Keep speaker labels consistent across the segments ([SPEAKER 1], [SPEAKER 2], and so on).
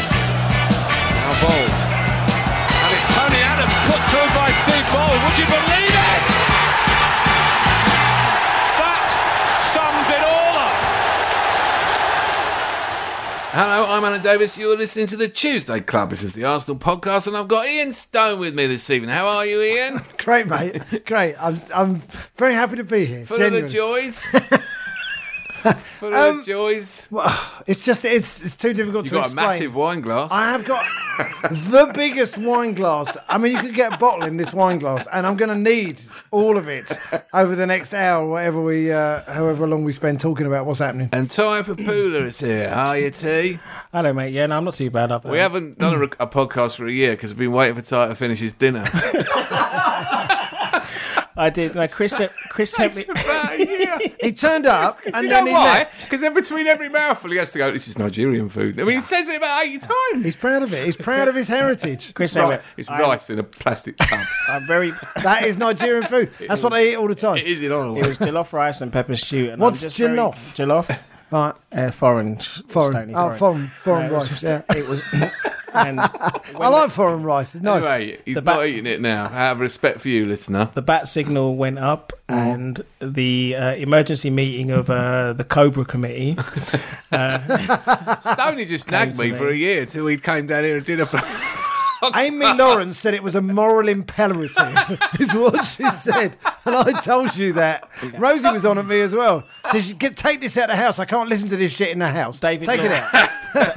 [SPEAKER 1] Now Bold. And it's Tony Adams put through by Steve Bold. Would you believe it? That sums it all up.
[SPEAKER 2] Hello, I'm Alan Davis. You're listening to the Tuesday Club. This is the Arsenal podcast, and I've got Ian Stone with me this evening. How are you, Ian?
[SPEAKER 3] Great, mate. Great. I'm I'm very happy to be here.
[SPEAKER 2] Full
[SPEAKER 3] genuinely.
[SPEAKER 2] of the joys. Full of the joys.
[SPEAKER 3] Well, it's just it's it's too difficult
[SPEAKER 2] You've
[SPEAKER 3] Um, to
[SPEAKER 2] got
[SPEAKER 3] explain.
[SPEAKER 2] a massive wine glass.
[SPEAKER 3] I have got the biggest wine glass. I mean, you could get a bottle in this wine glass, and I'm going to need all of it over the next hour, whatever we, uh, however long we spend talking about what's happening.
[SPEAKER 2] and Ty Papula is here. How are you, T?
[SPEAKER 4] Hello, mate. Yeah, no, I'm not too bad. Up
[SPEAKER 2] We haven't done a, rec- a podcast for a year because we've been waiting for Ty to finish his dinner.
[SPEAKER 4] I did. No, Chris, sent- Chris sent me.
[SPEAKER 2] About a year.
[SPEAKER 3] He turned up, and
[SPEAKER 2] you know
[SPEAKER 3] then he
[SPEAKER 2] why?
[SPEAKER 3] left.
[SPEAKER 2] Because in between every mouthful, he has to go, This is Nigerian food. I mean, he says it about eight times.
[SPEAKER 3] He's proud of it. He's proud of his heritage.
[SPEAKER 4] Chris sent me.
[SPEAKER 2] Right, it's rice in a plastic tub.
[SPEAKER 4] I'm very.
[SPEAKER 3] That is Nigerian food. That's what they eat all the
[SPEAKER 2] it
[SPEAKER 3] time.
[SPEAKER 2] is in honour.
[SPEAKER 4] It was jollof rice and pepper stew. And
[SPEAKER 3] What's
[SPEAKER 4] I'm just very-
[SPEAKER 3] jollof?
[SPEAKER 4] Jollof.
[SPEAKER 3] Right.
[SPEAKER 4] Uh, foreign. s-
[SPEAKER 3] Foreign.
[SPEAKER 4] Stony, Uh,
[SPEAKER 3] Oh, foreign- foreign
[SPEAKER 4] it was
[SPEAKER 3] rice, yeah.
[SPEAKER 4] It was. and
[SPEAKER 3] I like foreign rice. It's nice.
[SPEAKER 2] Anyway, he's
[SPEAKER 4] The
[SPEAKER 2] not
[SPEAKER 4] ba-
[SPEAKER 2] eating it now. Out of respect for you, listener.
[SPEAKER 4] the bat signal went up,
[SPEAKER 3] Mm.
[SPEAKER 4] and the uh, emergency meeting of uh, the Cobra Committee.
[SPEAKER 2] Stoney just nagged
[SPEAKER 4] to
[SPEAKER 2] me
[SPEAKER 4] me.
[SPEAKER 2] for a year till he came down here and did a
[SPEAKER 3] Amy Lawrence said it was a moral imperative, is what she said. And I told you that. Rosie was on at me as well. She said, "Get- take this out of the house. I can't listen to this shit in the house.
[SPEAKER 4] David
[SPEAKER 3] take it
[SPEAKER 4] Law.
[SPEAKER 3] out.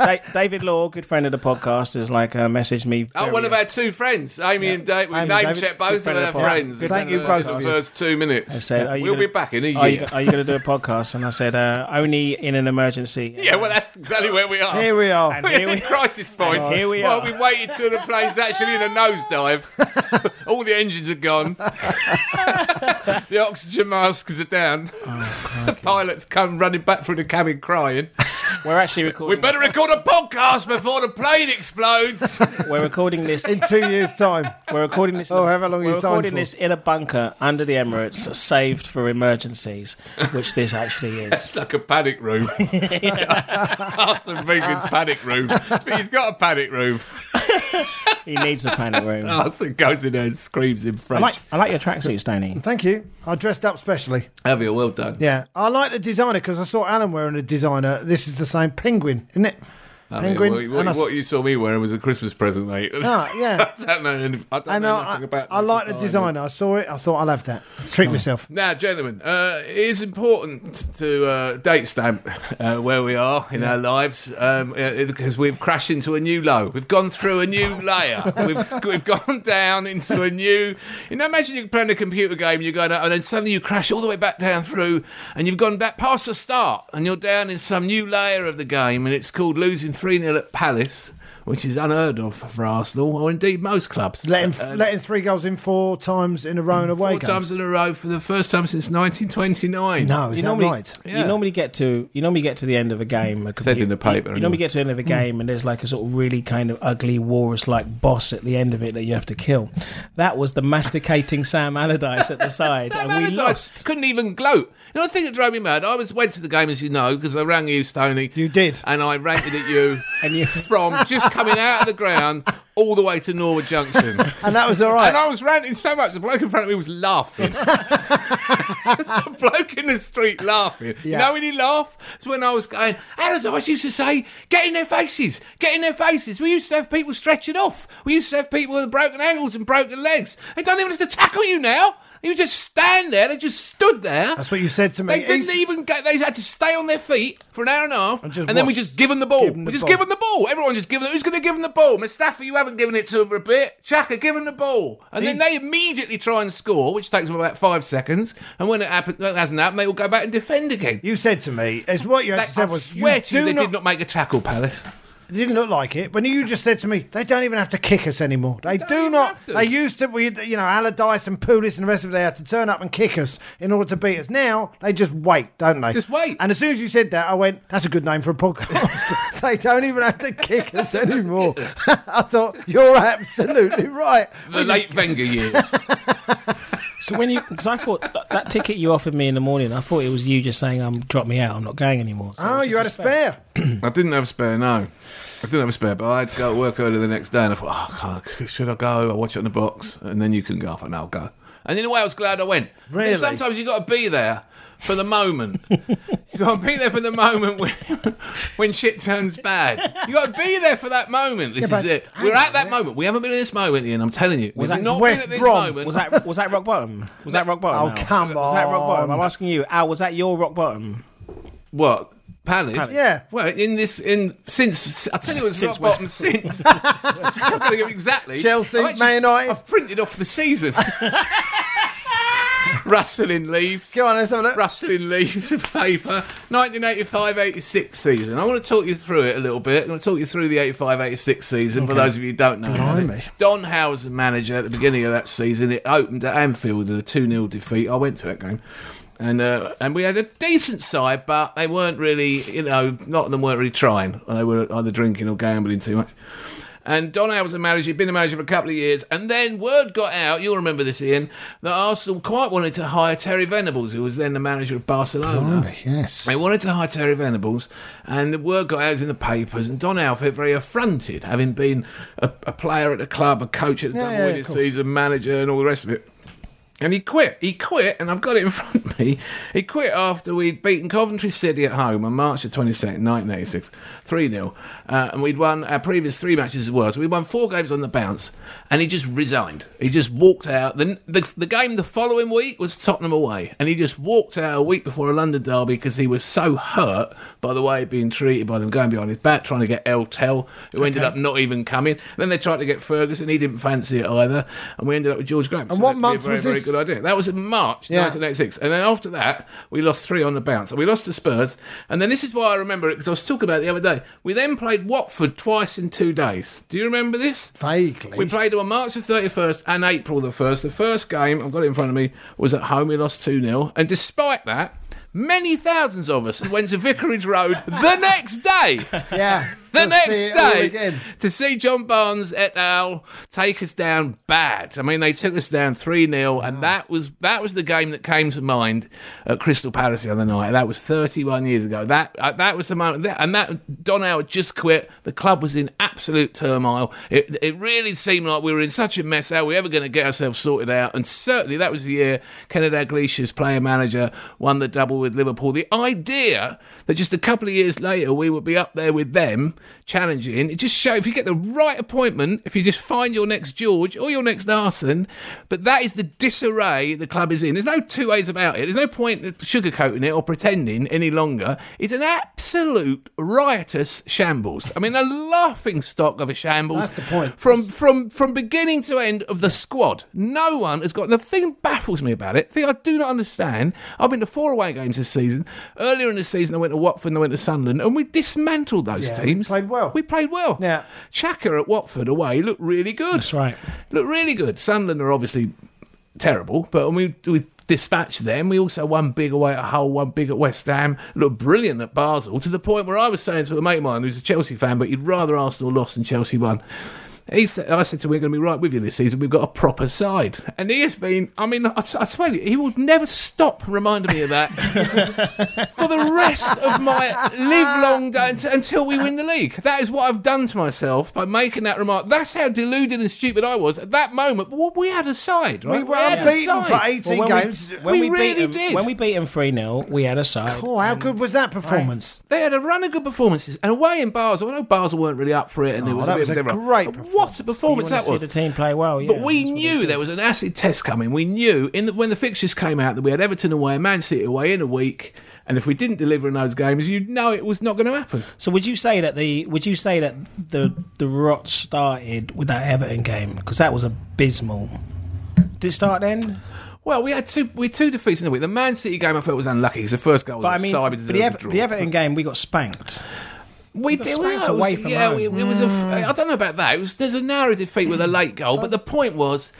[SPEAKER 4] Da- David Law, good friend of the podcast, has like uh, messaged me.
[SPEAKER 2] Oh, one of our two friends, Amy and Dave. We
[SPEAKER 3] Amy,
[SPEAKER 2] name
[SPEAKER 3] David,
[SPEAKER 2] checked both of
[SPEAKER 4] friend of
[SPEAKER 2] our
[SPEAKER 4] the pod.
[SPEAKER 2] friends.
[SPEAKER 4] Good
[SPEAKER 3] Thank
[SPEAKER 2] in
[SPEAKER 3] you
[SPEAKER 2] the
[SPEAKER 3] both of you.
[SPEAKER 2] First two minutes.
[SPEAKER 4] I said, are you
[SPEAKER 2] we'll
[SPEAKER 4] gonna-
[SPEAKER 2] be back in a
[SPEAKER 4] Are
[SPEAKER 2] year.
[SPEAKER 4] you, are you going to do a podcast? And I said, uh, only in an emergency.
[SPEAKER 2] yeah, well, that's exactly where we are.
[SPEAKER 3] Here we are.
[SPEAKER 4] And
[SPEAKER 2] We're
[SPEAKER 4] here
[SPEAKER 2] in
[SPEAKER 4] we
[SPEAKER 2] crisis point.
[SPEAKER 4] And here we
[SPEAKER 2] well,
[SPEAKER 4] are.
[SPEAKER 2] we waited till the plane's actually in a nosedive. All the engines are gone. the oxygen masks are down.
[SPEAKER 4] Oh,
[SPEAKER 2] the pilots come running back through the cabin crying.
[SPEAKER 4] We're actually
[SPEAKER 2] We
[SPEAKER 4] recording.
[SPEAKER 2] better record a podcast before the plane explodes.
[SPEAKER 4] We're recording this.
[SPEAKER 3] In two years' time.
[SPEAKER 4] We're recording this.
[SPEAKER 3] Oh, however long
[SPEAKER 4] we're
[SPEAKER 3] you signed
[SPEAKER 4] recording
[SPEAKER 3] for.
[SPEAKER 4] this in a bunker under the Emirates, saved for emergencies, which this actually is.
[SPEAKER 2] It's like a panic room. Arsene Wenger's panic room. But he's got a panic room.
[SPEAKER 4] He needs a panic room.
[SPEAKER 2] Arsene goes in there and screams in
[SPEAKER 4] I
[SPEAKER 2] French.
[SPEAKER 4] like, I like your tracksuit, Stoney.
[SPEAKER 3] Thank you. I dressed up specially.
[SPEAKER 2] Have you? Well done.
[SPEAKER 3] Yeah. I like the designer because I saw Alan wearing a designer. This is the same penguin, isn't it?
[SPEAKER 2] I mean,
[SPEAKER 3] penguin.
[SPEAKER 2] what, what,
[SPEAKER 3] and I, s-
[SPEAKER 2] what you saw me wearing was a Christmas present, mate.
[SPEAKER 3] Ah, yeah.
[SPEAKER 2] I don't know, any- I don't
[SPEAKER 3] and
[SPEAKER 2] know
[SPEAKER 3] I,
[SPEAKER 2] nothing
[SPEAKER 3] I,
[SPEAKER 2] about
[SPEAKER 3] I like the designer. I saw it. I thought I'll have that. Treat myself.
[SPEAKER 2] Now, gentlemen, uh, it is important to uh, date stamp uh, where we are in our lives um, uh, because we've crashed into a new low. We've gone through a new layer. we've, we've gone down into a new. You know, imagine you're playing a computer game, you're going, up, and then suddenly you crash all the way back down through, and you've gone back past the start, and you're down in some new layer of the game, and it's called losing 3 0 at Palace. Which is unheard of for Arsenal, or indeed most clubs.
[SPEAKER 3] Letting, letting three goals in four times in a row and away
[SPEAKER 2] Uh, Four
[SPEAKER 3] goes.
[SPEAKER 2] times in a row for the first time since 1929.
[SPEAKER 3] No, is that
[SPEAKER 4] normally,
[SPEAKER 3] right?
[SPEAKER 2] Yeah.
[SPEAKER 4] you normally get to you normally get to the end of a game. A
[SPEAKER 2] Said in the paper,
[SPEAKER 4] You,
[SPEAKER 2] anyway.
[SPEAKER 4] you normally get to the
[SPEAKER 3] Hmm.
[SPEAKER 4] end of a game, and there's like a sort of really kind of ugly walrus like boss at the end of it that you have to kill. That was the masticating Sam Allardyce at the side,
[SPEAKER 2] Sam
[SPEAKER 4] and we
[SPEAKER 2] Allardyce
[SPEAKER 4] lost.
[SPEAKER 2] Couldn't even gloat. You know, the thing that drove me mad. I was went to the game, as you know, because I rang you, Stoney.
[SPEAKER 3] You did.
[SPEAKER 2] and I ranted at you
[SPEAKER 4] And you
[SPEAKER 2] from just coming out of the ground. all the way to Norwood Junction.
[SPEAKER 3] And that was all right.
[SPEAKER 2] And I was ranting so much, the bloke in front of me was laughing. the bloke in the street laughing. You
[SPEAKER 3] Yeah.
[SPEAKER 2] know when he laughed? It's when I was going, Allardyce used to say, get in their faces, get in their faces. We used to have people stretching off. We used to have people with broken ankles and broken legs. They don't even have to tackle you now. You just stand there. They just stood there.
[SPEAKER 3] That's what you said to me.
[SPEAKER 2] They didn't
[SPEAKER 3] He's-
[SPEAKER 2] even get. They had to stay on their feet for an hour and a half,
[SPEAKER 3] And
[SPEAKER 2] and,
[SPEAKER 3] just
[SPEAKER 2] then we
[SPEAKER 3] watch.
[SPEAKER 2] just give them the ball.
[SPEAKER 3] Give 'em the
[SPEAKER 2] we just
[SPEAKER 3] ball.
[SPEAKER 2] give them the ball. Everyone just give them. Who's going to give them the ball? Mustafa, you haven't given it to them for a bit. Chaka, give them the ball, and then they immediately try and score, which takes them about five seconds. And when it happens, when it hasn't happened, they will go back and defend again.
[SPEAKER 3] You said to me, as what you
[SPEAKER 2] They-
[SPEAKER 3] actually
[SPEAKER 2] I
[SPEAKER 3] said was,
[SPEAKER 2] swear
[SPEAKER 3] you
[SPEAKER 2] to you,
[SPEAKER 3] do
[SPEAKER 2] they
[SPEAKER 3] not,
[SPEAKER 2] did not make a tackle, Palace.
[SPEAKER 3] it didn't look like it. When you just said to me, they don't even have to kick us anymore. They
[SPEAKER 2] don't
[SPEAKER 3] do
[SPEAKER 2] even
[SPEAKER 3] not.
[SPEAKER 2] have to.
[SPEAKER 3] They used to, we, you know, Allardyce and Pulis and the rest of them, they had to turn up and kick us in order to beat us. Now they just wait, don't they?
[SPEAKER 2] Just wait.
[SPEAKER 3] And as soon as you said that, I went, that's a good name for a podcast. they don't even have to kick us anymore. I thought you're absolutely right.
[SPEAKER 2] The late Wenger years.
[SPEAKER 4] So when you, because I thought that, that ticket you offered me in the morning, I thought it was you just saying, "I'm drop me out. I'm not going anymore." So it
[SPEAKER 3] Oh,
[SPEAKER 4] was
[SPEAKER 3] you
[SPEAKER 4] just
[SPEAKER 3] had a spare.
[SPEAKER 2] I didn't have a spare, no. I didn't have a spare, but I had to go to work early the next day, and I thought, oh, God, should I go? I'll watch it on the box, and then you can go. I thought, no, I'll go. And in a way, I was glad I went. Because
[SPEAKER 3] Really?
[SPEAKER 2] Sometimes you've got to be there for the moment. you've got to be there for the moment when, when shit turns bad. You've got to be there for that moment. This
[SPEAKER 3] but-
[SPEAKER 2] is it.
[SPEAKER 3] hang
[SPEAKER 2] We're
[SPEAKER 3] on
[SPEAKER 2] at that moment. We haven't been in this moment, Ian, I'm telling you. We've
[SPEAKER 4] that
[SPEAKER 2] not
[SPEAKER 3] West
[SPEAKER 2] been at this
[SPEAKER 3] Brom?
[SPEAKER 2] moment.
[SPEAKER 4] Was that was that rock bottom? Was that rock bottom?
[SPEAKER 3] Oh,
[SPEAKER 4] Al?
[SPEAKER 3] come
[SPEAKER 4] Was that rock bottom?
[SPEAKER 3] on.
[SPEAKER 4] I'm asking you, Al. Was that your rock bottom?
[SPEAKER 2] What? Palace?
[SPEAKER 3] Yeah.
[SPEAKER 2] Well, in this, in since I tell you it's
[SPEAKER 4] Since
[SPEAKER 2] rock
[SPEAKER 4] West-
[SPEAKER 2] bottom since. I'm gonna give you exactly.
[SPEAKER 3] Chelsea,
[SPEAKER 2] I've
[SPEAKER 3] Man United.
[SPEAKER 2] I've printed off the season. Rustling leaves.
[SPEAKER 3] Go on, let's have a look.
[SPEAKER 2] Rustling leaves of paper. 1985-86 season. I want to talk you through it a little bit. I'm going to talk you through the 85-86 season for those of you who don't know.
[SPEAKER 3] Blimey.
[SPEAKER 2] Don Howe was the manager at the beginning of that season. It opened at Anfield in a 2 0 defeat. I went to that game. And uh, and we had a decent side, but they weren't really, you know, not them weren't really trying. They were either drinking or gambling too much. And Don Howe was the manager, he'd been the manager for a couple of years. And then word got out, you'll remember this, Ian, that Arsenal quite wanted to hire Terry Venables, who was then the manager of Barcelona.
[SPEAKER 3] yes.
[SPEAKER 2] They wanted to hire Terry Venables, and the word got out in the papers, and Don Howe felt very affronted, having been a, a player at the club, a coach at the E
[SPEAKER 3] Yeah,
[SPEAKER 2] double
[SPEAKER 3] yeah,
[SPEAKER 2] winning
[SPEAKER 3] of course.
[SPEAKER 2] season, manager, and all the rest of it. And he quit. He quit, and I've got it in front of me. He quit after we'd beaten Coventry City at home on March the 22nd, 1986, 3 0. Uh, and we'd won our previous three matches as well. So we won four games on the bounce, and he just resigned. He just walked out. The, the, the game the following week was Tottenham away, and he just walked out a week before a London derby because he was so hurt by the way he'd been treated by them going behind his back, trying to get El Tel, who ended up not even coming. Then they tried to get Ferguson, he didn't fancy it either, and we ended up with George Graham. So
[SPEAKER 3] what
[SPEAKER 2] that'd be
[SPEAKER 3] month
[SPEAKER 2] a very,
[SPEAKER 3] was
[SPEAKER 2] very
[SPEAKER 3] this?
[SPEAKER 2] good idea. That was in March
[SPEAKER 3] Yeah.
[SPEAKER 2] 1986. And then after that, we lost three on the bounce. And we lost to Spurs. And then this is why I remember it, because I was talking about it the other day. We then played Watford twice in two days. Do you remember this?
[SPEAKER 3] Vaguely.
[SPEAKER 2] We played them on March the 31st and April the 1st. The first game, I've got it in front of me, was at home. We lost 2 0. And despite that, many thousands of us went to Vicarage Road the next day.
[SPEAKER 3] yeah.
[SPEAKER 2] The
[SPEAKER 3] Just
[SPEAKER 2] next
[SPEAKER 3] see it all
[SPEAKER 2] day,
[SPEAKER 3] again.
[SPEAKER 2] to see John Barnes et al. take us down bad. I mean, they took us down three 0 and that was that was the game that came to mind at Crystal Palace the other night. That was 31 years ago. That uh, that was the moment, that, and that Don Howe had just quit. The club was in absolute turmoil. It, it really seemed like we were in such a mess. How are we ever going to get ourselves sorted out? And certainly that was the year Kenneth Iglesias, player manager, won the double with Liverpool. The idea that just a couple of years later we would be up there with them challenging, it just shows if you get the right appointment, if you just find your next George or your next Arson, but that is the disarray the club is in. There's no two ways about it. There's no point sugarcoating it or pretending any longer. It's an absolute riotous shambles. I mean, a laughing stock of a shambles.
[SPEAKER 3] That's the point.
[SPEAKER 2] From from from beginning to end of the squad, no one has got. The thing that baffles me about it, the thing I do not understand. I've been to four away games this season. Earlier in the season, I went to Watford and I went to Sunderland, and we dismantled those
[SPEAKER 3] Yeah, we
[SPEAKER 2] teams.
[SPEAKER 3] played well.
[SPEAKER 2] We played well.
[SPEAKER 3] Yeah.
[SPEAKER 2] Chaka at Watford away looked really good.
[SPEAKER 4] That's right.
[SPEAKER 2] Looked really good. Sunderland are obviously terrible, but when we we dispatched them, we also won big away at Hull, one big at West Ham. Looked brilliant at Basel to the point where I was saying to a mate of mine who's a Chelsea fan, but he'd rather Arsenal lost than Chelsea won. He's, I said to him, we're going to be right with you this season. We've got a proper side. And he has been, I mean, I, I swear, he will never stop reminding me of that for the rest of my live long day unt- until we win the league. That is what I've done to myself by making that remark. That's how deluded and stupid I was at that moment. But what- we had a side, right?
[SPEAKER 3] We were
[SPEAKER 2] had a
[SPEAKER 3] unbeaten for
[SPEAKER 2] side.
[SPEAKER 3] 18
[SPEAKER 4] Well, when
[SPEAKER 3] games.
[SPEAKER 4] We, when
[SPEAKER 2] We really
[SPEAKER 4] beat 'em-
[SPEAKER 2] did.
[SPEAKER 4] When we beat him 3 0, we had a side.
[SPEAKER 3] oh, how good was that performance?
[SPEAKER 2] They had a run of good performances, and away in Basel, I know Basel weren't really up for it, and it was
[SPEAKER 3] Oh, that
[SPEAKER 2] a bit
[SPEAKER 3] was
[SPEAKER 2] of
[SPEAKER 3] a
[SPEAKER 2] everyone.
[SPEAKER 3] great
[SPEAKER 2] Oh, But What a
[SPEAKER 4] You
[SPEAKER 2] performance
[SPEAKER 4] want
[SPEAKER 2] that
[SPEAKER 4] to see
[SPEAKER 2] was!
[SPEAKER 4] the team play well, yeah.
[SPEAKER 2] But we
[SPEAKER 4] that's what
[SPEAKER 2] knew
[SPEAKER 4] it
[SPEAKER 2] there was an acid test coming. We knew in the, when the fixtures came out that we had Everton away, Man City away in a week, and if we didn't deliver in those games, you'd know it was not going to happen.
[SPEAKER 4] is. So would you say that the would you say that the the rot started with that Everton game because that was abysmal? Did it start then?
[SPEAKER 2] Well, we had two we had two defeats in the week. The Man City game I felt was unlucky because the first goal was
[SPEAKER 4] But I
[SPEAKER 2] offside,
[SPEAKER 4] mean,
[SPEAKER 2] we
[SPEAKER 4] but
[SPEAKER 2] deserved
[SPEAKER 4] the,
[SPEAKER 2] a
[SPEAKER 4] Ever-
[SPEAKER 2] draw.
[SPEAKER 4] the Everton game we got spanked.
[SPEAKER 2] We
[SPEAKER 4] got
[SPEAKER 2] did
[SPEAKER 4] spanked
[SPEAKER 2] well,
[SPEAKER 4] away
[SPEAKER 2] it was-
[SPEAKER 4] from
[SPEAKER 2] yeah,
[SPEAKER 4] home. Hmm.
[SPEAKER 2] we- it was a. f- I don't know about that. It was there's a narrow defeat with a late goal, but the point was,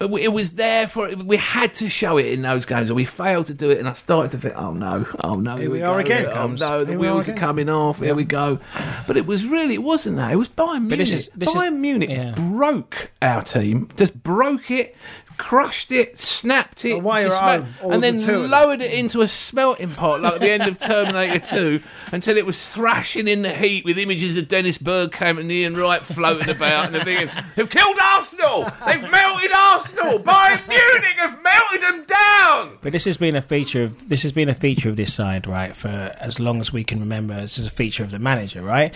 [SPEAKER 2] it w- it was there for. We had to show it in those games, and we failed to do it. And I started to think, oh no, oh no, here
[SPEAKER 3] we are
[SPEAKER 2] go,
[SPEAKER 3] again.
[SPEAKER 2] Oh no, the
[SPEAKER 3] Here we are
[SPEAKER 2] wheels are
[SPEAKER 3] again.
[SPEAKER 2] coming off. Here we go. But it was really, it wasn't that. It was Bayern Munich.
[SPEAKER 4] this is- this is-
[SPEAKER 2] Bayern Munich
[SPEAKER 4] yeah.
[SPEAKER 2] broke our team. Just broke it. Crushed it, snapped it,
[SPEAKER 3] Away at
[SPEAKER 2] disma-
[SPEAKER 3] home, all
[SPEAKER 2] and
[SPEAKER 3] the
[SPEAKER 2] then
[SPEAKER 3] two of them.
[SPEAKER 2] low lowered it into a smelting pot like at the end of Terminator 2 until it was thrashing in the heat with images of Dennis Bergkamp and Ian Wright floating about and they're thinking, they've killed Arsenal! They've melted Arsenal! Bayern Munich have melted them down!
[SPEAKER 4] But this has been a feature of this has been a feature of this side, right? For as long as we can remember, this is a feature of the manager, right?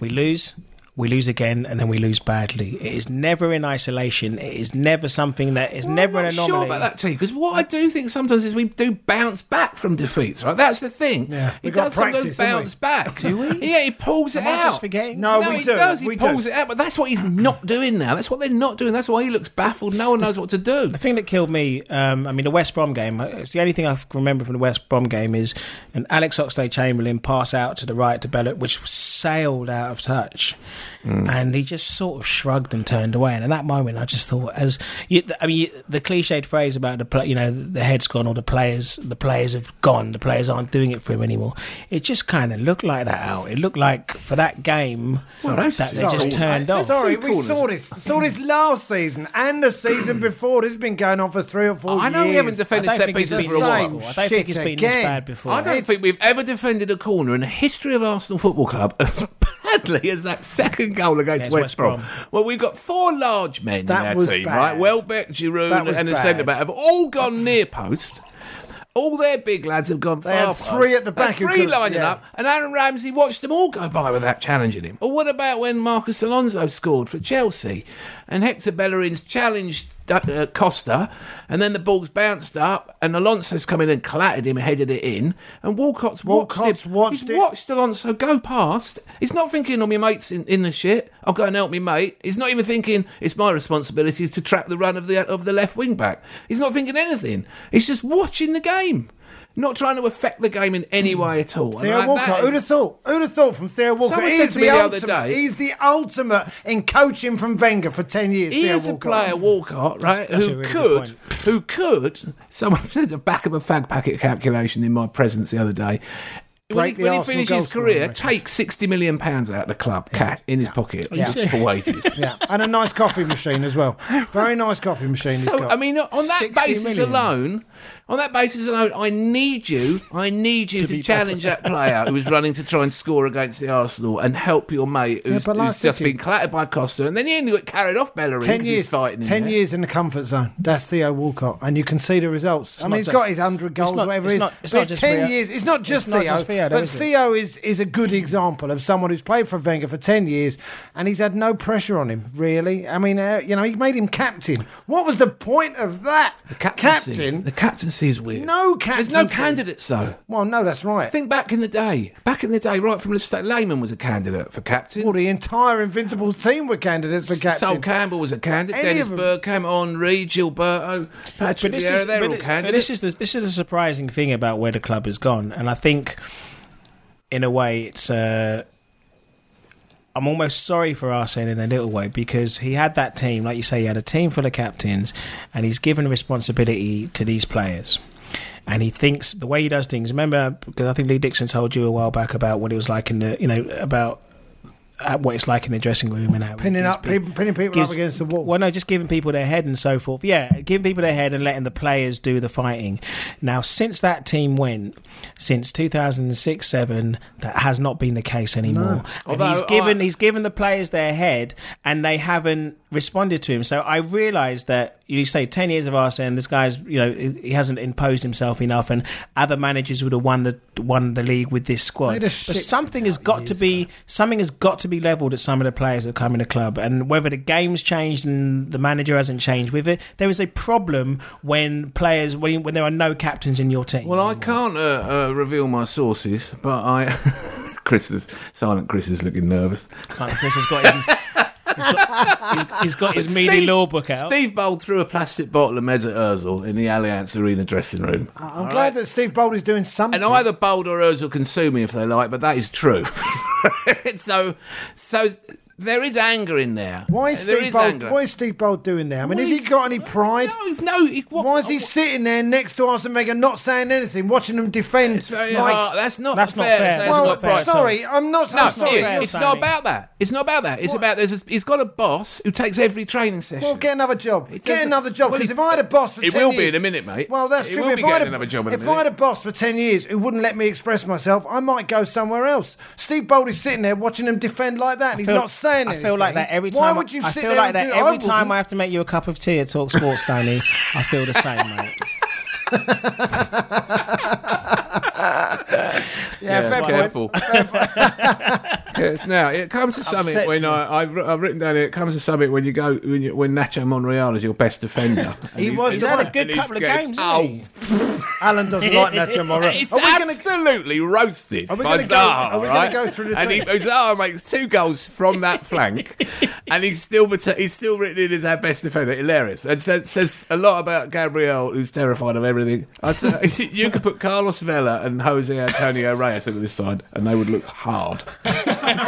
[SPEAKER 4] We lose, we lose again, and then we lose badly. It is never in isolation. It is never something that is never
[SPEAKER 2] I'm
[SPEAKER 4] an
[SPEAKER 2] not
[SPEAKER 4] anomaly.
[SPEAKER 2] sure about that too, because what I do think sometimes is we do bounce back from defeats, right? That's the thing.
[SPEAKER 3] Yeah.
[SPEAKER 2] he
[SPEAKER 3] We got
[SPEAKER 2] does sometimes
[SPEAKER 3] practice, haven't we?
[SPEAKER 2] bounce back. Do
[SPEAKER 4] we?
[SPEAKER 2] Yeah, he pulls it
[SPEAKER 4] Am I
[SPEAKER 2] out.
[SPEAKER 4] just forgetting?
[SPEAKER 3] No, we
[SPEAKER 2] he
[SPEAKER 3] do.
[SPEAKER 2] does. He
[SPEAKER 3] We do.
[SPEAKER 2] pulls it out, but that's what he's not doing now. That's what they're not doing. That's why he looks baffled. No one knows what to do.
[SPEAKER 4] The thing that killed me, um, I mean, the West Brom game. It's the only thing I can remember from the West Brom game is an Alex Oxlade Chamberlain pass out to the right to Bellet, which sailed out of touch, and he just sort of shrugged and turned away. And at that moment, I just thought, as you, I mean, you- the cliched phrase about the pla you know, the head's gone or the players, the players have gone, the players aren't doing it for him anymore. It just kind of looked like that out. It looked like for that game that they just turned off.
[SPEAKER 3] Sorry, we saw this. Saw this last season and the season before. This has been going on for three or four years.
[SPEAKER 2] I know we haven't defended
[SPEAKER 4] I
[SPEAKER 2] set
[SPEAKER 4] don't think it's
[SPEAKER 2] pieces
[SPEAKER 4] been
[SPEAKER 2] for a
[SPEAKER 4] this
[SPEAKER 2] while.
[SPEAKER 4] bad. I don't think
[SPEAKER 3] Shit
[SPEAKER 4] it's been this
[SPEAKER 3] again.
[SPEAKER 4] bad before.
[SPEAKER 2] I don't
[SPEAKER 3] It's-
[SPEAKER 2] think we've ever defended a corner in the history of Arsenal Football Club as badly as that second goal against
[SPEAKER 4] Against
[SPEAKER 2] West,
[SPEAKER 4] West
[SPEAKER 2] Brom.
[SPEAKER 4] Brom.
[SPEAKER 2] Well, we've got four large men
[SPEAKER 3] That
[SPEAKER 2] in our
[SPEAKER 3] was
[SPEAKER 2] team,
[SPEAKER 3] bad.
[SPEAKER 2] right? Welbeck,
[SPEAKER 3] That
[SPEAKER 2] Giroud,
[SPEAKER 3] was
[SPEAKER 2] and the
[SPEAKER 3] bad.
[SPEAKER 2] centre back have all gone near post. All their big lads have gone
[SPEAKER 3] They
[SPEAKER 2] far
[SPEAKER 3] had
[SPEAKER 2] past.
[SPEAKER 3] three at the
[SPEAKER 2] They had
[SPEAKER 3] back who
[SPEAKER 2] three
[SPEAKER 3] could've-
[SPEAKER 2] lining
[SPEAKER 3] yeah.
[SPEAKER 2] up, and Aaron Ramsey watched them all go by without challenging him. Or what about when Marcus Alonso scored for Chelsea, and Hector Bellerin's challenged uh, Costa, and then the ball's bounced up, and Alonso's come in and clattered him, headed it in, and Walcott's
[SPEAKER 3] Walcott's watched
[SPEAKER 2] he's
[SPEAKER 3] it.
[SPEAKER 2] watched Alonso go past. He's not thinking, "Oh, my mate's in, in the shit. I'll go and help me mate." He's not even thinking it's my responsibility to trap the run of the of the left wing back. He's not thinking anything. He's just watching the game, not trying to affect the game in any way at all. And
[SPEAKER 3] Theo
[SPEAKER 2] like
[SPEAKER 3] Walcott.
[SPEAKER 2] that-
[SPEAKER 3] Who'd have thought? Who'd have thought from Theo Walcott?
[SPEAKER 2] Someone said
[SPEAKER 3] He's
[SPEAKER 2] to me
[SPEAKER 3] the
[SPEAKER 2] the other
[SPEAKER 3] ultimate.
[SPEAKER 2] day-
[SPEAKER 3] He's the ultimate in coaching from Wenger for ten years.
[SPEAKER 2] He
[SPEAKER 3] Theo
[SPEAKER 2] is a
[SPEAKER 3] Walcott.
[SPEAKER 2] player, Walcott, right?
[SPEAKER 4] That's
[SPEAKER 2] who
[SPEAKER 4] a really good
[SPEAKER 2] could, who could. Someone said the back of a fag packet calculation in my presence the other day.
[SPEAKER 3] Break the
[SPEAKER 2] when he, when he
[SPEAKER 3] Arsenal
[SPEAKER 4] goal
[SPEAKER 2] finishes his
[SPEAKER 4] scoring
[SPEAKER 2] career,
[SPEAKER 4] record.
[SPEAKER 2] take sixty million pounds out of the club, cash in his pocket
[SPEAKER 4] you
[SPEAKER 2] just for wages.
[SPEAKER 3] Yeah, and a nice coffee machine as well. Very nice coffee machine. he's
[SPEAKER 2] So
[SPEAKER 3] got.
[SPEAKER 2] I mean, on that
[SPEAKER 4] 60
[SPEAKER 2] basis
[SPEAKER 4] million.
[SPEAKER 2] alone, on that basis alone, I need you. I need you to,
[SPEAKER 4] be
[SPEAKER 2] challenge that player who was running to try and score against the Arsenal and help your mate who's,
[SPEAKER 3] but like
[SPEAKER 2] who's just
[SPEAKER 3] City-
[SPEAKER 2] been clattered by Costa, and then he only got carried off Bellerin
[SPEAKER 3] Ten
[SPEAKER 2] 'cause
[SPEAKER 3] years,
[SPEAKER 2] he's fighting. in
[SPEAKER 3] ten
[SPEAKER 2] there.
[SPEAKER 3] years in the comfort zone. That's Theo Walcott, and you can see the results. I mean,
[SPEAKER 4] not
[SPEAKER 3] he's
[SPEAKER 4] just-
[SPEAKER 3] got his hundred goals,
[SPEAKER 4] it's not-
[SPEAKER 3] whatever
[SPEAKER 4] it's
[SPEAKER 3] it is.
[SPEAKER 4] not- it's
[SPEAKER 3] but
[SPEAKER 4] not
[SPEAKER 3] it's
[SPEAKER 4] just
[SPEAKER 3] ten
[SPEAKER 4] Theo.
[SPEAKER 3] years. It's not just
[SPEAKER 4] It's not
[SPEAKER 3] Theo,
[SPEAKER 4] just Theo, though,
[SPEAKER 3] but
[SPEAKER 4] is it?
[SPEAKER 3] Theo is is a good example of someone who's played for Wenger for ten years, and he's had no pressure on him really. I mean, uh, you know, he made him captain. What was the point of that?
[SPEAKER 2] The captaincy. The captaincy is weird.
[SPEAKER 3] No
[SPEAKER 2] There's no
[SPEAKER 3] captaincy.
[SPEAKER 2] candidates though.
[SPEAKER 3] Well, no, that's right.
[SPEAKER 2] Think back in the day. Back in the day, right from the start, Lehman was a candidate for captain.
[SPEAKER 3] Well, the entire Invincibles team were candidates for captain.
[SPEAKER 2] Sol Campbell was a candidate.
[SPEAKER 3] Any
[SPEAKER 2] Dennis
[SPEAKER 3] of 'em.
[SPEAKER 2] Bergkamp, Henri, Gilberto, Patrick
[SPEAKER 4] this
[SPEAKER 2] Vieira,
[SPEAKER 4] is-
[SPEAKER 2] they're all
[SPEAKER 4] this-
[SPEAKER 2] candidates.
[SPEAKER 4] This is the this is the surprising thing about where the club has gone, and I think, in a way, it's. Uh, I'm almost sorry for Arsene in a little way because he had that team, like you say, he had a team full of captains, and he's given responsibility to these players. And he thinks the way he does things. Remember, because I think Lee Dixon told you a while back about what it was like in the, you know, about at what it's like in the dressing room and how it
[SPEAKER 3] pinning
[SPEAKER 4] gives
[SPEAKER 3] up people, pinning people
[SPEAKER 4] gives-
[SPEAKER 3] up against the wall.
[SPEAKER 4] Well, no, just giving people their head and so forth. Yeah, giving people their head and letting the players do the fighting. Now, since that team went, since 2006 7, that has not been the case anymore. And
[SPEAKER 2] Although
[SPEAKER 4] he's given
[SPEAKER 2] I-
[SPEAKER 4] he's given the players their head and they haven't responded to him. So I realised that you say 10 years of Arsene, this guy's, you know, he hasn't imposed himself enough and other managers would have won the won the league with this squad.
[SPEAKER 3] They'd
[SPEAKER 4] But
[SPEAKER 3] have shipped
[SPEAKER 4] something has got to be something has got to be leveled at some of the players that come in the club and whether the game's changed and the manager hasn't changed with it there is a problem when players when, when there are no captains in your team
[SPEAKER 2] Well, I can't uh, uh, reveal my sources, but I. Chris is silent. Chris is looking nervous.
[SPEAKER 4] It's like Chris has got his, he's got, he's got his mealy law book out
[SPEAKER 2] Steve Bold threw a plastic bottle of Meza Erzl in the Allianz Arena dressing room.
[SPEAKER 3] I'm glad that Steve Bold is doing something.
[SPEAKER 2] And either Bold or Erzul can sue me if they like, but that is true. so, so there is anger in there.
[SPEAKER 3] why is
[SPEAKER 2] There
[SPEAKER 3] Steve
[SPEAKER 2] is
[SPEAKER 3] Bold?
[SPEAKER 2] anger.
[SPEAKER 3] Why is Steve Bold doing that? I mean,
[SPEAKER 2] Well,
[SPEAKER 3] has he
[SPEAKER 2] he's-
[SPEAKER 3] got any pride?
[SPEAKER 2] No, he's no. he- what-
[SPEAKER 3] Why is he
[SPEAKER 2] what-
[SPEAKER 3] sitting there next to Arsene Wenger, not saying anything, watching them defend?
[SPEAKER 2] It's very
[SPEAKER 3] like-
[SPEAKER 2] hard. That's not.
[SPEAKER 4] That's not
[SPEAKER 2] fair. to
[SPEAKER 4] fair.
[SPEAKER 2] say
[SPEAKER 4] That's
[SPEAKER 2] it's not
[SPEAKER 3] well,
[SPEAKER 2] right.
[SPEAKER 3] sorry, I'm not.
[SPEAKER 2] No,
[SPEAKER 3] I'm sorry.
[SPEAKER 2] it-
[SPEAKER 4] fair,
[SPEAKER 2] it's
[SPEAKER 4] Sammy.
[SPEAKER 2] not about that. It's not about that. It's about there's. A, he's got a boss who takes every training session.
[SPEAKER 3] Well, get another job.
[SPEAKER 2] It
[SPEAKER 3] get
[SPEAKER 2] doesn't-
[SPEAKER 3] another job.
[SPEAKER 2] well,
[SPEAKER 3] Because
[SPEAKER 2] he-
[SPEAKER 3] if I had a boss for
[SPEAKER 2] It
[SPEAKER 3] 10
[SPEAKER 2] will be
[SPEAKER 3] years-
[SPEAKER 2] in a minute, mate.
[SPEAKER 3] Well, that's
[SPEAKER 2] It
[SPEAKER 3] true.
[SPEAKER 2] will
[SPEAKER 3] If
[SPEAKER 2] be
[SPEAKER 3] I had
[SPEAKER 2] getting
[SPEAKER 3] a-
[SPEAKER 2] another job in a
[SPEAKER 3] if I
[SPEAKER 2] minute.
[SPEAKER 3] had a boss for 10 years who wouldn't let me express myself, I might go somewhere else. Steve Bold is sitting there watching him defend like that, and he's
[SPEAKER 4] feel-
[SPEAKER 3] not saying
[SPEAKER 4] I
[SPEAKER 3] anything.
[SPEAKER 4] feel like that every time.
[SPEAKER 3] Why would you
[SPEAKER 4] I
[SPEAKER 3] sit
[SPEAKER 4] feel
[SPEAKER 3] there
[SPEAKER 4] like
[SPEAKER 3] and
[SPEAKER 4] that
[SPEAKER 3] do-
[SPEAKER 4] every time I
[SPEAKER 3] wouldn't.
[SPEAKER 4] have to make you a cup of tea at Talk Sports, Danny. I feel the same, mate.
[SPEAKER 3] Yeah, fair point.
[SPEAKER 2] careful. Yes, now it comes to something
[SPEAKER 3] Upsets
[SPEAKER 2] when
[SPEAKER 3] me.
[SPEAKER 2] I, I've, I've written down here. It comes to something when you go when, you, when Nacho Monreal is your best defender. And
[SPEAKER 3] He was
[SPEAKER 2] and
[SPEAKER 3] the
[SPEAKER 4] He's had a
[SPEAKER 3] one.
[SPEAKER 4] good
[SPEAKER 2] and he's
[SPEAKER 4] couple of
[SPEAKER 2] going,
[SPEAKER 4] games,
[SPEAKER 2] "Oh,
[SPEAKER 4] hasn't he?
[SPEAKER 3] Alan doesn't like Nacho Moreno.
[SPEAKER 2] It's
[SPEAKER 3] Are we gonna-
[SPEAKER 2] absolutely roasted
[SPEAKER 3] Are we
[SPEAKER 2] by
[SPEAKER 3] gonna go-
[SPEAKER 2] Zaha.
[SPEAKER 3] are we gonna
[SPEAKER 2] right?
[SPEAKER 3] go through the
[SPEAKER 2] And he,
[SPEAKER 3] team?
[SPEAKER 2] Zaha makes two goals from that flank, and he's still bet- he's still written in as our best defender. Hilarious, and says, says a lot about Gabriel, who's terrified of everything. I'd say, you could put Carlos Vela and Jose Antonio Reyes over this side, and they would look hard. And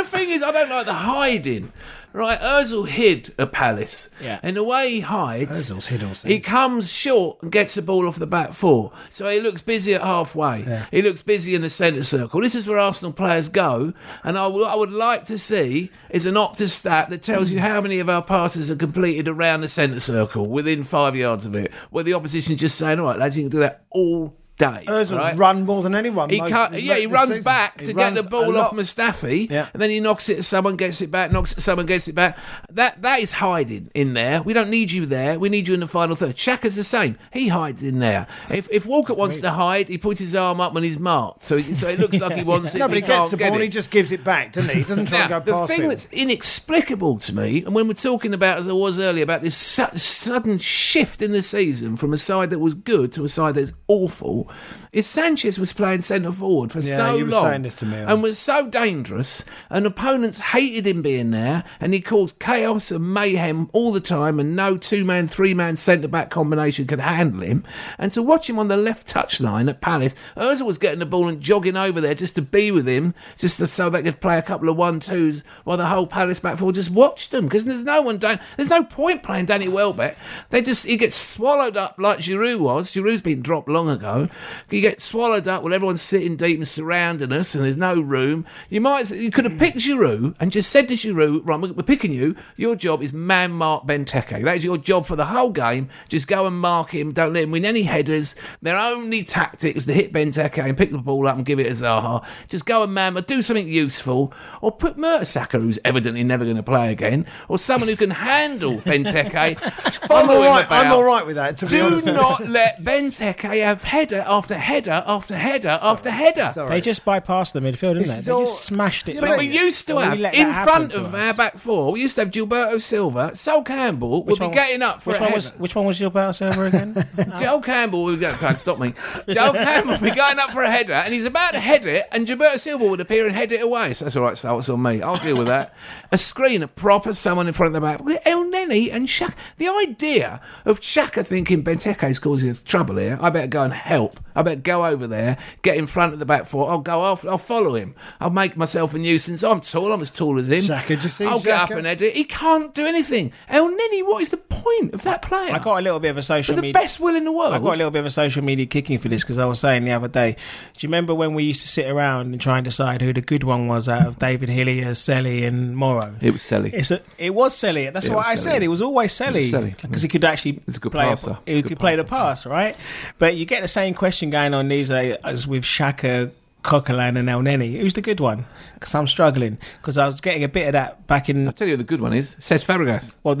[SPEAKER 2] the thing is, I don't like the hiding. Right, Özil hid a palace.
[SPEAKER 4] Yeah.
[SPEAKER 2] And the way he hides,
[SPEAKER 3] Ozil's hid all
[SPEAKER 2] he comes short and gets the ball off the back four. So he looks busy at halfway. He looks busy in the centre circle. This is where Arsenal players go. And I will- I would like to see is an Opta stat that tells you how many of our passes are completed around the centre circle, within five yards of it, where the opposition's just saying, all right, lads, you can do that all day.
[SPEAKER 3] Ozil's
[SPEAKER 2] right?
[SPEAKER 3] run more than anyone.
[SPEAKER 2] He
[SPEAKER 3] most-
[SPEAKER 2] can't, yeah, he
[SPEAKER 3] this
[SPEAKER 2] runs
[SPEAKER 3] season.
[SPEAKER 2] back
[SPEAKER 3] He
[SPEAKER 2] to get
[SPEAKER 3] runs
[SPEAKER 2] the ball
[SPEAKER 3] a
[SPEAKER 2] off
[SPEAKER 3] lot.
[SPEAKER 2] Mustafi,
[SPEAKER 3] Yeah.
[SPEAKER 2] and then he knocks it. Someone gets it back. Knocks it. Someone gets it back. That that is hiding in there. We don't need you there. We need you in the final third. Shaka's the same. He hides in there. If if Walker wants to hide, he puts his arm up when he's marked, so so it looks like he wants it.
[SPEAKER 3] No, but he
[SPEAKER 2] can't
[SPEAKER 3] gets the
[SPEAKER 2] get
[SPEAKER 3] ball and
[SPEAKER 2] it.
[SPEAKER 3] he just gives it back, doesn't he? He doesn't try
[SPEAKER 2] Now,
[SPEAKER 3] and
[SPEAKER 2] the
[SPEAKER 3] go past
[SPEAKER 2] thing
[SPEAKER 3] people.
[SPEAKER 2] that's inexplicable to me, and when we're talking about, as I was earlier, about this su- sudden shift in the season from a side that was good to a side that's awful, is Sanchez was playing centre forward for
[SPEAKER 3] Yeah,
[SPEAKER 2] so
[SPEAKER 3] you were
[SPEAKER 2] long
[SPEAKER 3] saying this to me,
[SPEAKER 2] and was so dangerous, and opponents hated him being there, and he caused chaos and mayhem all the time, and no two-man, three-man centre-back combination could handle him. And to watch him on the left touchline at Palace, Ozil was getting the ball and jogging over there just to be with him, just to, so they could play a couple of one-twos while the whole Palace back four just watched them, because there's no one down. There's no point playing Danny Welbeck. They just he gets swallowed up like Giroud was. Giroud's been dropped long ago. He gets swallowed up. Well, everyone's sitting deep and surrounding us, and there's no room. You might you could have picked Giroud and just said to Giroud, "Right, we're we're picking you. Your job is man mark Benteke. That is your job for the whole game. Just go and mark him. Don't let him win any headers. Their only tactic is to hit Benteke and pick the ball up and give it to Zaha. Just go and man, do something useful, or put Mertesacker, who's evidently never going to play again, or someone who can handle Benteke.
[SPEAKER 3] I'm
[SPEAKER 2] follow
[SPEAKER 3] all
[SPEAKER 2] him
[SPEAKER 3] right. I'm
[SPEAKER 2] about.
[SPEAKER 3] all right with that. To be
[SPEAKER 2] Do
[SPEAKER 3] honest.
[SPEAKER 2] not let Benteke have header after header after header after header.
[SPEAKER 3] Sorry.
[SPEAKER 4] They just bypassed the midfield, didn't
[SPEAKER 3] This
[SPEAKER 4] they?
[SPEAKER 3] is
[SPEAKER 4] They
[SPEAKER 3] all-
[SPEAKER 4] just smashed it.
[SPEAKER 3] Yeah,
[SPEAKER 2] But
[SPEAKER 4] down.
[SPEAKER 2] we used to
[SPEAKER 4] And we
[SPEAKER 2] have
[SPEAKER 4] let that
[SPEAKER 2] in
[SPEAKER 4] happen
[SPEAKER 2] front
[SPEAKER 4] to
[SPEAKER 2] of
[SPEAKER 4] us.
[SPEAKER 2] our back four. We used to have Gilberto Silva, Sol Campbell would be
[SPEAKER 4] one-
[SPEAKER 2] getting up for
[SPEAKER 4] which
[SPEAKER 2] a
[SPEAKER 4] one
[SPEAKER 2] header.
[SPEAKER 4] was which one was your battle server again?
[SPEAKER 2] Joe Campbell was going to stop me. Joe Campbell would be going up for a header, and he's about to head it, and Gilberto Silva would appear and head it away. So that's all right, so it's on me. I'll deal with that. A screen, a prop, and someone in front of the back. With El Nenny and Shaka. The idea of Shaka thinking Benteke's causing us trouble here, I better go and help. top. I better go over there, get in front of the back four. I'll go off. I'll follow him. I'll make myself a nuisance. I'm tall. I'm as tall as him.
[SPEAKER 3] Xhaka, did you see
[SPEAKER 2] I'll get up
[SPEAKER 3] Xhaka?
[SPEAKER 2] and head it. He can't do anything. El Nini, what is the point of that player?
[SPEAKER 4] I got a little bit of a social
[SPEAKER 2] With the
[SPEAKER 4] media.
[SPEAKER 2] best will in the world.
[SPEAKER 4] I got a little bit of a social media kicking for this because I was saying the other day. Do you remember when we used to sit around and try and decide who the good one was out of David Hillier, Selly, and Morrow?
[SPEAKER 2] It was Selly.
[SPEAKER 4] It's a, it was Selly. That's
[SPEAKER 2] It
[SPEAKER 4] what
[SPEAKER 2] was
[SPEAKER 4] I
[SPEAKER 2] Selly.
[SPEAKER 4] said. It was always Selly
[SPEAKER 2] It was Selly.
[SPEAKER 4] because he could actually
[SPEAKER 2] He's a good
[SPEAKER 4] play.
[SPEAKER 2] passer.
[SPEAKER 4] He
[SPEAKER 2] Good
[SPEAKER 4] could play the
[SPEAKER 2] passer.
[SPEAKER 4] pass, right? But you get the same question going on these days as with Shaka. Coquelin and El Neni. Who's the good one? Because I'm struggling. Because I was getting a bit of that back in.
[SPEAKER 2] I'll tell you who the good one is. Cesc Fabregas.
[SPEAKER 4] Well,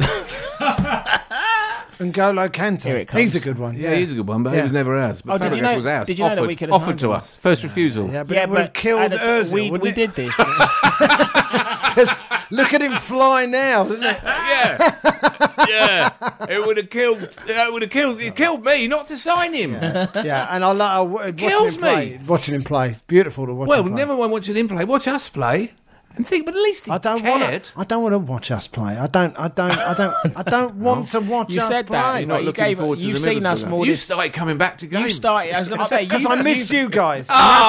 [SPEAKER 3] And Golo Kante.
[SPEAKER 4] Here it
[SPEAKER 3] He's a
[SPEAKER 4] comes.
[SPEAKER 3] good one.
[SPEAKER 2] Yeah, he's a good one, but he
[SPEAKER 3] Yeah.
[SPEAKER 2] was never ours. But
[SPEAKER 4] Oh, did you
[SPEAKER 2] Fabregas
[SPEAKER 4] know-
[SPEAKER 2] was ours.
[SPEAKER 4] did you know that
[SPEAKER 2] offered,
[SPEAKER 4] we could have
[SPEAKER 2] offered to
[SPEAKER 4] signed him?
[SPEAKER 2] us first refusal?
[SPEAKER 3] Yeah, but it would have killed
[SPEAKER 4] and it's-
[SPEAKER 3] Ozil,
[SPEAKER 4] We,
[SPEAKER 3] wouldn't
[SPEAKER 4] we
[SPEAKER 3] it?
[SPEAKER 4] did this. didn't we?
[SPEAKER 3] Because look at him fly now, doesn't it?
[SPEAKER 2] yeah, yeah. It would have killed. It would have killed. It killed me not to sign him.
[SPEAKER 3] Yeah, and I love uh, watching
[SPEAKER 2] Kills
[SPEAKER 3] him
[SPEAKER 2] me.
[SPEAKER 3] play. Watching him play, beautiful to watch.
[SPEAKER 2] Well,
[SPEAKER 3] him play.
[SPEAKER 2] never mind watching him play. Watch us play, and think. But at least he
[SPEAKER 3] I don't
[SPEAKER 2] cared.
[SPEAKER 3] want. I don't want to watch us play. I don't. I don't. I don't. I don't want to watch
[SPEAKER 4] You
[SPEAKER 3] us
[SPEAKER 4] said
[SPEAKER 3] play.
[SPEAKER 4] that, you know,
[SPEAKER 2] Not
[SPEAKER 4] you
[SPEAKER 2] looking
[SPEAKER 4] gave-
[SPEAKER 2] forward to
[SPEAKER 4] you've
[SPEAKER 2] the
[SPEAKER 4] seen
[SPEAKER 2] Middlesbrough
[SPEAKER 4] us
[SPEAKER 2] game.
[SPEAKER 4] more
[SPEAKER 2] You
[SPEAKER 4] this-
[SPEAKER 2] started coming back to games.
[SPEAKER 4] You started. I was going to say
[SPEAKER 3] because
[SPEAKER 4] you- Ah.
[SPEAKER 3] I missed you guys. And that's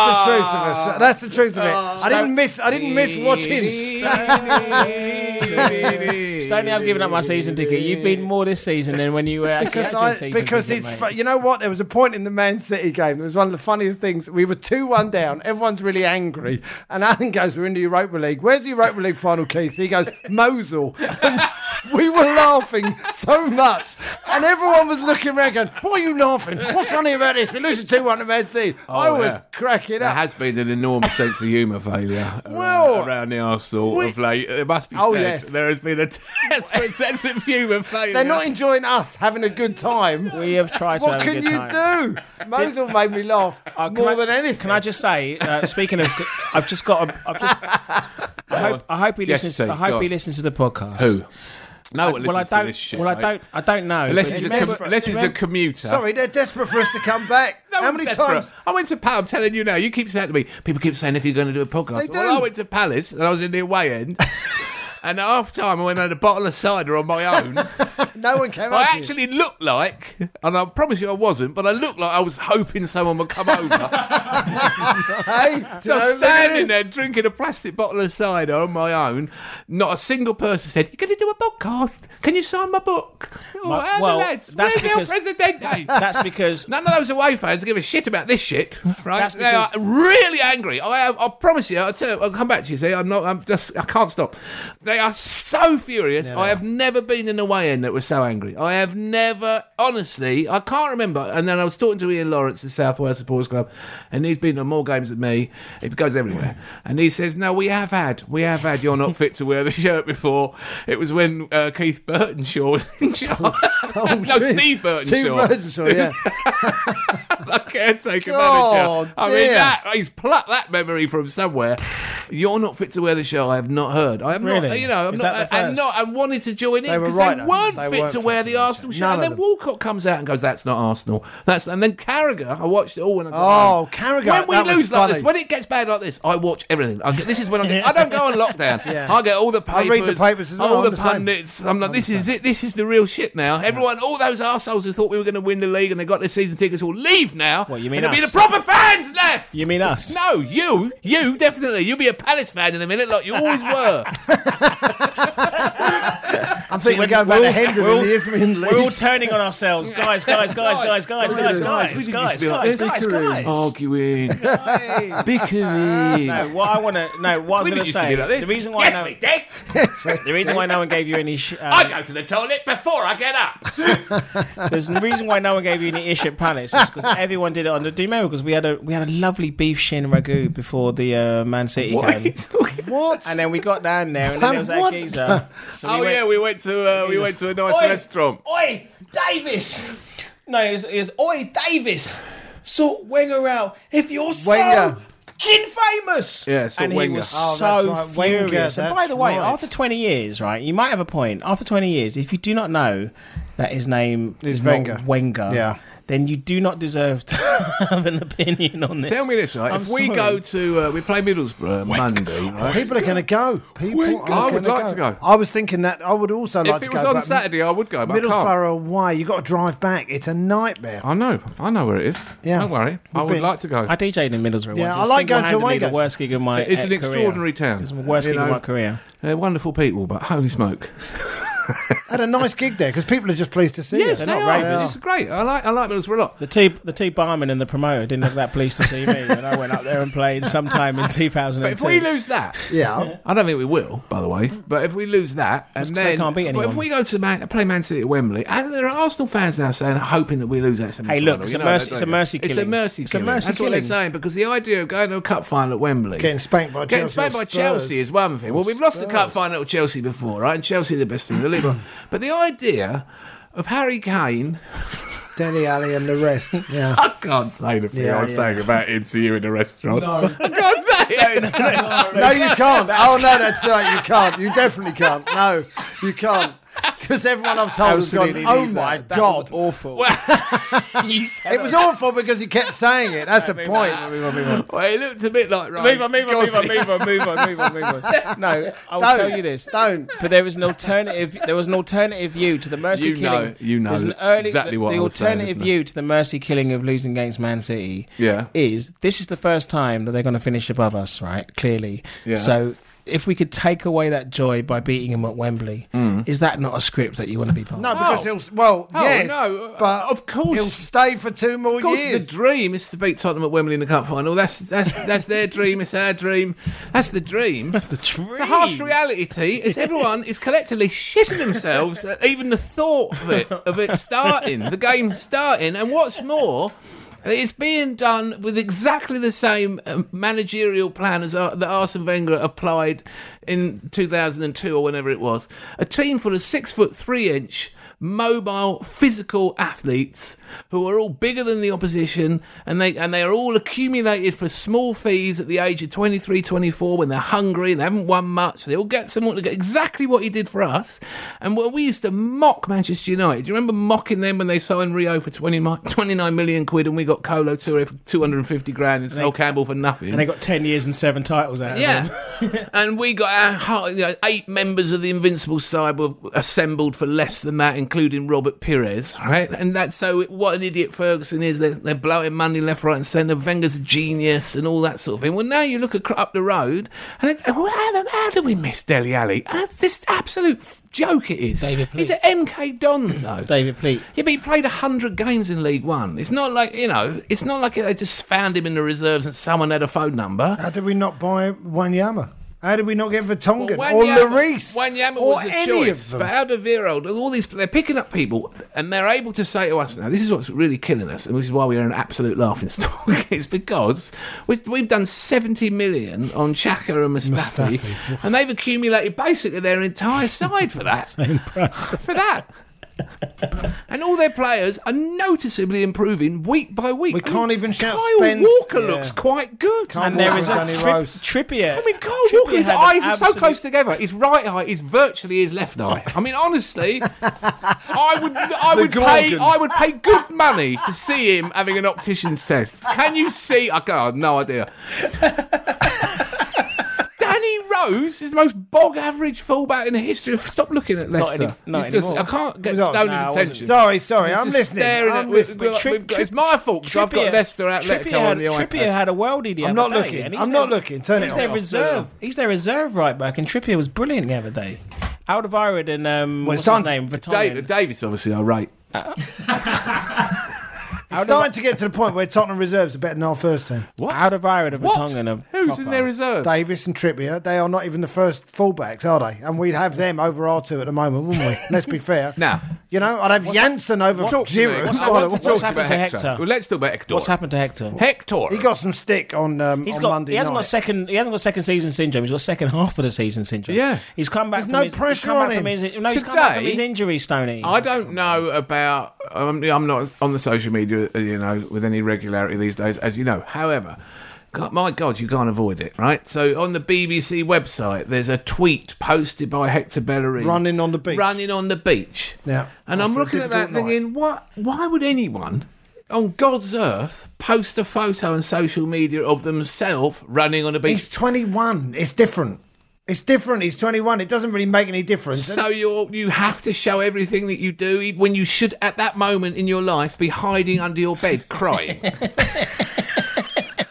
[SPEAKER 3] the truth of it. That's the truth of it. I didn't miss. I didn't miss watching.
[SPEAKER 4] you- Stoney, I've given up my season ticket. You've been more this season than when you were actually
[SPEAKER 3] Because
[SPEAKER 4] at your
[SPEAKER 3] I,
[SPEAKER 4] season
[SPEAKER 3] because
[SPEAKER 4] ticket,
[SPEAKER 3] it's
[SPEAKER 4] mate.
[SPEAKER 3] fu- you know what there was a point in the Man City game that was one of the funniest things we were two one down everyone's really angry and Alan goes we're in the Europa League where's the Europa League final Keith he goes Mosul And we were laughing so much and everyone was looking around going what are you laughing what's funny about this we're losing two one to Man City
[SPEAKER 4] Oh,
[SPEAKER 3] I was
[SPEAKER 2] yeah.
[SPEAKER 3] cracking
[SPEAKER 2] There
[SPEAKER 3] up
[SPEAKER 2] has been an enormous sense of humour failure around,
[SPEAKER 3] Well,
[SPEAKER 2] around the Arsenal
[SPEAKER 3] we-
[SPEAKER 2] of late. It must be
[SPEAKER 3] Oh,
[SPEAKER 2] said.
[SPEAKER 3] yes.
[SPEAKER 2] There has been a desperate sense of humour failure.
[SPEAKER 3] they're not enjoying us having a good time
[SPEAKER 4] we have tried.
[SPEAKER 3] what
[SPEAKER 4] to have a
[SPEAKER 3] can
[SPEAKER 4] good
[SPEAKER 3] you
[SPEAKER 4] time.
[SPEAKER 3] do Mosul made me laugh
[SPEAKER 2] Oh,
[SPEAKER 4] Uh, can
[SPEAKER 3] more
[SPEAKER 4] I-
[SPEAKER 3] than anything
[SPEAKER 4] Can I just say, uh, speaking of, I've just got. A, I've just. I hope. I hope he
[SPEAKER 2] Yes,
[SPEAKER 4] listens.
[SPEAKER 2] Steve,
[SPEAKER 4] I hope
[SPEAKER 2] go
[SPEAKER 4] he
[SPEAKER 2] on.
[SPEAKER 4] listens to the podcast.
[SPEAKER 2] Who? No one
[SPEAKER 4] Well, I
[SPEAKER 2] listens to
[SPEAKER 4] don't.
[SPEAKER 2] this shit.
[SPEAKER 4] well, I
[SPEAKER 2] mate.
[SPEAKER 4] don't. I don't know.
[SPEAKER 2] Unless
[SPEAKER 4] but-
[SPEAKER 2] it's, a,
[SPEAKER 3] Remember-
[SPEAKER 2] com- unless it's a commuter.
[SPEAKER 3] Sorry, they're desperate for us to come back.
[SPEAKER 2] No
[SPEAKER 3] How
[SPEAKER 2] one's Oh,
[SPEAKER 3] many
[SPEAKER 2] desperate.
[SPEAKER 3] times?
[SPEAKER 2] I went to Pal. I'm telling you now. You keep saying to me, people keep saying if you're going to do a podcast.
[SPEAKER 3] They
[SPEAKER 2] Well,
[SPEAKER 3] do.
[SPEAKER 2] I went to Palace and I was in the away end. and at half time, I went and had a bottle of cider on my own.
[SPEAKER 3] No one came
[SPEAKER 2] I
[SPEAKER 3] up. to you.
[SPEAKER 2] actually looked like, and I promise you I wasn't, but I looked like I was hoping someone would come over.
[SPEAKER 3] Hey, do
[SPEAKER 2] so
[SPEAKER 3] you know,
[SPEAKER 2] I'm
[SPEAKER 3] look at
[SPEAKER 2] standing
[SPEAKER 3] this.
[SPEAKER 2] there drinking a plastic bottle of cider on my own. Not a single person said, You're going to do a podcast? Can you sign my book? Oh,
[SPEAKER 4] My-
[SPEAKER 2] how are
[SPEAKER 4] well,
[SPEAKER 2] the lads?
[SPEAKER 4] that's
[SPEAKER 2] Where's El
[SPEAKER 4] because-
[SPEAKER 2] Presidente?
[SPEAKER 4] That's because
[SPEAKER 2] None of those away fans give a shit about this shit, right?
[SPEAKER 4] That's
[SPEAKER 2] they are
[SPEAKER 4] because-
[SPEAKER 2] really angry. I, have, I promise you. I'll, tell you, I'll come back to you. See, I'm not. I'm just. I can't stop. They are so furious. I have never been in a way in that was so angry. I have never, honestly, I can't remember. And then I was talking to Ian Lawrence, the South Wales Supporters Club, and he's been to more games than me. It goes everywhere. And he says, "No, we have had, we have had. You're not fit to wear the shirt before. It was when uh, Keith Burtonshaw was in charge.
[SPEAKER 3] Oh,
[SPEAKER 2] no,
[SPEAKER 3] geez.
[SPEAKER 2] Steve Burtonshaw.
[SPEAKER 3] Steve Burtonshaw, yeah.
[SPEAKER 2] I can't take a
[SPEAKER 3] God
[SPEAKER 2] manager. I mean,
[SPEAKER 3] dear.
[SPEAKER 2] that he's plucked that memory from somewhere. You're not fit to wear the show. I have not heard. I have not.
[SPEAKER 4] Really?
[SPEAKER 2] You know, I'm
[SPEAKER 4] Is
[SPEAKER 2] not.
[SPEAKER 4] that the
[SPEAKER 2] I, am
[SPEAKER 4] first?
[SPEAKER 2] not. I wanted to join in
[SPEAKER 3] They were
[SPEAKER 2] because
[SPEAKER 3] right,
[SPEAKER 2] they
[SPEAKER 3] though.
[SPEAKER 2] weren't
[SPEAKER 3] They
[SPEAKER 2] fit
[SPEAKER 3] weren't
[SPEAKER 2] to wear
[SPEAKER 3] fit
[SPEAKER 2] the
[SPEAKER 3] to wear the
[SPEAKER 2] Arsenal
[SPEAKER 3] show.
[SPEAKER 2] show.
[SPEAKER 3] None
[SPEAKER 2] And
[SPEAKER 3] of
[SPEAKER 2] then Walcott comes out and goes, "That's not Arsenal." That's and then Carragher. I watched it all when I got
[SPEAKER 3] Oh,
[SPEAKER 2] home. When
[SPEAKER 3] Carragher,
[SPEAKER 2] we
[SPEAKER 3] that was
[SPEAKER 2] lose like this,
[SPEAKER 3] funny.
[SPEAKER 2] when it gets bad like this, I watch everything. I get, this is when I get. I don't go on lockdown.
[SPEAKER 3] Yeah.
[SPEAKER 2] I get all the
[SPEAKER 3] I
[SPEAKER 2] papers.
[SPEAKER 3] read the papers as well.
[SPEAKER 2] All
[SPEAKER 3] I'm
[SPEAKER 2] the
[SPEAKER 3] the same.
[SPEAKER 2] pundits. I'm like, this is it. This is the real shit now. Everyone, all those arseholes who thought we were going to win the league and they got their season tickets will leave now.
[SPEAKER 4] What, you mean
[SPEAKER 2] And there'll be
[SPEAKER 4] us?
[SPEAKER 2] the proper fans left.
[SPEAKER 4] you mean us.
[SPEAKER 2] No, you, you definitely. You'll be a Palace fan in a minute, like you always were.
[SPEAKER 3] I'm thinking we're
[SPEAKER 4] We're-
[SPEAKER 3] going back to
[SPEAKER 4] we're all-
[SPEAKER 3] Hendon
[SPEAKER 4] we're all-
[SPEAKER 3] in the Isthmian
[SPEAKER 4] We're all
[SPEAKER 3] League.
[SPEAKER 4] turning on ourselves, guys, guys, guys, guys, guys, guys, guys, guys, guys, guys, guys, guys.
[SPEAKER 2] Arguing,
[SPEAKER 4] Guys.
[SPEAKER 2] bickering.
[SPEAKER 4] No, what I want to no, what I
[SPEAKER 2] We
[SPEAKER 4] was going
[SPEAKER 2] didn't
[SPEAKER 4] to
[SPEAKER 2] used to
[SPEAKER 4] say.
[SPEAKER 2] be like this.
[SPEAKER 4] the reason why
[SPEAKER 2] yes,
[SPEAKER 4] no,
[SPEAKER 2] we did.
[SPEAKER 4] the reason why no one gave you any, sh-
[SPEAKER 2] I
[SPEAKER 4] um,
[SPEAKER 2] go to the toilet before I get up.
[SPEAKER 4] there's the reason why no one gave you any ish at Palace is because everyone did it on the. Do you remember? Because we had a we had a lovely beef shin ragu before the uh, Man City game,
[SPEAKER 3] What?
[SPEAKER 4] and then we got down there, and then there was that
[SPEAKER 3] What?
[SPEAKER 4] geezer. So
[SPEAKER 2] Oh
[SPEAKER 4] went-
[SPEAKER 2] yeah, we went to uh, we went to a nice
[SPEAKER 4] Oi,
[SPEAKER 2] restaurant.
[SPEAKER 4] Oi, Davis. No, it was, it was Oi, Davis. Sort Wenger out. If you're
[SPEAKER 3] Wenger.
[SPEAKER 4] so kin famous.
[SPEAKER 2] Yeah, sort
[SPEAKER 4] and
[SPEAKER 2] Wenger.
[SPEAKER 4] he was
[SPEAKER 3] Oh,
[SPEAKER 4] so
[SPEAKER 3] that's right, Wenger,
[SPEAKER 4] furious. and by
[SPEAKER 3] that's
[SPEAKER 4] the way,
[SPEAKER 3] right.
[SPEAKER 4] after 20 years, right, you might have a point. After 20 years, if you do not know that his name
[SPEAKER 3] It's
[SPEAKER 4] is
[SPEAKER 3] Wenger.
[SPEAKER 4] not Wenger,
[SPEAKER 3] Yeah.
[SPEAKER 4] then you do not deserve to have an opinion on this.
[SPEAKER 2] Tell me this, right?
[SPEAKER 4] I'm
[SPEAKER 2] if we
[SPEAKER 4] sorry.
[SPEAKER 2] go to uh, we play Middlesbrough Monday, right?
[SPEAKER 3] People are going to go. People
[SPEAKER 4] We're
[SPEAKER 3] are
[SPEAKER 4] go-
[SPEAKER 2] I would
[SPEAKER 3] gonna
[SPEAKER 2] like to go.
[SPEAKER 3] I was thinking that I would also like
[SPEAKER 2] If
[SPEAKER 3] to
[SPEAKER 2] it
[SPEAKER 3] go.
[SPEAKER 2] was on
[SPEAKER 3] but
[SPEAKER 2] Saturday, I would go. But I can't.
[SPEAKER 3] Middlesbrough away, you got to drive back. It's a nightmare.
[SPEAKER 2] I know, I know where it is.
[SPEAKER 3] Yeah.
[SPEAKER 2] Don't worry, I
[SPEAKER 3] We've
[SPEAKER 2] would
[SPEAKER 3] been-
[SPEAKER 2] like to go.
[SPEAKER 4] I DJed in Middlesbrough.
[SPEAKER 3] Yeah,
[SPEAKER 4] once.
[SPEAKER 3] I
[SPEAKER 4] It was
[SPEAKER 3] like going to
[SPEAKER 4] single-handedly
[SPEAKER 3] away
[SPEAKER 4] The worst gig of my uh,
[SPEAKER 2] It's an
[SPEAKER 4] career.
[SPEAKER 2] extraordinary town.
[SPEAKER 4] It was the worst
[SPEAKER 2] You
[SPEAKER 4] gig of
[SPEAKER 2] know,
[SPEAKER 4] my career.
[SPEAKER 2] They're wonderful people, but holy smoke!
[SPEAKER 3] Had a nice gig there because people are just pleased to see
[SPEAKER 2] Yes,
[SPEAKER 3] you.
[SPEAKER 2] they
[SPEAKER 4] not
[SPEAKER 2] are.
[SPEAKER 4] rapists.
[SPEAKER 2] It's great. I like, I like Middlesbrough a lot.
[SPEAKER 4] The two, the two barmen and the promoter didn't have that police to see me, and I went up there and played sometime in 2002.
[SPEAKER 2] But if we lose that,
[SPEAKER 3] Yeah.
[SPEAKER 2] I don't think we will, by the way. But if we lose that, and
[SPEAKER 4] That's 'cause they
[SPEAKER 2] then
[SPEAKER 4] can't beat
[SPEAKER 2] but if
[SPEAKER 4] anyone.
[SPEAKER 2] we go to Man, play Man City at Wembley, and there are Arsenal fans now saying, hoping that we lose that.
[SPEAKER 4] Hey, look,
[SPEAKER 2] semi-final.
[SPEAKER 4] it's a
[SPEAKER 2] You know
[SPEAKER 4] mercy-
[SPEAKER 2] that,
[SPEAKER 4] it's
[SPEAKER 2] don't
[SPEAKER 4] a
[SPEAKER 2] you?
[SPEAKER 4] mercy
[SPEAKER 2] It's a
[SPEAKER 4] killing.
[SPEAKER 2] mercy
[SPEAKER 4] It's a
[SPEAKER 2] killing.
[SPEAKER 4] mercy
[SPEAKER 2] That's what they're
[SPEAKER 4] killing.
[SPEAKER 2] saying because the idea of going to a cup final at Wembley,
[SPEAKER 3] Getting spanked by
[SPEAKER 2] Getting
[SPEAKER 3] Chelsea
[SPEAKER 2] spanked
[SPEAKER 3] or
[SPEAKER 2] by
[SPEAKER 3] Spurs.
[SPEAKER 2] Chelsea is one thing. Well,
[SPEAKER 3] Or
[SPEAKER 2] we've lost the
[SPEAKER 3] Spurs.
[SPEAKER 2] cup final at Chelsea before, right? And Chelsea are the best team in the league. but the idea of Harry Kane,
[SPEAKER 3] Danny Alley and the rest. Yeah.
[SPEAKER 2] I can't say the thing
[SPEAKER 3] Yeah,
[SPEAKER 2] I was
[SPEAKER 3] yeah.
[SPEAKER 2] saying about him to you in a restaurant. No. I can't say it.
[SPEAKER 3] No, you can't. Oh no, that's right. You can't. You definitely can't. No, you can't. Because everyone I've told has gone.
[SPEAKER 4] Absolutely
[SPEAKER 3] Oh
[SPEAKER 4] need
[SPEAKER 3] my
[SPEAKER 4] that. That was
[SPEAKER 3] god,
[SPEAKER 4] awful. You
[SPEAKER 3] it was awful because he kept saying it. That's the point.
[SPEAKER 2] Well, he looked a bit like Ryan.
[SPEAKER 4] Move on, move on, move on, move on, move on, move on, move on. No, I will
[SPEAKER 3] Don't.
[SPEAKER 4] tell you this.
[SPEAKER 3] Don't.
[SPEAKER 4] But there is an alternative. There was an alternative view to the mercy
[SPEAKER 2] You know-
[SPEAKER 4] killing.
[SPEAKER 2] you know
[SPEAKER 4] There's an early,
[SPEAKER 2] exactly what
[SPEAKER 4] the
[SPEAKER 2] I was saying,
[SPEAKER 4] alternative
[SPEAKER 2] isn't it?
[SPEAKER 4] view to the mercy killing of losing against Man City.
[SPEAKER 2] Yeah.
[SPEAKER 4] Is this is the first time that they're going to finish above us, right? Clearly.
[SPEAKER 2] Yeah.
[SPEAKER 4] So. If we could take away that joy by beating them at Wembley,
[SPEAKER 2] Mm.
[SPEAKER 4] is that not a script that you want to be part
[SPEAKER 3] No,
[SPEAKER 4] of?
[SPEAKER 3] because he'll. Well,
[SPEAKER 2] Oh,
[SPEAKER 3] yes,
[SPEAKER 2] no,
[SPEAKER 3] but
[SPEAKER 2] of course.
[SPEAKER 3] he'll stay for two more
[SPEAKER 2] Of course,
[SPEAKER 3] years.
[SPEAKER 2] the dream is to beat Tottenham at Wembley in the cup final. That's that's that's their dream. It's our dream. That's the dream.
[SPEAKER 4] That's the dream.
[SPEAKER 2] The harsh reality is everyone is collectively shitting themselves at even the thought of it, of it starting, the game starting, and what's more, it's being done with exactly the same um, managerial plan as Ar- that Arsene Wenger applied in 2002 or whenever it was. A team full of six foot three inch. Mobile, physical athletes who are all bigger than the opposition, and they and they are all accumulated for small fees at the age of 23, 24 when they're hungry, they haven't won much. They all get someone to get exactly what he did for us. And well, we used to mock Manchester United. Do you remember mocking them when they signed Rio for 20, mi- 29 million quid and we got Colo Touré for 250 grand and Sol Campbell for nothing?
[SPEAKER 4] and they got ten years and seven titles out. Of them.
[SPEAKER 2] Yeah, and we got our heart, you know, eight members of the Invincible side were assembled for less than that, including Robert Pires, right? And that's so what an idiot Ferguson is. They're, they're blowing money left, right, and centre. Wenger's a genius and all that sort of thing. Well, now you look ac- up the road, and it, well, how, the- how do we miss Deli Alley? That's this absolute f- joke it is.
[SPEAKER 4] David Pleat.
[SPEAKER 2] He's at MK Dons though.
[SPEAKER 4] David Pleat.
[SPEAKER 2] Yeah, but he played 100 games in League One. It's not like, you know, it's not like they just found him in the reserves and someone had a phone number.
[SPEAKER 3] How did we not buy Wanyama? How did we not get Vertonghen
[SPEAKER 2] Well,
[SPEAKER 3] or
[SPEAKER 2] Wanyama-
[SPEAKER 3] Lloris
[SPEAKER 2] Wanyama
[SPEAKER 3] or
[SPEAKER 2] was a
[SPEAKER 3] any
[SPEAKER 2] choice,
[SPEAKER 3] of
[SPEAKER 2] but
[SPEAKER 3] them?
[SPEAKER 2] Alderweireld, all these they're picking up people, and they're able to say to us now, this is what's really killing us, and which is why we are an absolute laughing stock. it's because we've, we've done seventy million on Chaka and Mustafi,
[SPEAKER 3] Mustafi.
[SPEAKER 2] and they've accumulated basically their entire side for that. For that. and all their players are noticeably improving week by week.
[SPEAKER 3] We
[SPEAKER 2] I mean,
[SPEAKER 3] can't even shout
[SPEAKER 2] Kyle
[SPEAKER 3] Spence-
[SPEAKER 2] Walker
[SPEAKER 3] yeah.
[SPEAKER 2] looks quite good.
[SPEAKER 3] Kyle
[SPEAKER 4] And there
[SPEAKER 3] Walker,
[SPEAKER 4] is a
[SPEAKER 3] Danny
[SPEAKER 4] trip,
[SPEAKER 3] Rose.
[SPEAKER 4] Trippier.
[SPEAKER 2] I mean, Carl
[SPEAKER 4] Trippier
[SPEAKER 2] Walker's
[SPEAKER 4] had an
[SPEAKER 2] eyes are so
[SPEAKER 4] absolute-
[SPEAKER 2] close together. His right eye is virtually his left eye. I mean, honestly, I would, I
[SPEAKER 3] The
[SPEAKER 2] would pay,
[SPEAKER 3] Gorgon.
[SPEAKER 2] I would pay good money to see him having an optician's test. Can you see? I got I have no idea. Danny Rose is the most bog average fullback in the history of. Stop looking at Leicester.
[SPEAKER 4] any- not
[SPEAKER 2] He's just-
[SPEAKER 4] anymore.
[SPEAKER 2] I can't get
[SPEAKER 3] No,
[SPEAKER 2] Stoney's
[SPEAKER 4] no, I wasn't.
[SPEAKER 2] attention.
[SPEAKER 3] Sorry, sorry, I'm
[SPEAKER 2] Just
[SPEAKER 3] listening.
[SPEAKER 2] staring at-
[SPEAKER 3] I'm
[SPEAKER 2] we've-
[SPEAKER 3] listening.
[SPEAKER 2] we've got- we've got- it's my fault because I've got Leicester out
[SPEAKER 4] Trippier
[SPEAKER 2] on
[SPEAKER 4] had,
[SPEAKER 2] the iPad.
[SPEAKER 4] Trippier had a worldie the
[SPEAKER 3] I'm
[SPEAKER 4] other
[SPEAKER 3] not
[SPEAKER 4] day,
[SPEAKER 3] looking.
[SPEAKER 4] and
[SPEAKER 3] I'm not looking. Turn
[SPEAKER 4] he's
[SPEAKER 3] it
[SPEAKER 4] their
[SPEAKER 3] off.
[SPEAKER 4] reserve. He's their reserve right back, and Trippier was brilliant the other day. Alderweireld and um,
[SPEAKER 3] Well,
[SPEAKER 4] what's
[SPEAKER 3] it's
[SPEAKER 4] his
[SPEAKER 3] time to-
[SPEAKER 4] name?
[SPEAKER 2] Da-
[SPEAKER 4] Vertonghen.
[SPEAKER 2] Davis, obviously, I rate.
[SPEAKER 3] It's starting to get to the point where Tottenham reserves are better than our first team.
[SPEAKER 4] Alderweireld and
[SPEAKER 2] What?
[SPEAKER 4] Vertonghen are
[SPEAKER 2] Who's
[SPEAKER 4] proper.
[SPEAKER 2] in their reserve?
[SPEAKER 3] Davis and Trippier, they are not even the first fullbacks, are they? And we'd have them over our two at the moment, wouldn't we? Let's be fair.
[SPEAKER 2] Now.
[SPEAKER 3] you know, I'd have Janssen over
[SPEAKER 2] Talk to me.
[SPEAKER 3] Giroud.
[SPEAKER 2] What's-
[SPEAKER 3] by
[SPEAKER 2] I
[SPEAKER 3] the
[SPEAKER 2] want
[SPEAKER 3] way.
[SPEAKER 2] to talk
[SPEAKER 4] happened
[SPEAKER 2] about
[SPEAKER 4] to
[SPEAKER 2] Hector.
[SPEAKER 4] Hector?
[SPEAKER 2] Well, let's talk about Hector.
[SPEAKER 4] What's happened to Hector?
[SPEAKER 2] Hector.
[SPEAKER 3] He got some stick on um,
[SPEAKER 4] He's
[SPEAKER 3] on
[SPEAKER 4] got.
[SPEAKER 3] Monday
[SPEAKER 4] he hasn't
[SPEAKER 3] night.
[SPEAKER 4] got second. He hasn't got second season syndrome. He's got second half of the season syndrome.
[SPEAKER 2] Yeah.
[SPEAKER 4] he's come back.
[SPEAKER 3] There's
[SPEAKER 4] from
[SPEAKER 3] no
[SPEAKER 4] his, he's
[SPEAKER 3] pressure
[SPEAKER 4] come back
[SPEAKER 3] on
[SPEAKER 4] From
[SPEAKER 3] him.
[SPEAKER 4] his, no, he's come back from
[SPEAKER 2] Today-
[SPEAKER 4] his injury, Stoney.
[SPEAKER 2] I don't know about. Um, I'm not on the social media, uh, you know, with any regularity these days, as you know. However, God, my God, you can't avoid it, right? So on the BBC website, there's a tweet posted by Hector Bellerin
[SPEAKER 3] Running on the beach.
[SPEAKER 2] running on the beach.
[SPEAKER 3] Yeah.
[SPEAKER 2] and
[SPEAKER 3] After
[SPEAKER 2] I'm
[SPEAKER 3] a
[SPEAKER 2] looking at that,
[SPEAKER 3] difficult night.
[SPEAKER 2] thinking, what? Why would anyone? on God's earth post a photo on social media of themselves running on a
[SPEAKER 3] He's
[SPEAKER 2] beach?
[SPEAKER 3] 21. It's different. It's different. He's 21. It doesn't really make any difference.
[SPEAKER 2] So you you have to show everything that you do e- when you should at that moment in your life be hiding under your bed crying.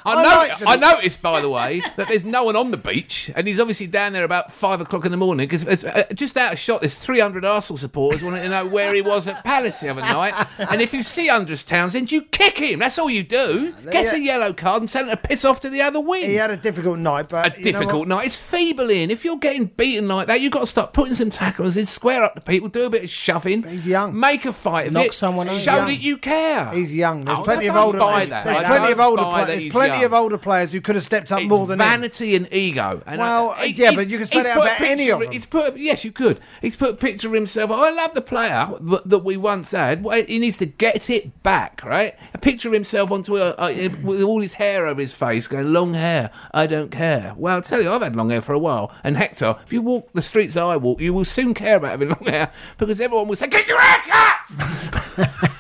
[SPEAKER 2] I,
[SPEAKER 3] I
[SPEAKER 2] know,
[SPEAKER 3] like that
[SPEAKER 2] I
[SPEAKER 3] it-
[SPEAKER 2] noticed, by the way, that there's no one on the beach, and he's obviously down there about five o'clock in the morning because uh, just out of shot, there's 300 Arsenal supporters wanting to know where he was at Palace the other night. And if you see Andres Townsend, you kick him. That's all you
[SPEAKER 3] Ah,
[SPEAKER 2] do. Gets a yellow card and send him to piss off to the other wing
[SPEAKER 3] he had a difficult night, but
[SPEAKER 2] a
[SPEAKER 3] you know what?
[SPEAKER 2] difficult night. It's feeble in. If you're getting beaten like that, you've got to start putting some tackles in, square up to people, do a bit of shoving.
[SPEAKER 3] He's young.
[SPEAKER 2] Make a fight of
[SPEAKER 4] Knock
[SPEAKER 2] it.
[SPEAKER 4] someone out.
[SPEAKER 2] Show
[SPEAKER 4] He's young.
[SPEAKER 2] that you care.
[SPEAKER 3] He's young. There's
[SPEAKER 2] Oh, I
[SPEAKER 3] plenty of
[SPEAKER 2] don't
[SPEAKER 3] older.
[SPEAKER 2] Buy
[SPEAKER 3] there's
[SPEAKER 2] that.
[SPEAKER 3] there's
[SPEAKER 2] I
[SPEAKER 3] plenty of
[SPEAKER 2] don't
[SPEAKER 3] older.
[SPEAKER 2] buy
[SPEAKER 3] pla-
[SPEAKER 2] that
[SPEAKER 3] there's
[SPEAKER 2] he's
[SPEAKER 3] plenty
[SPEAKER 2] young.
[SPEAKER 3] of older players who could have stepped up
[SPEAKER 2] It's
[SPEAKER 3] more than him.
[SPEAKER 2] vanity and ego. And
[SPEAKER 3] Well,
[SPEAKER 2] I- he-
[SPEAKER 3] yeah,
[SPEAKER 2] he's-
[SPEAKER 3] but you can say
[SPEAKER 2] he's
[SPEAKER 3] that
[SPEAKER 2] put a
[SPEAKER 3] about any
[SPEAKER 2] picture-
[SPEAKER 3] of 'em.
[SPEAKER 2] He's put, yes, you could. He's put a picture of himself. I love the player that, that we once had. Well, He needs to get it back, right? A picture of himself onto a, a, with all his hair over his face, going long hair. I don't care. Well, I'll tell you, I've had long hair for a while. And Hector, if you walk the streets I walk, you will soon care about having long hair because everyone will say, "Get your hair cut."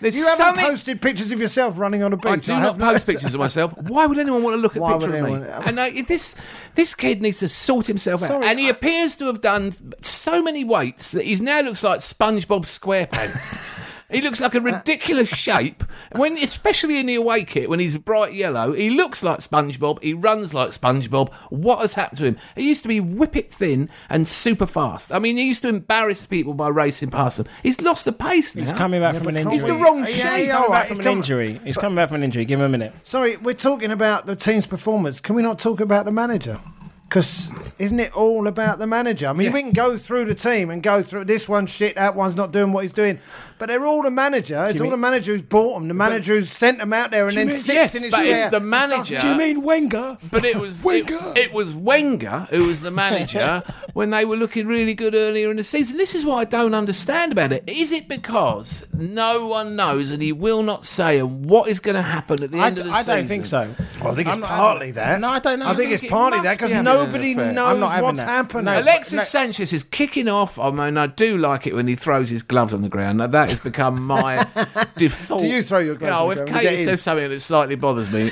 [SPEAKER 2] There's
[SPEAKER 3] You haven't
[SPEAKER 2] something-
[SPEAKER 3] posted pictures of yourself running on a beach.
[SPEAKER 2] I do not
[SPEAKER 3] have
[SPEAKER 2] post
[SPEAKER 3] noticed.
[SPEAKER 2] pictures of myself. Why would anyone want to look at
[SPEAKER 3] Why
[SPEAKER 2] a picture
[SPEAKER 3] would
[SPEAKER 2] of me?
[SPEAKER 3] anyone-
[SPEAKER 2] And I, this this kid needs to sort himself
[SPEAKER 3] Sorry,
[SPEAKER 2] out. And he
[SPEAKER 3] I-
[SPEAKER 2] appears to have done so many weights that he's now looks like SpongeBob SquarePants. he looks like a ridiculous shape. When especially in the away kit, when he's bright yellow, he looks like SpongeBob. He runs like SpongeBob. What has happened to him? He used to be whippet thin and super fast. I mean, he used to embarrass people by racing past them. He's lost the pace now.
[SPEAKER 4] He's coming back from an injury.
[SPEAKER 2] He's the wrong
[SPEAKER 3] Yeah,
[SPEAKER 2] shape.
[SPEAKER 3] yeah,
[SPEAKER 4] He's
[SPEAKER 3] all
[SPEAKER 4] coming
[SPEAKER 3] right,
[SPEAKER 4] back from
[SPEAKER 3] he's
[SPEAKER 4] an
[SPEAKER 3] come-
[SPEAKER 4] injury. He's coming back from an injury. Give him a minute.
[SPEAKER 3] Sorry, we're talking about the team's performance. Can we not talk about the manager? Because isn't it all about the manager? I mean, we can go through the team and go through this one's shit, that one's not doing what he's doing, but they're all the manager. It's all the manager who's bought them, the manager who's sent them out there, and then sits
[SPEAKER 2] yes,
[SPEAKER 3] in his
[SPEAKER 2] but
[SPEAKER 3] chair.
[SPEAKER 2] it's the manager.
[SPEAKER 4] mean Wenger?
[SPEAKER 2] But it was it,
[SPEAKER 4] Wenger.
[SPEAKER 2] it was Wenger who was the manager when they were looking really good earlier in the season. This is what I don't understand about it. Is it because no one knows and he will not say and what is going to happen at the
[SPEAKER 4] I,
[SPEAKER 2] end of the
[SPEAKER 4] I
[SPEAKER 2] season?
[SPEAKER 4] don't think so.
[SPEAKER 3] Well, I think it's
[SPEAKER 4] I'm not-
[SPEAKER 3] partly that.
[SPEAKER 4] No, I don't know.
[SPEAKER 3] I think
[SPEAKER 2] I
[SPEAKER 3] it's
[SPEAKER 2] think it
[SPEAKER 3] partly
[SPEAKER 2] must
[SPEAKER 3] that because
[SPEAKER 2] be.
[SPEAKER 3] nobody
[SPEAKER 2] Yeah, fair.
[SPEAKER 3] knows
[SPEAKER 4] I'm not having
[SPEAKER 3] what's
[SPEAKER 4] that.
[SPEAKER 3] happening.
[SPEAKER 4] No,
[SPEAKER 2] Alexis
[SPEAKER 4] no-
[SPEAKER 2] Sanchez is kicking off. I mean, I do like it when he throws his gloves on the ground. Now, that has become my default.
[SPEAKER 3] Do you throw your gloves
[SPEAKER 2] No,
[SPEAKER 3] on the
[SPEAKER 2] if
[SPEAKER 3] ground? Get
[SPEAKER 2] Katie
[SPEAKER 3] in.
[SPEAKER 2] says something that slightly bothers me,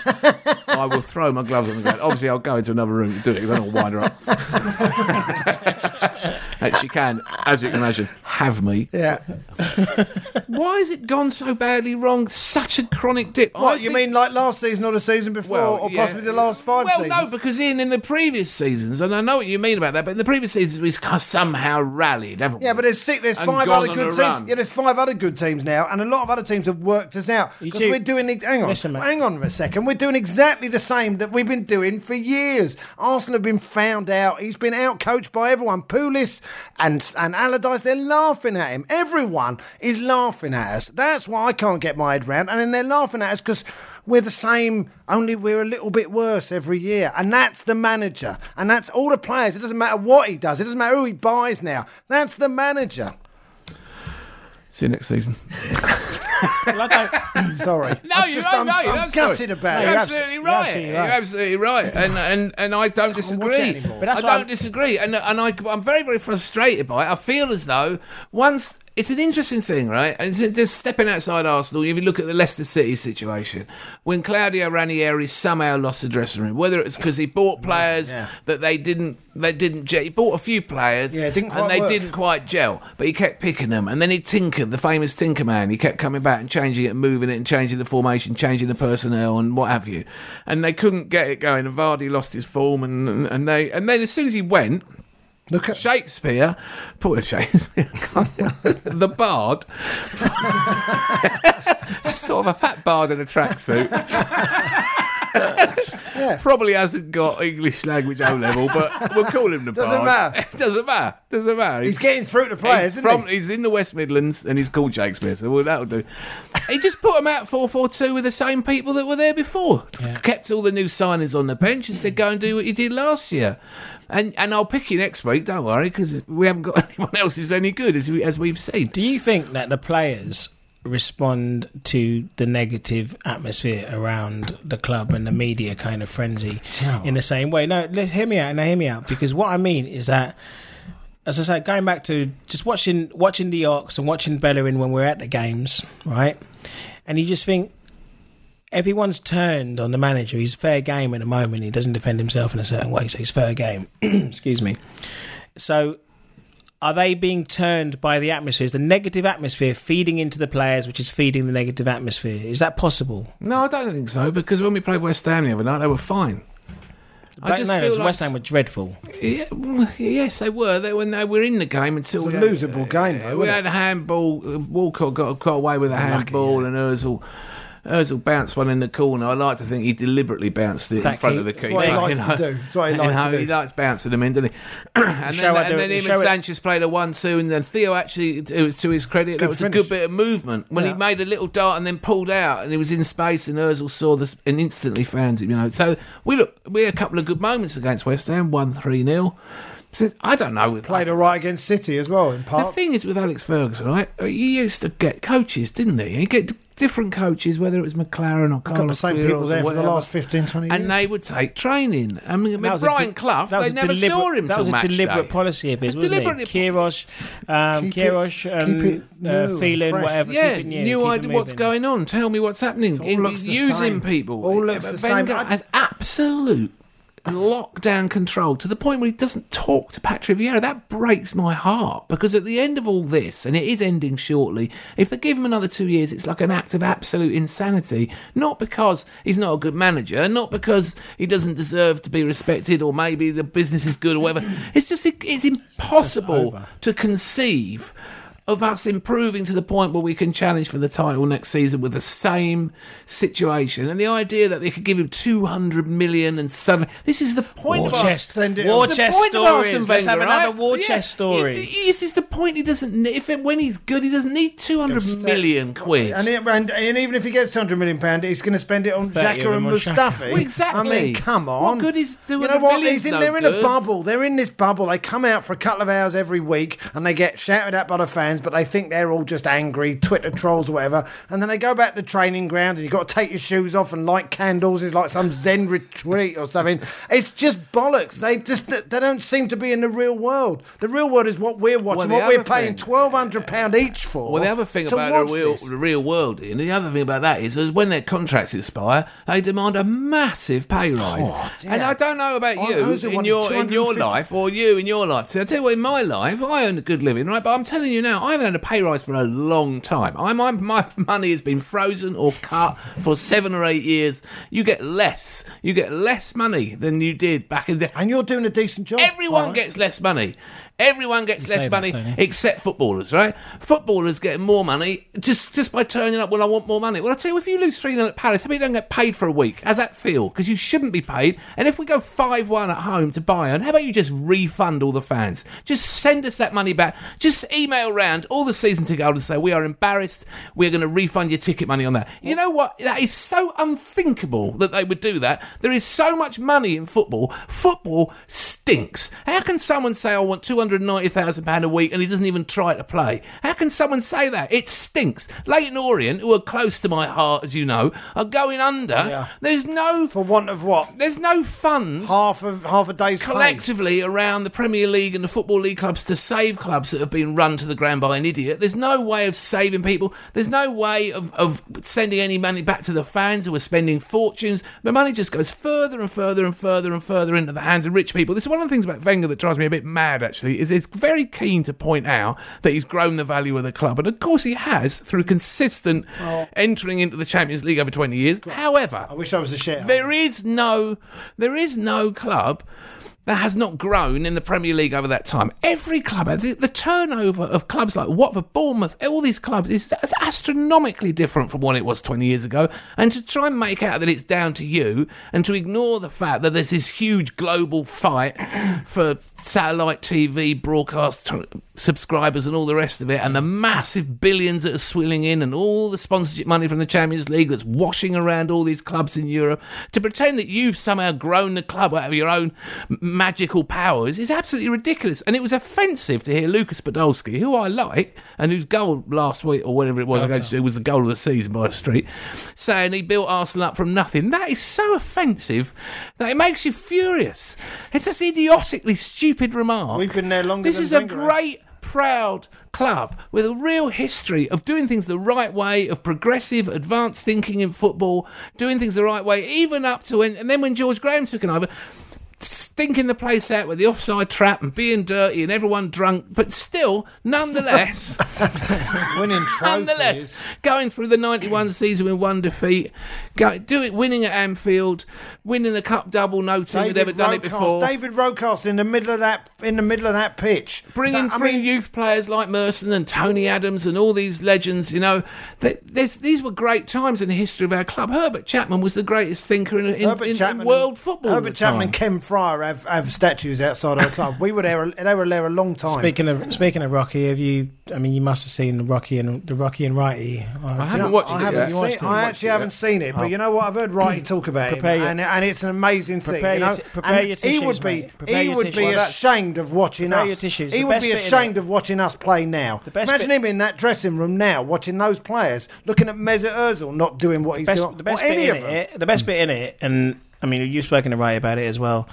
[SPEAKER 2] I will throw my gloves on the ground. Obviously, I'll go into another room to do it. 'cause Then I'll wind her up. and she can, as you can imagine, have me.
[SPEAKER 3] Yeah.
[SPEAKER 2] Why has it gone so badly wrong? Such a chronic dip. I
[SPEAKER 3] What you
[SPEAKER 2] think-
[SPEAKER 3] mean, like last season or the season before, or
[SPEAKER 2] yeah.
[SPEAKER 3] possibly the last five
[SPEAKER 2] Well, no,
[SPEAKER 3] seasons?
[SPEAKER 2] because in in the previous seasons, and I know what you mean about that, but in the previous seasons we somehow rallied, haven't we?
[SPEAKER 3] Yeah, but there's six, there's
[SPEAKER 2] And
[SPEAKER 3] five
[SPEAKER 2] gone
[SPEAKER 3] other
[SPEAKER 2] on
[SPEAKER 3] good
[SPEAKER 2] a
[SPEAKER 3] teams.
[SPEAKER 2] run.
[SPEAKER 3] Yeah, there's five other good teams now, and a lot of other teams have worked us out
[SPEAKER 4] You
[SPEAKER 3] because
[SPEAKER 4] do-
[SPEAKER 3] we're doing. ex- Hang on,
[SPEAKER 4] Listen, mate.
[SPEAKER 3] Oh, hang on a second. We're doing exactly the same that we've been doing for years. Arsenal have been found out. He's been out coached by everyone. Pulis and and Allardyce, they're laughing at him. Everyone is laughing at us. That's why I can't get my head round. And then they're laughing at us because. We're the same, only we're a little bit worse every year. And that's the manager. And that's all the players. It doesn't matter what he does, it doesn't matter who he buys now. That's the manager.
[SPEAKER 2] see you next season.
[SPEAKER 4] Well, I don't-
[SPEAKER 3] Sorry.
[SPEAKER 2] No,
[SPEAKER 3] I'm
[SPEAKER 2] you
[SPEAKER 3] just-
[SPEAKER 2] don't.
[SPEAKER 3] I'm,
[SPEAKER 2] No, you're
[SPEAKER 3] I'm
[SPEAKER 2] not
[SPEAKER 3] gutted
[SPEAKER 2] sorry.
[SPEAKER 3] about
[SPEAKER 2] You're
[SPEAKER 3] it.
[SPEAKER 2] absolutely
[SPEAKER 4] You're
[SPEAKER 2] right.
[SPEAKER 4] absolutely
[SPEAKER 2] You're
[SPEAKER 4] right.
[SPEAKER 2] absolutely right. And and and I don't disagree.
[SPEAKER 3] watch it anymore.
[SPEAKER 4] But that's
[SPEAKER 2] I
[SPEAKER 4] why
[SPEAKER 2] don't
[SPEAKER 4] I'm-
[SPEAKER 2] disagree. And and I, I'm very very frustrated by it. I feel as though once. It's an interesting thing, right? And it's just stepping outside Arsenal, if you look at the Leicester City situation, when Claudio Ranieri somehow lost the dressing room, whether it's because he bought players that they didn't, they didn't, ge- he bought a few players,
[SPEAKER 3] Yeah, it didn't quite
[SPEAKER 2] and they
[SPEAKER 3] work.
[SPEAKER 2] didn't quite gel, but he kept picking them. And then he tinkered, the famous Tinker Man. He kept coming back and changing it and moving it and changing the formation, changing the personnel and what have you. And they couldn't get it going. And Vardy lost his form. And, and, and they and then as soon as he went,
[SPEAKER 3] Look at
[SPEAKER 2] Shakespeare, poor Shakespeare, the bard, sort of a fat bard in a tracksuit. Probably hasn't got English language O level, but we'll call him the
[SPEAKER 3] Doesn't
[SPEAKER 2] bard.
[SPEAKER 3] matter.
[SPEAKER 2] Doesn't matter. Doesn't matter.
[SPEAKER 3] He's getting through to players,
[SPEAKER 2] He's
[SPEAKER 3] isn't
[SPEAKER 2] from,
[SPEAKER 3] he?
[SPEAKER 2] He's in the West Midlands and he's called Shakespeare, so well, that'll do. he just put him out 4 4 2 with the same people that were there before. Kept all the new signings on the bench and said, go and do what you did last year. And and I'll pick you next week, don't worry, because we haven't got anyone else who's any good, as, we, as we've seen.
[SPEAKER 4] Do you think that the players respond to the negative atmosphere around the club and the media kind of frenzy in the same way? No, let's hear me out. Now, hear me out because what I mean is that. As I say, going back to just watching watching the Ox and watching Bellerin when we're at the games, right? and you just think everyone's turned on the manager. He's fair game at the moment. He doesn't defend himself in a certain way, so he's fair game. Excuse me. So are they being turned by the atmosphere? Is the negative atmosphere feeding into the players, which is feeding the negative atmosphere? Is that possible?
[SPEAKER 2] No, I don't think so because when we played West Ham the other night, they were fine. I
[SPEAKER 4] But
[SPEAKER 2] just
[SPEAKER 4] no,
[SPEAKER 2] feel
[SPEAKER 4] because
[SPEAKER 2] like-
[SPEAKER 4] West Ham were dreadful.
[SPEAKER 2] Yeah, well, yes, they were. They were. They were in the game until
[SPEAKER 3] was a
[SPEAKER 2] we had-
[SPEAKER 3] losable game, though,
[SPEAKER 2] we
[SPEAKER 3] wasn't
[SPEAKER 2] had a handball. uh, Walcott got, got away with a handball, and Özil. Özil bounced one in the corner. I like to think he deliberately bounced it in
[SPEAKER 4] That
[SPEAKER 2] front
[SPEAKER 4] key-
[SPEAKER 2] of the
[SPEAKER 4] that's
[SPEAKER 2] keeper.
[SPEAKER 3] what he
[SPEAKER 2] you
[SPEAKER 3] likes to
[SPEAKER 2] know.
[SPEAKER 3] do. That's what he
[SPEAKER 2] You
[SPEAKER 3] likes to
[SPEAKER 2] know,
[SPEAKER 3] do.
[SPEAKER 2] He likes bouncing them in, doesn't he? and
[SPEAKER 4] Show
[SPEAKER 2] then,
[SPEAKER 4] I
[SPEAKER 2] and
[SPEAKER 4] do
[SPEAKER 2] then
[SPEAKER 4] it,
[SPEAKER 2] him
[SPEAKER 4] show
[SPEAKER 2] and
[SPEAKER 4] it.
[SPEAKER 2] Sanchez played a one-two, and then Theo actually, to to his credit, that was a
[SPEAKER 3] finish.
[SPEAKER 2] good bit of movement when
[SPEAKER 3] Yeah.
[SPEAKER 2] he made a little dart and then pulled out, and he was in space, and Özil saw this and instantly found him. You know, so we look, we had a couple of good moments against West Ham, one three 0 Says, I don't know.
[SPEAKER 3] Played all right against City as well in
[SPEAKER 2] The
[SPEAKER 3] part.
[SPEAKER 2] thing is with Alex Ferguson, right? uh, He used to get coaches, didn't he? He get different coaches, whether it was McLaren or
[SPEAKER 3] Got the
[SPEAKER 2] Carlos
[SPEAKER 3] same
[SPEAKER 2] Queiroz
[SPEAKER 3] people
[SPEAKER 2] or
[SPEAKER 3] there for the
[SPEAKER 2] whatever,
[SPEAKER 3] last 15, 20 years.
[SPEAKER 2] and they would take training. I mean, I mean
[SPEAKER 4] was a
[SPEAKER 2] Brian
[SPEAKER 4] de-
[SPEAKER 2] Clough,
[SPEAKER 4] that was
[SPEAKER 2] they
[SPEAKER 4] a
[SPEAKER 2] never
[SPEAKER 4] deliberate-
[SPEAKER 2] saw him.
[SPEAKER 4] That
[SPEAKER 2] till
[SPEAKER 4] was a
[SPEAKER 2] match
[SPEAKER 4] deliberate
[SPEAKER 2] day.
[SPEAKER 4] policy of his,
[SPEAKER 2] A
[SPEAKER 4] wasn't
[SPEAKER 2] deliberate-
[SPEAKER 4] it? Kiros, um,
[SPEAKER 3] Keep it-
[SPEAKER 4] Kiros, um,
[SPEAKER 3] keep it new
[SPEAKER 4] uh,
[SPEAKER 3] and
[SPEAKER 4] Phelan,
[SPEAKER 3] fresh.
[SPEAKER 4] whatever.
[SPEAKER 2] Yeah,
[SPEAKER 4] keep it new,
[SPEAKER 2] new
[SPEAKER 4] keep it
[SPEAKER 2] idea what's
[SPEAKER 4] moving.
[SPEAKER 2] going on. Tell me what's happening.
[SPEAKER 3] all looks the
[SPEAKER 2] using
[SPEAKER 3] same.
[SPEAKER 2] people.
[SPEAKER 3] All looks the same.
[SPEAKER 2] Wenger
[SPEAKER 3] I-
[SPEAKER 2] has absolute lockdown control to the point where he doesn't talk to Patrick Vieira. That breaks my heart because at the end of all this, and it is ending shortly, if they give him another two years, it's like an act of absolute insanity. Not because he's not a good manager, not because he doesn't deserve to be respected, or maybe the business is good or whatever. It's just it's impossible to conceive of us improving to the point where we can challenge for the title next season with the same situation. And the idea that they could give him 200 million and suddenly. This is the point of us.
[SPEAKER 4] Warchest,
[SPEAKER 3] Send it on.
[SPEAKER 2] It's the
[SPEAKER 4] Warchest
[SPEAKER 2] point of Arsene
[SPEAKER 4] stories. Let's have
[SPEAKER 2] Wenger,
[SPEAKER 4] another
[SPEAKER 2] right?
[SPEAKER 4] Warchest
[SPEAKER 2] Yeah.
[SPEAKER 4] story.
[SPEAKER 2] It- it- This is the point. He doesn't. ne- If when he's good, he doesn't need 200 million quid.
[SPEAKER 3] And, it, and, and even if he gets 200 million pound, he's going to spend it on
[SPEAKER 4] 30
[SPEAKER 3] Xhaka
[SPEAKER 4] on
[SPEAKER 3] and
[SPEAKER 4] Mustafi.
[SPEAKER 3] Mustafi.
[SPEAKER 2] Well, exactly.
[SPEAKER 3] I mean, come
[SPEAKER 2] What
[SPEAKER 3] on.
[SPEAKER 2] good is doing
[SPEAKER 3] You know
[SPEAKER 2] a
[SPEAKER 3] what?
[SPEAKER 2] million
[SPEAKER 3] He's in,
[SPEAKER 2] no
[SPEAKER 3] they're in a
[SPEAKER 2] good?
[SPEAKER 3] bubble. They're in this bubble. They come out for a couple of hours every week and they get shouted at by the fans, but they think they're all just angry Twitter trolls or whatever. And then they go back to the training ground and you've got to take your shoes off and light candles. It's like some Zen retreat or something. It's just bollocks. They just they don't seem to be in the real world. The real world is what we're watching,
[SPEAKER 2] the
[SPEAKER 3] what we're
[SPEAKER 2] other
[SPEAKER 3] paying
[SPEAKER 2] thing-
[SPEAKER 3] twelve hundred pound each for.
[SPEAKER 2] Well, the other thing
[SPEAKER 3] to
[SPEAKER 2] about
[SPEAKER 3] watch
[SPEAKER 2] the real,
[SPEAKER 3] this.
[SPEAKER 2] the real world, and the other thing about that is, is when their contracts expire, they demand a massive pay rise.
[SPEAKER 3] Oh, dear.
[SPEAKER 2] and I don't know about
[SPEAKER 3] Oh,
[SPEAKER 2] you
[SPEAKER 3] those are
[SPEAKER 2] in
[SPEAKER 3] one-
[SPEAKER 2] your in your
[SPEAKER 3] 250
[SPEAKER 2] life or you in your life. So I tell you what, in my life, I earn a good living, right? But I'm telling you now, I haven't had a pay rise for a long time. I my my money has been frozen or cut for seven or eight years. You get less. You get less money than you did back in the.
[SPEAKER 3] And you're doing a decent job.
[SPEAKER 2] Everyone
[SPEAKER 3] Alright.
[SPEAKER 2] gets less money. Everyone gets
[SPEAKER 4] say
[SPEAKER 2] less
[SPEAKER 4] that,
[SPEAKER 2] money
[SPEAKER 4] don't you?
[SPEAKER 2] except footballers, right? Footballers get more money just just by turning up. Well, I want more money. Well, I tell you, if you lose three 0 at Paris, I mean, you don't get paid for a week. How's that feel? Because you shouldn't be paid. And if we go five one at home to Bayern, how about you just refund all the fans? Just send us that money back. Just email round all the season ticket holders and say we are embarrassed. We're going to refund your ticket money on that. You know what? That is so unthinkable that they would do that. There is so much money in football. Football stinks. How can someone say I want two hundred ninety thousand pound a week and he doesn't even try to play? How can someone say that? It stinks. Leighton Orient, who are close to my heart, as you know, are going under.
[SPEAKER 3] Yeah.
[SPEAKER 2] There's no
[SPEAKER 3] for want of what
[SPEAKER 2] there's no fund
[SPEAKER 3] half of half a day's pay.
[SPEAKER 2] collectively around the Premier League and the Football League clubs to save clubs that have been run to the ground by an idiot. There's no way of saving people. There's no way of, of sending any money back to the fans who are spending fortunes. The money just goes further and further and further and further into the hands of rich people. This is one of the things about Wenger that drives me a bit mad, actually, is he's very keen to point out that he's grown the value of the club. And of course he has through consistent entering into the Champions League over 20 years. However...
[SPEAKER 3] I wish I was a shit.
[SPEAKER 2] There is no, there is no club that has not grown in the Premier League over that time. Every club, uh, the, the turnover of clubs like Watford, Bournemouth, all these clubs is is astronomically different from what it was 20 years ago. And to try and make out that it's down to you and to ignore the fact that there's this huge global fight for satellite TV broadcast tr- subscribers and all the rest of it, and the massive billions that are swilling in, and all the sponsorship money from the Champions League that's washing around all these clubs in Europe, to pretend that you've somehow grown the club out of your own m- magical powers is absolutely ridiculous. And it was offensive to hear Lucas Podolski, who I like, and whose goal last week or whatever it was against it was the goal of the season by a street, saying he built Arsenal up from nothing. That is so offensive that it makes you furious. It's this idiotically stupid remark.
[SPEAKER 3] We've been there longer
[SPEAKER 2] This
[SPEAKER 3] than
[SPEAKER 2] is a
[SPEAKER 3] Wenger has.
[SPEAKER 2] great proud club with a real history of doing things the right way, of progressive, advanced thinking in football, doing things the right way, even up to when. And then when George Graham took it over, stinking the place out with the offside trap and being dirty and everyone drunk, but still, nonetheless,
[SPEAKER 3] Winning trophies.
[SPEAKER 2] nonetheless, going through the 91 season with one defeat, go, do it, winning at Anfield, winning the cup double, no team had ever done it
[SPEAKER 3] Rocast-
[SPEAKER 2] before.
[SPEAKER 3] David Rocast in the middle of that in the middle of that pitch.
[SPEAKER 2] Bringing
[SPEAKER 3] That- I
[SPEAKER 2] through
[SPEAKER 3] mean,
[SPEAKER 2] youth players like Merson and Tony Adams and all these legends, you know, th- this, these were great times in the history of our club. Herbert Chapman was the greatest thinker in, in, in- in world football. at
[SPEAKER 3] Herbert
[SPEAKER 2] the
[SPEAKER 3] Chapman
[SPEAKER 2] time.
[SPEAKER 3] and Ken Fryer have, have statues outside our club. We were there. They were there a long time.
[SPEAKER 4] Speaking of speaking of Rocky, have you? I mean, you must have seen the Rocky and the Rocky and Righty.
[SPEAKER 2] I haven't watched
[SPEAKER 3] I
[SPEAKER 2] it
[SPEAKER 3] haven't
[SPEAKER 2] yet.
[SPEAKER 3] seen, I actually haven't seen it, but you know what? I've heard Righty talk about
[SPEAKER 4] Prepare
[SPEAKER 3] it,
[SPEAKER 4] your-
[SPEAKER 3] and, and it's an amazing
[SPEAKER 4] Prepare
[SPEAKER 3] thing. You
[SPEAKER 4] your
[SPEAKER 3] know?
[SPEAKER 4] ti- prepare
[SPEAKER 3] And he
[SPEAKER 4] your tissues,
[SPEAKER 3] would be,
[SPEAKER 4] mate. Prepare
[SPEAKER 3] he
[SPEAKER 4] your
[SPEAKER 3] would be
[SPEAKER 4] tissues.
[SPEAKER 3] ashamed of watching
[SPEAKER 4] Prepare
[SPEAKER 3] us.
[SPEAKER 4] your tissues.
[SPEAKER 3] He
[SPEAKER 4] The
[SPEAKER 3] would
[SPEAKER 4] best
[SPEAKER 3] be
[SPEAKER 4] bit in
[SPEAKER 3] ashamed
[SPEAKER 4] it-
[SPEAKER 3] of watching us play now.
[SPEAKER 4] The best
[SPEAKER 3] Imagine
[SPEAKER 4] bit-
[SPEAKER 3] him in that dressing room now, watching those players, looking at Mesut Ozil not doing what he's
[SPEAKER 4] best,
[SPEAKER 3] doing,
[SPEAKER 4] the best
[SPEAKER 3] or
[SPEAKER 4] bit
[SPEAKER 3] any
[SPEAKER 4] in
[SPEAKER 3] of them.
[SPEAKER 4] it. The best bit in it, and I mean, you've spoken to Righty about it as well.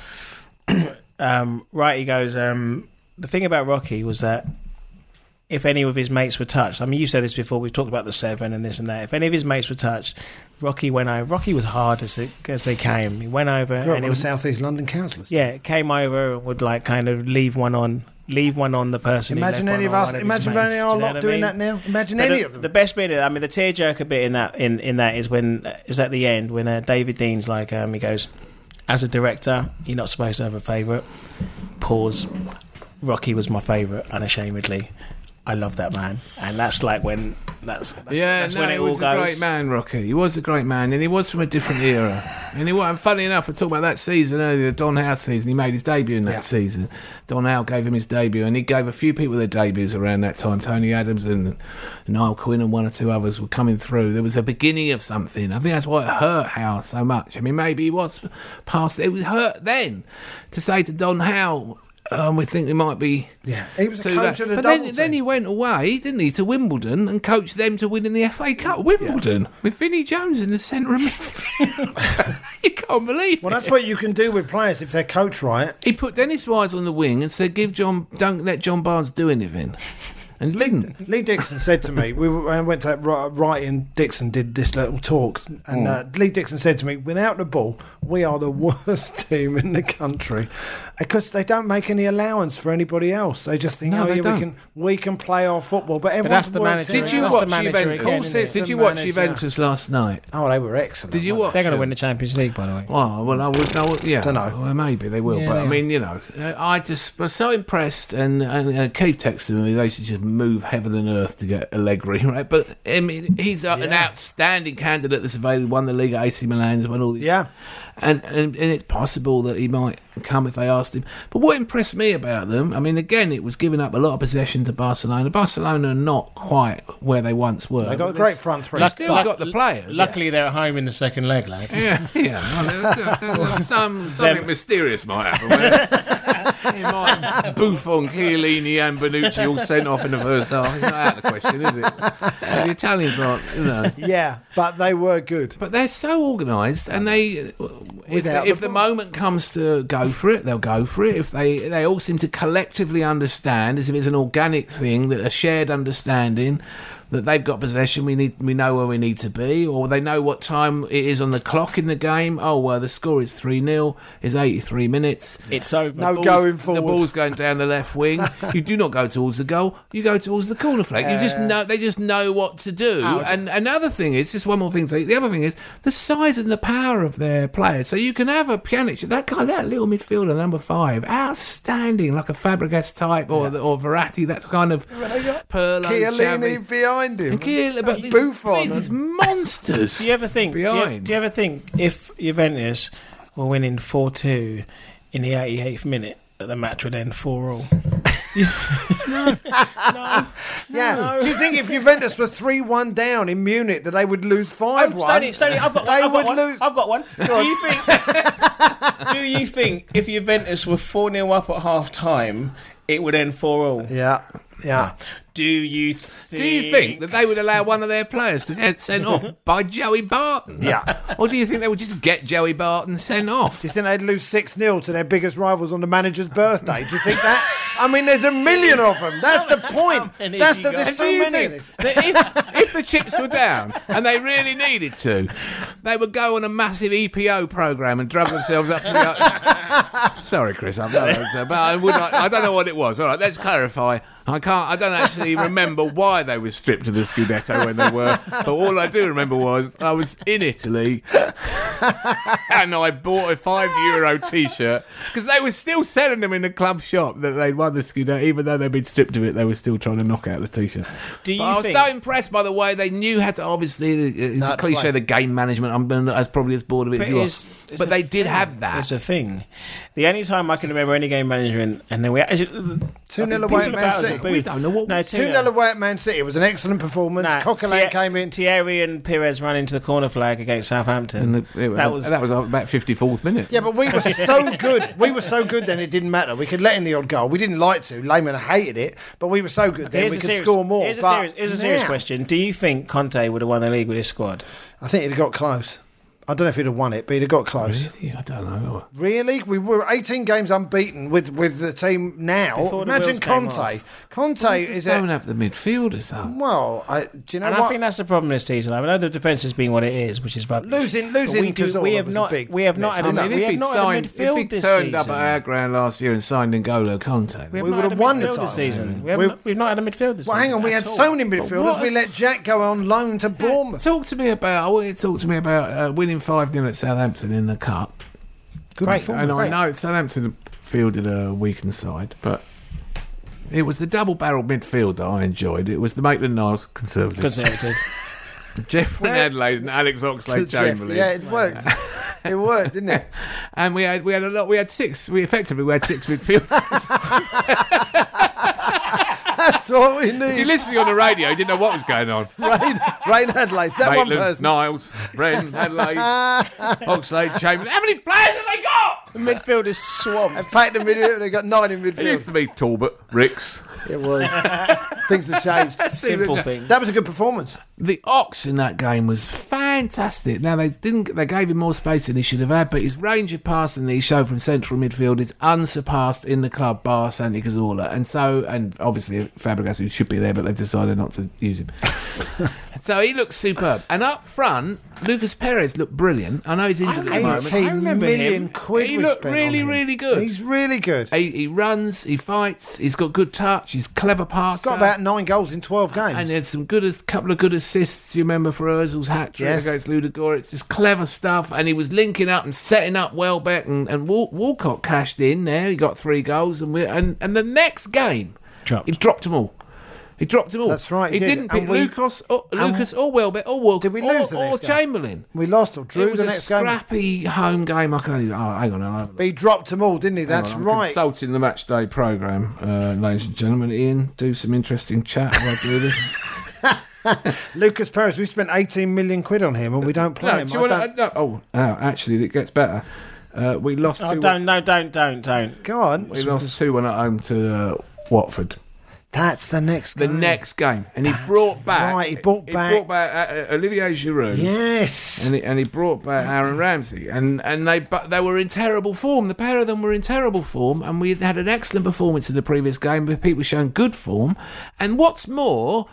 [SPEAKER 4] um, Righty goes. Um, the thing about Rocky was that if any of his mates were touched, I mean, you've said this before. We've talked about the seven and this and that. If any of his mates were touched, Rocky went over. Rocky was hard as it, as they came. He went over
[SPEAKER 3] Grew up
[SPEAKER 4] and
[SPEAKER 3] with
[SPEAKER 4] it
[SPEAKER 3] the
[SPEAKER 4] was
[SPEAKER 3] South East London councillors.
[SPEAKER 4] yeah, came over and would like kind of leave one on, leave one on the person. who
[SPEAKER 3] Imagine
[SPEAKER 4] left
[SPEAKER 3] any of
[SPEAKER 4] one on
[SPEAKER 3] us.
[SPEAKER 4] one his
[SPEAKER 3] Imagine
[SPEAKER 4] mates.
[SPEAKER 3] any of
[SPEAKER 4] Do you
[SPEAKER 3] our
[SPEAKER 4] know what
[SPEAKER 3] lot
[SPEAKER 4] I
[SPEAKER 3] doing
[SPEAKER 4] mean?
[SPEAKER 3] that now. Imagine
[SPEAKER 4] But
[SPEAKER 3] any
[SPEAKER 4] the,
[SPEAKER 3] of
[SPEAKER 4] the
[SPEAKER 3] them.
[SPEAKER 4] best bit, I mean, the tearjerker bit in that in, in that is when is at the end when uh, David Dean's like, um, he goes, as a director, you're not supposed to have a favourite. Pause. Rocky was my favourite, unashamedly. I love that man, and that's like when that's, that's
[SPEAKER 2] yeah,
[SPEAKER 4] that's
[SPEAKER 2] no,
[SPEAKER 4] when it
[SPEAKER 2] he
[SPEAKER 4] all
[SPEAKER 2] was
[SPEAKER 4] goes.
[SPEAKER 2] a great man, Rocky. He was a great man, and he was from a different era. And he was, and funny enough, I talked about that season earlier, the Don Howe season. He made his debut in that
[SPEAKER 3] Yeah.
[SPEAKER 2] season. Don Howe gave him his debut, and he gave a few people their debuts around that time. Tony Adams and Niall Quinn and one or two others were coming through. There was a beginning of something. I think that's why it hurt Howe so much. I mean, maybe he was past. It was hurt then to say to Don Howe, um, "We think we might be."
[SPEAKER 3] Yeah, he was a
[SPEAKER 2] to
[SPEAKER 3] coach
[SPEAKER 2] that.
[SPEAKER 3] of the
[SPEAKER 2] but
[SPEAKER 3] double
[SPEAKER 2] then, then he
[SPEAKER 3] team.
[SPEAKER 2] went away, didn't he, to Wimbledon and coached them to win in the FA Cup. Wimbledon with Vinnie Jones in the centre of midfield. you can't believe
[SPEAKER 3] Well,
[SPEAKER 2] it.
[SPEAKER 3] that's what you can do with players if they're coached right.
[SPEAKER 2] He put Dennis Wise on the wing and said, "Give John, don't let John Barnes do anything," and didn't.
[SPEAKER 3] Lee Dixon said to me, we were, I went to that ri- right, and Dixon did this little talk, and uh, Lee Dixon said to me, without the ball, we are the worst team in the country because they don't make any allowance for anybody else. They just think,
[SPEAKER 2] No,
[SPEAKER 3] oh
[SPEAKER 2] they
[SPEAKER 3] yeah,
[SPEAKER 2] don't.
[SPEAKER 3] we can we can play our football, but everyone's
[SPEAKER 4] that's the
[SPEAKER 3] worked
[SPEAKER 4] manager.
[SPEAKER 3] it
[SPEAKER 2] Did you
[SPEAKER 3] out.
[SPEAKER 4] That's the
[SPEAKER 2] watch
[SPEAKER 4] manager
[SPEAKER 2] Juventus?
[SPEAKER 4] again,
[SPEAKER 2] Cool,
[SPEAKER 4] isn't it?
[SPEAKER 2] Sid,
[SPEAKER 4] It's
[SPEAKER 2] Did
[SPEAKER 3] the
[SPEAKER 2] you watch
[SPEAKER 3] manager.
[SPEAKER 2] Juventus last night?
[SPEAKER 3] Oh, they were excellent.
[SPEAKER 2] Did you
[SPEAKER 3] weren't
[SPEAKER 2] watch?
[SPEAKER 4] They're going to
[SPEAKER 2] them?
[SPEAKER 4] win the Champions League, by the way.
[SPEAKER 2] Oh, well, I would. I would yeah,
[SPEAKER 3] Dunno.
[SPEAKER 2] Well, maybe they will,
[SPEAKER 4] Yeah,
[SPEAKER 2] but I
[SPEAKER 4] they
[SPEAKER 2] mean, you know, uh, I just was so impressed. And, and uh, Keith texted me; they should just move heaven and earth to get Allegri, right? But I mean, he's uh, an outstanding candidate that's available. Won the league at AC Milan's, won all these.
[SPEAKER 3] Yeah.
[SPEAKER 2] and, and and it's possible that he might come if they asked him. But what impressed me about them, I mean, again, it was giving up a lot of possession to Barcelona. Barcelona are not quite where they once were.
[SPEAKER 3] They got a great front three.
[SPEAKER 2] They've still got the players.
[SPEAKER 4] Luckily, they're at home in the second leg, lad.
[SPEAKER 2] Yeah, yeah. Well, there- some something mysterious might happen. Where it might Buffon, Chiellini, and Bonucci all sent off in the first half. It's not out of the question, is it? The Italians aren't, you know.
[SPEAKER 3] yeah, but they were good.
[SPEAKER 2] But they're so organised, and they if,
[SPEAKER 3] Without
[SPEAKER 2] the, if
[SPEAKER 3] the
[SPEAKER 2] the
[SPEAKER 3] ball.
[SPEAKER 2] moment comes to go for it, they'll go for it. If they they all seem to collectively understand, as if it's an organic thing, that a shared understanding that they've got possession. We need we know where we need to be, or they know what time it is on the clock in the game. Oh well, the score is three 0 is eighty three minutes.
[SPEAKER 4] It's over.
[SPEAKER 3] No
[SPEAKER 2] Ball's-
[SPEAKER 3] going
[SPEAKER 2] The
[SPEAKER 3] forward.
[SPEAKER 2] ball's going down the left wing. you do not go towards the goal. You go towards the corner flag. You just know they just know what to do. And another thing is just one more thing. To, the other thing is the size and the power of their players. So you can have a Pjanic, that guy, that little midfielder number five, outstanding, like a Fabregas type or the, or Verratti. That kind of Perlo,
[SPEAKER 3] Chiellini
[SPEAKER 2] Xavi.
[SPEAKER 3] behind him.
[SPEAKER 2] and Chiellini, but these,
[SPEAKER 3] Buffon.
[SPEAKER 2] these monsters.
[SPEAKER 4] Do you ever think? Do you,
[SPEAKER 2] Behind.
[SPEAKER 4] do you ever think if Juventus were winning four two in the eighty eighth minute, that the match would end four all?
[SPEAKER 3] Yeah. Do you think if Juventus were 3 1 down in Munich that they would lose
[SPEAKER 2] Oh,
[SPEAKER 3] 5 1?
[SPEAKER 4] Stoney, Stoney, I've got one.
[SPEAKER 3] They
[SPEAKER 4] I've
[SPEAKER 3] would
[SPEAKER 4] got one.
[SPEAKER 3] lose.
[SPEAKER 4] I've got one. Do you think? do you think if Juventus were four 0 up at half time, it would end four all?
[SPEAKER 3] Yeah. Yeah.
[SPEAKER 4] Do you think?
[SPEAKER 2] Do you think that they would allow one of their players to get sent off by Joey Barton?
[SPEAKER 3] Yeah.
[SPEAKER 2] Or do you think they would just get Joey Barton sent off?
[SPEAKER 3] Do you think they'd lose 6 0 to their biggest rivals on the manager's birthday? Do you think that? I mean, there's a million of them. That's the point.
[SPEAKER 4] many
[SPEAKER 3] That's
[SPEAKER 4] you
[SPEAKER 3] the,
[SPEAKER 4] got?
[SPEAKER 3] there's
[SPEAKER 2] And
[SPEAKER 3] so
[SPEAKER 2] do you
[SPEAKER 3] many. of
[SPEAKER 2] think
[SPEAKER 3] these.
[SPEAKER 2] that if, if the chips were down and they really needed to, they would go on a massive EPO program and drug themselves up to the. Sorry, Chris, I'm not, but I would. Not, I don't know what it was. All right, let's clarify. I can't. I don't actually remember why they were stripped of the Scudetto when they were. But all I do remember was I was in Italy and I bought a five euro T-shirt because they were still selling them in the club shop that they'd won the Scudetto, even though they'd been stripped of it. They were still trying to knock out the T-shirt.
[SPEAKER 4] Do you
[SPEAKER 2] But I was
[SPEAKER 4] think-
[SPEAKER 2] so impressed by the way they knew how to. Obviously, it's a
[SPEAKER 4] Not
[SPEAKER 2] cliche,
[SPEAKER 4] play.
[SPEAKER 2] the game management. I'm been as probably as bored of it as you
[SPEAKER 4] it
[SPEAKER 2] are.
[SPEAKER 4] is- it's
[SPEAKER 2] But
[SPEAKER 4] a
[SPEAKER 2] they did
[SPEAKER 4] thing.
[SPEAKER 2] have that.
[SPEAKER 4] It's a thing. The only time I can remember any game management, and then we actually
[SPEAKER 3] Two nil
[SPEAKER 4] nil
[SPEAKER 3] away at Man City.
[SPEAKER 2] We don't know what-
[SPEAKER 4] No,
[SPEAKER 3] Two 0 away at Man City. It was an excellent performance.
[SPEAKER 4] Nah,
[SPEAKER 3] Coquelin
[SPEAKER 4] Thie-
[SPEAKER 3] came in.
[SPEAKER 4] Thierry and Perez ran into the corner flag against Southampton.
[SPEAKER 2] And the-
[SPEAKER 4] that was
[SPEAKER 2] that was about 54th minute.
[SPEAKER 3] Yeah, but we were so good. We were so good then it didn't matter. We could let in the odd goal. We didn't like to. Lehman hated it, but we were so good then
[SPEAKER 4] Here's
[SPEAKER 3] we
[SPEAKER 4] a
[SPEAKER 3] could
[SPEAKER 4] serious-
[SPEAKER 3] score more.
[SPEAKER 4] Here's a
[SPEAKER 3] But
[SPEAKER 4] serious, here's a serious
[SPEAKER 3] now-
[SPEAKER 4] question: Do you think Conte would have won the league with his squad?
[SPEAKER 3] I think he'd have got close. I don't know if he'd have won it, but he'd have got close.
[SPEAKER 2] Yeah, I don't know.
[SPEAKER 3] Really? We were 18 games unbeaten with, with the team now.
[SPEAKER 4] Before the
[SPEAKER 3] Imagine
[SPEAKER 4] wheels came
[SPEAKER 3] Conte.
[SPEAKER 2] They
[SPEAKER 3] Conte is
[SPEAKER 2] just
[SPEAKER 3] a.
[SPEAKER 2] don't have the midfield or something.
[SPEAKER 3] Well, I, do you know
[SPEAKER 4] And
[SPEAKER 3] what?
[SPEAKER 4] I think that's the problem this season. I know the defense has been what it is, which is rubbish.
[SPEAKER 3] Losing-
[SPEAKER 4] But
[SPEAKER 3] losing
[SPEAKER 4] We,
[SPEAKER 3] Cazorla
[SPEAKER 4] do, we have
[SPEAKER 3] was a
[SPEAKER 4] not.
[SPEAKER 3] big
[SPEAKER 4] We have
[SPEAKER 3] miss.
[SPEAKER 4] not had.
[SPEAKER 3] I
[SPEAKER 4] a
[SPEAKER 3] mean,
[SPEAKER 4] mid-
[SPEAKER 2] if
[SPEAKER 4] we
[SPEAKER 2] he'd
[SPEAKER 4] have not
[SPEAKER 2] signed,
[SPEAKER 4] had a midfield
[SPEAKER 2] if he
[SPEAKER 4] this
[SPEAKER 2] turned
[SPEAKER 4] season.
[SPEAKER 2] up at our ground last year and signed N'Golo Conte,
[SPEAKER 4] we
[SPEAKER 3] we would
[SPEAKER 4] not had
[SPEAKER 3] have
[SPEAKER 4] a
[SPEAKER 3] won the
[SPEAKER 4] midfield this
[SPEAKER 3] title.
[SPEAKER 4] season. We
[SPEAKER 3] We-
[SPEAKER 4] have not, we've not had a midfield this
[SPEAKER 3] well,
[SPEAKER 4] season.
[SPEAKER 3] hang on. We
[SPEAKER 4] at
[SPEAKER 3] had
[SPEAKER 4] all.
[SPEAKER 3] so many
[SPEAKER 2] what
[SPEAKER 3] midfielders. We
[SPEAKER 2] a-
[SPEAKER 3] let Jack go on loan to Bournemouth.
[SPEAKER 2] Talk to me about. I want you to talk to me about uh, winning five 0 at Southampton in the cup.
[SPEAKER 3] Good
[SPEAKER 4] Great,
[SPEAKER 3] performance.
[SPEAKER 2] And I know Southampton fielded a weakened side, but it was the double-barreled midfield that I enjoyed. It was the Maitland Niles conservative,
[SPEAKER 4] Conservative.
[SPEAKER 2] Jeff and Adelaide, and Alex Oxlade
[SPEAKER 3] Jeff,
[SPEAKER 2] Chamberlain.
[SPEAKER 3] yeah, it worked. it worked, didn't it?
[SPEAKER 2] And we had we had a lot. We had six. We effectively we had six midfielders.
[SPEAKER 3] That's what we
[SPEAKER 2] if you're
[SPEAKER 3] need.
[SPEAKER 2] listening on the radio, you didn't know what was going on.
[SPEAKER 3] Rain, Rain Adelaide. Is that one
[SPEAKER 2] Maitland,
[SPEAKER 3] person?
[SPEAKER 2] Niles, Wren, Adelaide, Oxlade, Chamberlain. How many players have they got?
[SPEAKER 4] the midfield is swamped.
[SPEAKER 3] Packed in midfield. They got nine in
[SPEAKER 2] It used
[SPEAKER 3] midfield.
[SPEAKER 2] to be Talbot, Ricks.
[SPEAKER 3] It was. Things have changed.
[SPEAKER 4] Simple thing.
[SPEAKER 3] That was a good performance.
[SPEAKER 2] The ox in that game was fantastic. Now they didn't. They gave him more space than he should have had, but his range of passing that he showed from central midfield is unsurpassed in the club, bar Santi Cazorla. And so, and obviously Fabregas, who should be there, but they've decided not to use him. so he looks superb. And up front, Lucas Perez looked brilliant. I know he's injured at the moment.
[SPEAKER 4] I
[SPEAKER 3] 18
[SPEAKER 4] remember
[SPEAKER 3] million
[SPEAKER 4] him.
[SPEAKER 3] quid.
[SPEAKER 2] He
[SPEAKER 3] we
[SPEAKER 2] looked
[SPEAKER 3] spent on
[SPEAKER 2] really,
[SPEAKER 3] him.
[SPEAKER 2] really good.
[SPEAKER 3] He's really good. He's
[SPEAKER 2] He, he runs, he fights, he's got good touch, he's clever passer.
[SPEAKER 3] got about nine goals in 12 games.
[SPEAKER 2] And there's some good, a couple of good assists. You remember for Özil's hat trick
[SPEAKER 3] Yes.
[SPEAKER 2] against Ludogorets. Just clever stuff, and he was linking up and setting up Welbeck and and Wal- Walcott cashed in there. He got three goals, and we, and and the next game
[SPEAKER 4] Dropped.
[SPEAKER 2] he dropped them all. He dropped them all.
[SPEAKER 3] That's right, he
[SPEAKER 2] He,
[SPEAKER 3] did.
[SPEAKER 2] did. not pick
[SPEAKER 3] And we-
[SPEAKER 2] Lucas or Lucas or Welbeck or Walcott
[SPEAKER 3] Did we
[SPEAKER 2] or,
[SPEAKER 3] lose the
[SPEAKER 2] or
[SPEAKER 3] next game?
[SPEAKER 2] Chamberlain.
[SPEAKER 3] we lost or drew
[SPEAKER 2] it was
[SPEAKER 3] the
[SPEAKER 2] a
[SPEAKER 3] next game.
[SPEAKER 2] scrappy home game. I can only. Oh, hang on. I'll have a
[SPEAKER 3] But he dropped them all, didn't he? That's
[SPEAKER 2] Hang on, I'm
[SPEAKER 3] right.
[SPEAKER 2] Consulting the match day program, uh, ladies and gentlemen. Ian, do some interesting chat while I do this.
[SPEAKER 3] Lucas Perez, we spent 18 million quid on him and we don't play
[SPEAKER 2] No,
[SPEAKER 3] him.
[SPEAKER 2] do you
[SPEAKER 3] I
[SPEAKER 2] wanna-
[SPEAKER 3] don't-
[SPEAKER 2] uh, no, oh, no, actually, it gets better. Uh, we lost
[SPEAKER 4] Oh,
[SPEAKER 2] two.
[SPEAKER 4] don't, no, don't, don't, don't.
[SPEAKER 3] Go on.
[SPEAKER 2] we lost two one at home to uh, Watford.
[SPEAKER 3] That's the next
[SPEAKER 2] The
[SPEAKER 3] game.
[SPEAKER 2] next game, and he brought back.
[SPEAKER 3] right, he brought back-
[SPEAKER 2] uh, uh, Olivier Giroud.
[SPEAKER 3] Yes.
[SPEAKER 2] And he, and he brought back Aaron Ramsey, and and they but they were in terrible form. The pair of them were in terrible form, and we had an excellent performance in the previous game. But Pete was showing good form, and what's more,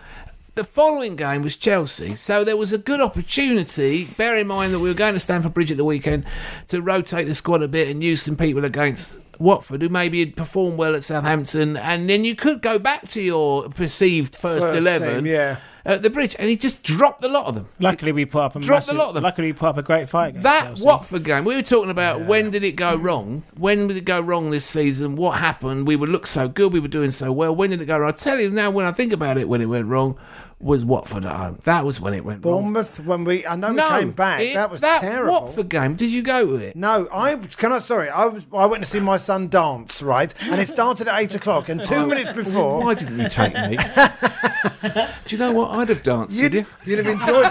[SPEAKER 2] the following game was Chelsea, so there was a good opportunity. Bear in mind that we were going to Stamford Bridge at the weekend to rotate the squad a bit and use some people against. Watford, who maybe had performed well at Southampton, and then you could go back to your perceived first,
[SPEAKER 3] First
[SPEAKER 2] eleven
[SPEAKER 3] team, yeah.
[SPEAKER 2] at the bridge, and he just dropped a lot of them.
[SPEAKER 4] Luckily, we put up a
[SPEAKER 2] Dropped a
[SPEAKER 4] massive-
[SPEAKER 2] lot of them.
[SPEAKER 4] Luckily, we put up a great fight. Against
[SPEAKER 2] That
[SPEAKER 4] Chelsea.
[SPEAKER 2] Watford game, we were talking about when did it
[SPEAKER 3] Mm.
[SPEAKER 2] go wrong? When did it go wrong this season? What happened? We would look so good, we were doing so well. When did it go wrong? I tell you now, when I think about it, when it went wrong was Watford at home. That was when it went wrong.
[SPEAKER 3] Bournemouth, when we. I know we came back.
[SPEAKER 2] it-
[SPEAKER 3] that was
[SPEAKER 2] that
[SPEAKER 3] terrible.
[SPEAKER 2] Watford game. Did you go to it?
[SPEAKER 3] No, I can I. Sorry, I was. I went to see my son dance, right? And it started at eight o'clock. And two minutes before,
[SPEAKER 2] Why didn't you take me? Do you know what? I'd have danced. with
[SPEAKER 3] You'd, you'd have enjoyed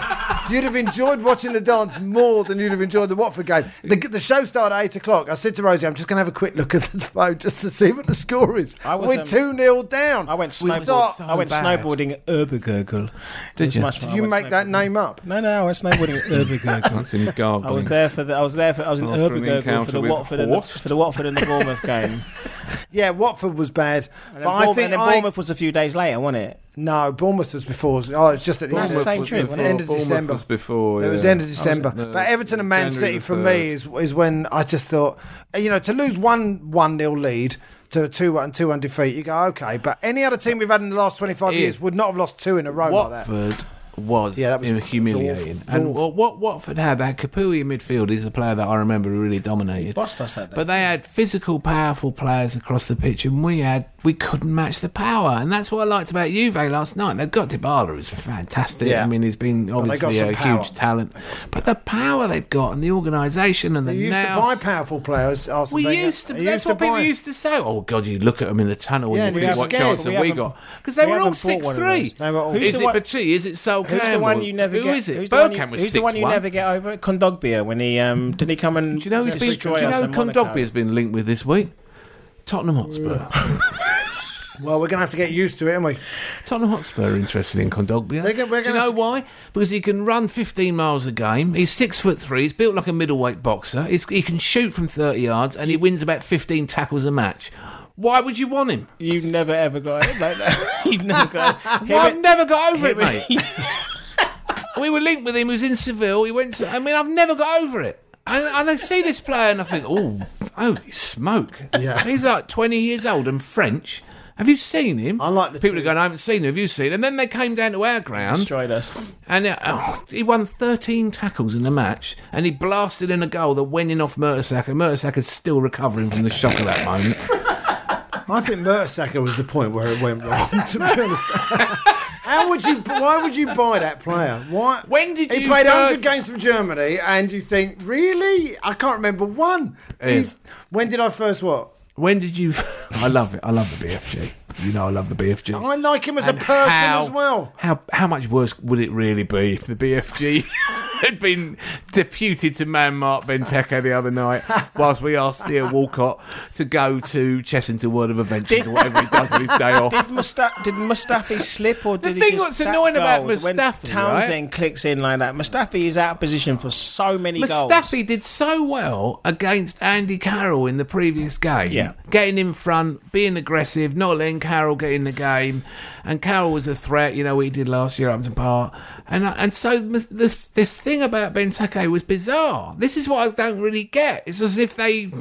[SPEAKER 3] you'd have enjoyed watching the dance more than you'd have enjoyed the Watford game. The, the show started at eight o'clock. I said to Rosie, "I'm just going to have a quick look at the phone just to see what the score is."
[SPEAKER 4] I was,
[SPEAKER 3] We're
[SPEAKER 4] um,
[SPEAKER 3] two 0 down.
[SPEAKER 4] I went
[SPEAKER 3] We
[SPEAKER 4] snowboarding.
[SPEAKER 3] thought-
[SPEAKER 4] I went
[SPEAKER 2] bad.
[SPEAKER 4] snowboarding at Ubergurgle. It was
[SPEAKER 2] you?
[SPEAKER 4] much fun.
[SPEAKER 3] Did
[SPEAKER 4] I
[SPEAKER 3] you
[SPEAKER 4] went
[SPEAKER 3] make that
[SPEAKER 4] snowboarding.
[SPEAKER 3] name up?
[SPEAKER 4] No, no, I was snowboarding at Ubergurgle.
[SPEAKER 2] That's in his gargling.
[SPEAKER 4] I was there for the. I was there for. I was in
[SPEAKER 2] After an
[SPEAKER 4] Ubergurgle for
[SPEAKER 2] encounter
[SPEAKER 4] the
[SPEAKER 2] with
[SPEAKER 4] Watford and the,
[SPEAKER 2] Horst?
[SPEAKER 4] for the Watford and the Bournemouth game,
[SPEAKER 3] yeah, Watford was bad, but
[SPEAKER 4] And then, Bournemouth,
[SPEAKER 3] I think
[SPEAKER 4] and then
[SPEAKER 3] I,
[SPEAKER 4] Bournemouth was a few days later, wasn't it?
[SPEAKER 3] no Bournemouth was before. Oh, it's just at the
[SPEAKER 4] That's
[SPEAKER 3] end.
[SPEAKER 4] the
[SPEAKER 3] of-
[SPEAKER 4] same
[SPEAKER 2] was
[SPEAKER 4] trip,
[SPEAKER 2] before-
[SPEAKER 4] wasn't it?
[SPEAKER 3] End of
[SPEAKER 2] Bournemouth
[SPEAKER 3] December.
[SPEAKER 2] was before.
[SPEAKER 3] It was
[SPEAKER 2] yeah.
[SPEAKER 3] end of December,
[SPEAKER 2] No,
[SPEAKER 3] but Everton and Man
[SPEAKER 2] January
[SPEAKER 3] City
[SPEAKER 2] the
[SPEAKER 3] for
[SPEAKER 2] 3rd.
[SPEAKER 3] me is is when I just thought, uh, you know, to lose one one nil lead to a two one two one defeat, you go okay. But any other team we've had in the last twenty five
[SPEAKER 2] Ian.
[SPEAKER 3] years would not have lost two in a row like that.
[SPEAKER 2] Watford was,
[SPEAKER 3] Yeah, that was-
[SPEAKER 2] humiliating.
[SPEAKER 3] it was awful.
[SPEAKER 2] And what, what Watford had, they had Kapui in midfield, is the player that I remember who really dominated.
[SPEAKER 4] Bossed us that day.
[SPEAKER 2] But they had physical, powerful players across the pitch, and we had we couldn't match the power, and that's what I liked about Juve last night. They've got Dybala, who's fantastic.
[SPEAKER 3] Yeah.
[SPEAKER 2] I mean, he's been
[SPEAKER 3] they got
[SPEAKER 2] obviously
[SPEAKER 3] some
[SPEAKER 2] a
[SPEAKER 3] power.
[SPEAKER 2] huge talent, but the power they've got and the organisation and
[SPEAKER 3] They
[SPEAKER 2] the
[SPEAKER 3] used to
[SPEAKER 2] nous-
[SPEAKER 3] buy powerful players. Arsene
[SPEAKER 2] we
[SPEAKER 3] Wenger.
[SPEAKER 2] used to.
[SPEAKER 3] They
[SPEAKER 2] That's
[SPEAKER 3] used
[SPEAKER 2] what people
[SPEAKER 3] buy-
[SPEAKER 2] used to say. Oh God, you look at them in the tunnel
[SPEAKER 3] Yeah,
[SPEAKER 2] and you
[SPEAKER 3] and
[SPEAKER 2] think
[SPEAKER 3] we
[SPEAKER 2] what
[SPEAKER 3] were
[SPEAKER 2] chance
[SPEAKER 3] scared.
[SPEAKER 2] have
[SPEAKER 4] We
[SPEAKER 2] we,
[SPEAKER 4] haven't-
[SPEAKER 2] got? Because they
[SPEAKER 4] we
[SPEAKER 2] were all
[SPEAKER 4] haven't bought
[SPEAKER 2] six
[SPEAKER 4] one of
[SPEAKER 2] three.
[SPEAKER 4] those.
[SPEAKER 3] They were all-
[SPEAKER 4] Who's
[SPEAKER 2] Is
[SPEAKER 4] the
[SPEAKER 2] it
[SPEAKER 4] one-
[SPEAKER 2] Petit? Is it Sol
[SPEAKER 4] Who's the one you never
[SPEAKER 2] Who
[SPEAKER 4] get?
[SPEAKER 2] is it?
[SPEAKER 4] Who's the one you,
[SPEAKER 2] Belkan was
[SPEAKER 4] who's the one you
[SPEAKER 2] 6'1".
[SPEAKER 4] never get over? Kondogbia when he um did he come and
[SPEAKER 2] Do you know who's been? Do
[SPEAKER 4] destroy
[SPEAKER 2] you
[SPEAKER 4] us
[SPEAKER 2] know
[SPEAKER 4] in Monaco?
[SPEAKER 2] Kondogbia has been linked with this week? Tottenham Hotspur.
[SPEAKER 3] Well, we're going to have to get used to it, aren't we?
[SPEAKER 2] Tottenham Hotspur are interested in Kondogbia.
[SPEAKER 3] They're go- we're
[SPEAKER 2] Do you
[SPEAKER 3] gonna
[SPEAKER 2] know
[SPEAKER 3] have to-
[SPEAKER 2] why? Because he can run 15 miles a game. He's six foot three. He's built like a middleweight boxer. He's, he can shoot from 30 yards, and he wins about 15 tackles a match. Why would you want him?
[SPEAKER 4] You never ever got it like that. You've never got it.
[SPEAKER 2] Well, I've never got over it,
[SPEAKER 4] Him
[SPEAKER 2] mate.
[SPEAKER 4] and-
[SPEAKER 2] we were linked with him. He was in Seville. He went to. I mean, I've never got over it. And, and I see this player and I think, oh, holy smoke.
[SPEAKER 3] Yeah.
[SPEAKER 2] He's like 20 years old and French. Have you seen him?
[SPEAKER 3] I like the
[SPEAKER 2] People
[SPEAKER 3] two-
[SPEAKER 2] are going, I haven't seen him. Have you seen him? And then they came down to our ground.
[SPEAKER 4] destroyed us.
[SPEAKER 2] And uh, oh, he won 13 tackles in the match, and he blasted in a goal that went in off Mertesacker. Mertesacker's still recovering from the shock of that moment.
[SPEAKER 3] I think Mertesacker was the point where it went wrong. To be honest, how would you? Why would you buy that player? Why?
[SPEAKER 2] When did
[SPEAKER 3] he
[SPEAKER 2] you
[SPEAKER 3] played hundred
[SPEAKER 2] first-
[SPEAKER 3] games for Germany? And you think really? I can't remember one. He's, when did I first what?
[SPEAKER 2] When did you? I love it. I love the BFG. You know, I love the BFG.
[SPEAKER 3] I like him as
[SPEAKER 2] And
[SPEAKER 3] a person
[SPEAKER 2] how-
[SPEAKER 3] as well.
[SPEAKER 2] How how much worse would it really be if the BFG had been deputed to man Mark Benteke the other night, whilst we asked Theo Walcott to go to Chessington World of Adventures or whatever he does on his day off?
[SPEAKER 4] Did, Musta- did Mustafi slip or
[SPEAKER 2] The
[SPEAKER 4] did he
[SPEAKER 2] thing
[SPEAKER 4] just
[SPEAKER 2] that's
[SPEAKER 4] that
[SPEAKER 2] annoying
[SPEAKER 4] goal
[SPEAKER 2] about
[SPEAKER 4] when
[SPEAKER 2] Mustafi,
[SPEAKER 4] Townsend clicks in like that. Mustafi is out of position for so many goals.
[SPEAKER 2] Mustafi did so well against Andy Carroll in the previous game.
[SPEAKER 4] Yeah.
[SPEAKER 2] Getting in front, being aggressive, not letting Carroll get in the game. And Carroll was a threat, you know, what he did last year at Upton Park. And, uh, and so mus- this, this thing about Benteke was bizarre. This is what I don't really get. It's as if they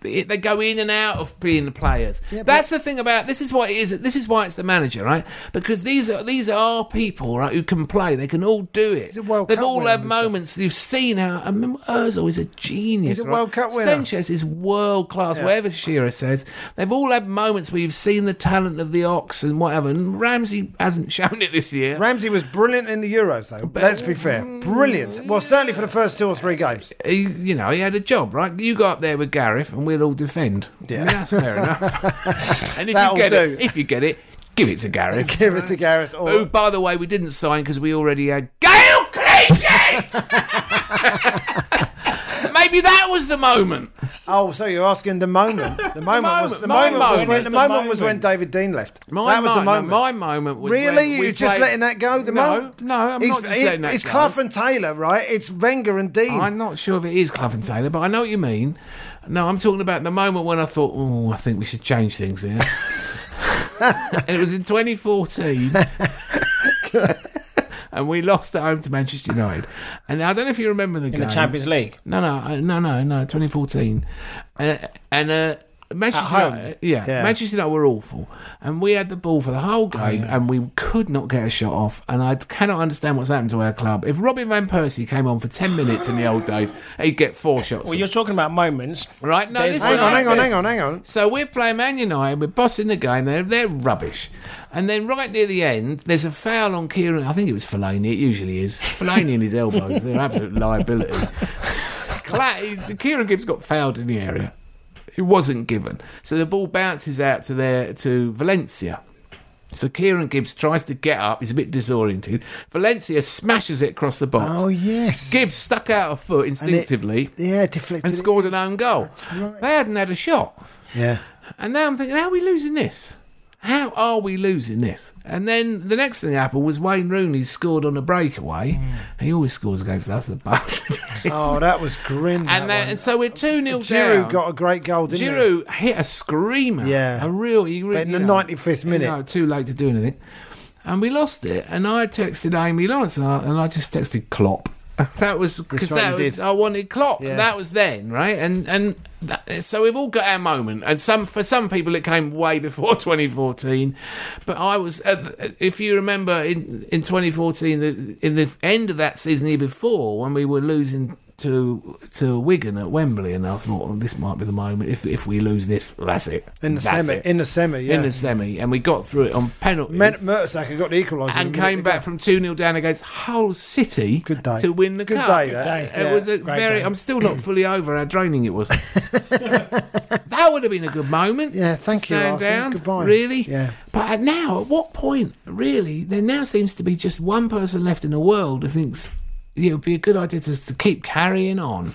[SPEAKER 2] they go in and out of being the players. That's the thing about this is what it is. This is why it's the manager, right? Because these are these are people, right, who can play. They can all do it.
[SPEAKER 3] a World
[SPEAKER 2] They've
[SPEAKER 3] Cup
[SPEAKER 2] all
[SPEAKER 3] winner,
[SPEAKER 2] had
[SPEAKER 3] Mr.
[SPEAKER 2] moments. You've seen how. I mean, Ozil is a genius.
[SPEAKER 3] He's a
[SPEAKER 2] right?
[SPEAKER 3] World Cup winner.
[SPEAKER 2] Sanchez is world class. Whatever Shearer says, they've all had moments where you've seen the talent of the ox and whatever. And Ramsey hasn't shown it this year.
[SPEAKER 3] Ramsey was brilliant in the Euros, though. Let's be fair, brilliant. Well, certainly for the first two or three games.
[SPEAKER 2] he, you know, he had a job, right? You go up there with Gareth, and we'll all defend. Yeah, that's fair enough. and if
[SPEAKER 3] That'll
[SPEAKER 2] you get
[SPEAKER 3] do.
[SPEAKER 2] it, if you get it, give it to Gareth.
[SPEAKER 3] Give it to Gareth. Or,
[SPEAKER 2] Who, by the way, we didn't sign because we already had Gail Clichy. Maybe that was the moment.
[SPEAKER 3] oh, so you're asking the moment? The moment was
[SPEAKER 2] moment,
[SPEAKER 3] the
[SPEAKER 2] my
[SPEAKER 3] moment was
[SPEAKER 2] moment.
[SPEAKER 3] when
[SPEAKER 2] It's
[SPEAKER 3] the
[SPEAKER 2] the
[SPEAKER 3] moment was when
[SPEAKER 4] moment.
[SPEAKER 3] David Dean left.
[SPEAKER 2] My
[SPEAKER 3] That was the
[SPEAKER 2] moment,
[SPEAKER 3] moment.
[SPEAKER 2] My moment was
[SPEAKER 3] Really,
[SPEAKER 2] when
[SPEAKER 3] you
[SPEAKER 2] we
[SPEAKER 3] are just
[SPEAKER 2] played-
[SPEAKER 3] letting that go? The
[SPEAKER 2] no,
[SPEAKER 3] moment?
[SPEAKER 2] no, I'm
[SPEAKER 3] It's-
[SPEAKER 2] not just
[SPEAKER 3] it-
[SPEAKER 2] letting that
[SPEAKER 3] It's
[SPEAKER 2] go.
[SPEAKER 3] Clough and Taylor, right? It's Wenger and Dean.
[SPEAKER 2] I'm not sure if it is Clough and Taylor, but I know what you mean. No, I'm talking about the moment when I thought, oh, I think we should change things here. and it was in 2014. and we lost at home to Manchester United. And I don't know if you remember the
[SPEAKER 4] in
[SPEAKER 2] game.
[SPEAKER 4] the Champions League.
[SPEAKER 2] No, no, I- no, no, no. 2014, uh, and uh, Manchester
[SPEAKER 4] At home?
[SPEAKER 2] United, yeah,
[SPEAKER 3] Yeah. Oh,
[SPEAKER 2] Manchester United were awful, and we had the ball for the whole game, and we could not get a shot off. And I cannot understand what's happened to our club. If Robin van Persie came on for 10 minutes in the old days, he'd get four shots.
[SPEAKER 4] Well, you're talking about moments.
[SPEAKER 2] right? No,
[SPEAKER 4] There's
[SPEAKER 2] listen,
[SPEAKER 3] hang on,
[SPEAKER 2] I-
[SPEAKER 3] hang on, hang on, hang on.
[SPEAKER 2] so we're playing Man United, we're bossing the game, they're, they're rubbish. And then right near the end, there's a foul on Kieran, I think it was Fellaini, it usually is. Fellaini and his elbows, they're absolute liability. Cla- Kieran Gibbs got fouled in the area. It wasn't given. So the ball bounces out to their, to Valencia. So Kieran Gibbs tries to get up, he's a bit disoriented. Valencia smashes it across the box.
[SPEAKER 3] Oh, yes.
[SPEAKER 2] Gibbs stuck out a foot instinctively and,
[SPEAKER 3] Yeah, deflected. it.
[SPEAKER 2] scored an own goal.
[SPEAKER 3] right.
[SPEAKER 2] They hadn't had a shot.
[SPEAKER 3] Yeah.
[SPEAKER 2] And now I'm thinking, how are we losing this? how are we losing this? And then the next thing that happened was Wayne Rooney scored on a breakaway. He always scores against us, the bastard.
[SPEAKER 3] Hmm. Oh, that was grim. That
[SPEAKER 2] and, then,
[SPEAKER 3] one.
[SPEAKER 2] and so we're 2 0 down.
[SPEAKER 3] Giroud got a great goal, didn't he?
[SPEAKER 2] Giroud hit a screamer.
[SPEAKER 3] Yeah.
[SPEAKER 2] A real. He really,
[SPEAKER 3] But in
[SPEAKER 2] you
[SPEAKER 3] the
[SPEAKER 2] know,
[SPEAKER 3] 95th minute.
[SPEAKER 2] You know, too late to do anything. And we lost it. And I texted Amy Lawrence and I, and I just texted Klopp. That was because
[SPEAKER 3] right,
[SPEAKER 2] that
[SPEAKER 3] you
[SPEAKER 2] was,
[SPEAKER 3] did.
[SPEAKER 2] I wanted Klopp.
[SPEAKER 3] Yeah.
[SPEAKER 2] That was then, right? And and that, so we've all got our moment. And some for some people it came way before 2014, but I was. At, the- if you remember in in 2014, the, in the end of that season, the year before when we were losing to to Wigan at Wembley, and I thought well, this might be the moment. If if we lose this, that's it.
[SPEAKER 3] In the
[SPEAKER 2] That's
[SPEAKER 3] semi.
[SPEAKER 2] it.
[SPEAKER 3] In the semi, yeah.
[SPEAKER 2] In the semi, and we got through it on penalties
[SPEAKER 3] Men- Mertesacker got the equaliser.
[SPEAKER 2] and
[SPEAKER 3] a minute
[SPEAKER 2] came
[SPEAKER 3] ago.
[SPEAKER 2] back from 2 0 down against Hull City
[SPEAKER 3] Good day.
[SPEAKER 2] to win the
[SPEAKER 3] Good
[SPEAKER 2] cup.
[SPEAKER 3] day,
[SPEAKER 4] Good
[SPEAKER 3] that.
[SPEAKER 4] day.
[SPEAKER 2] It
[SPEAKER 3] Yeah.
[SPEAKER 2] was a
[SPEAKER 4] Great
[SPEAKER 2] very.
[SPEAKER 4] day.
[SPEAKER 2] I'm still not fully over how draining it was. that would have been a good moment.
[SPEAKER 3] Yeah, thank you,
[SPEAKER 2] Stand
[SPEAKER 3] Arsene.
[SPEAKER 2] down.
[SPEAKER 3] Goodbye.
[SPEAKER 2] Really.
[SPEAKER 3] Yeah.
[SPEAKER 2] But at now, at what point, really, there now seems to be just one person left in the world who thinks it would be a good idea to, to keep carrying on,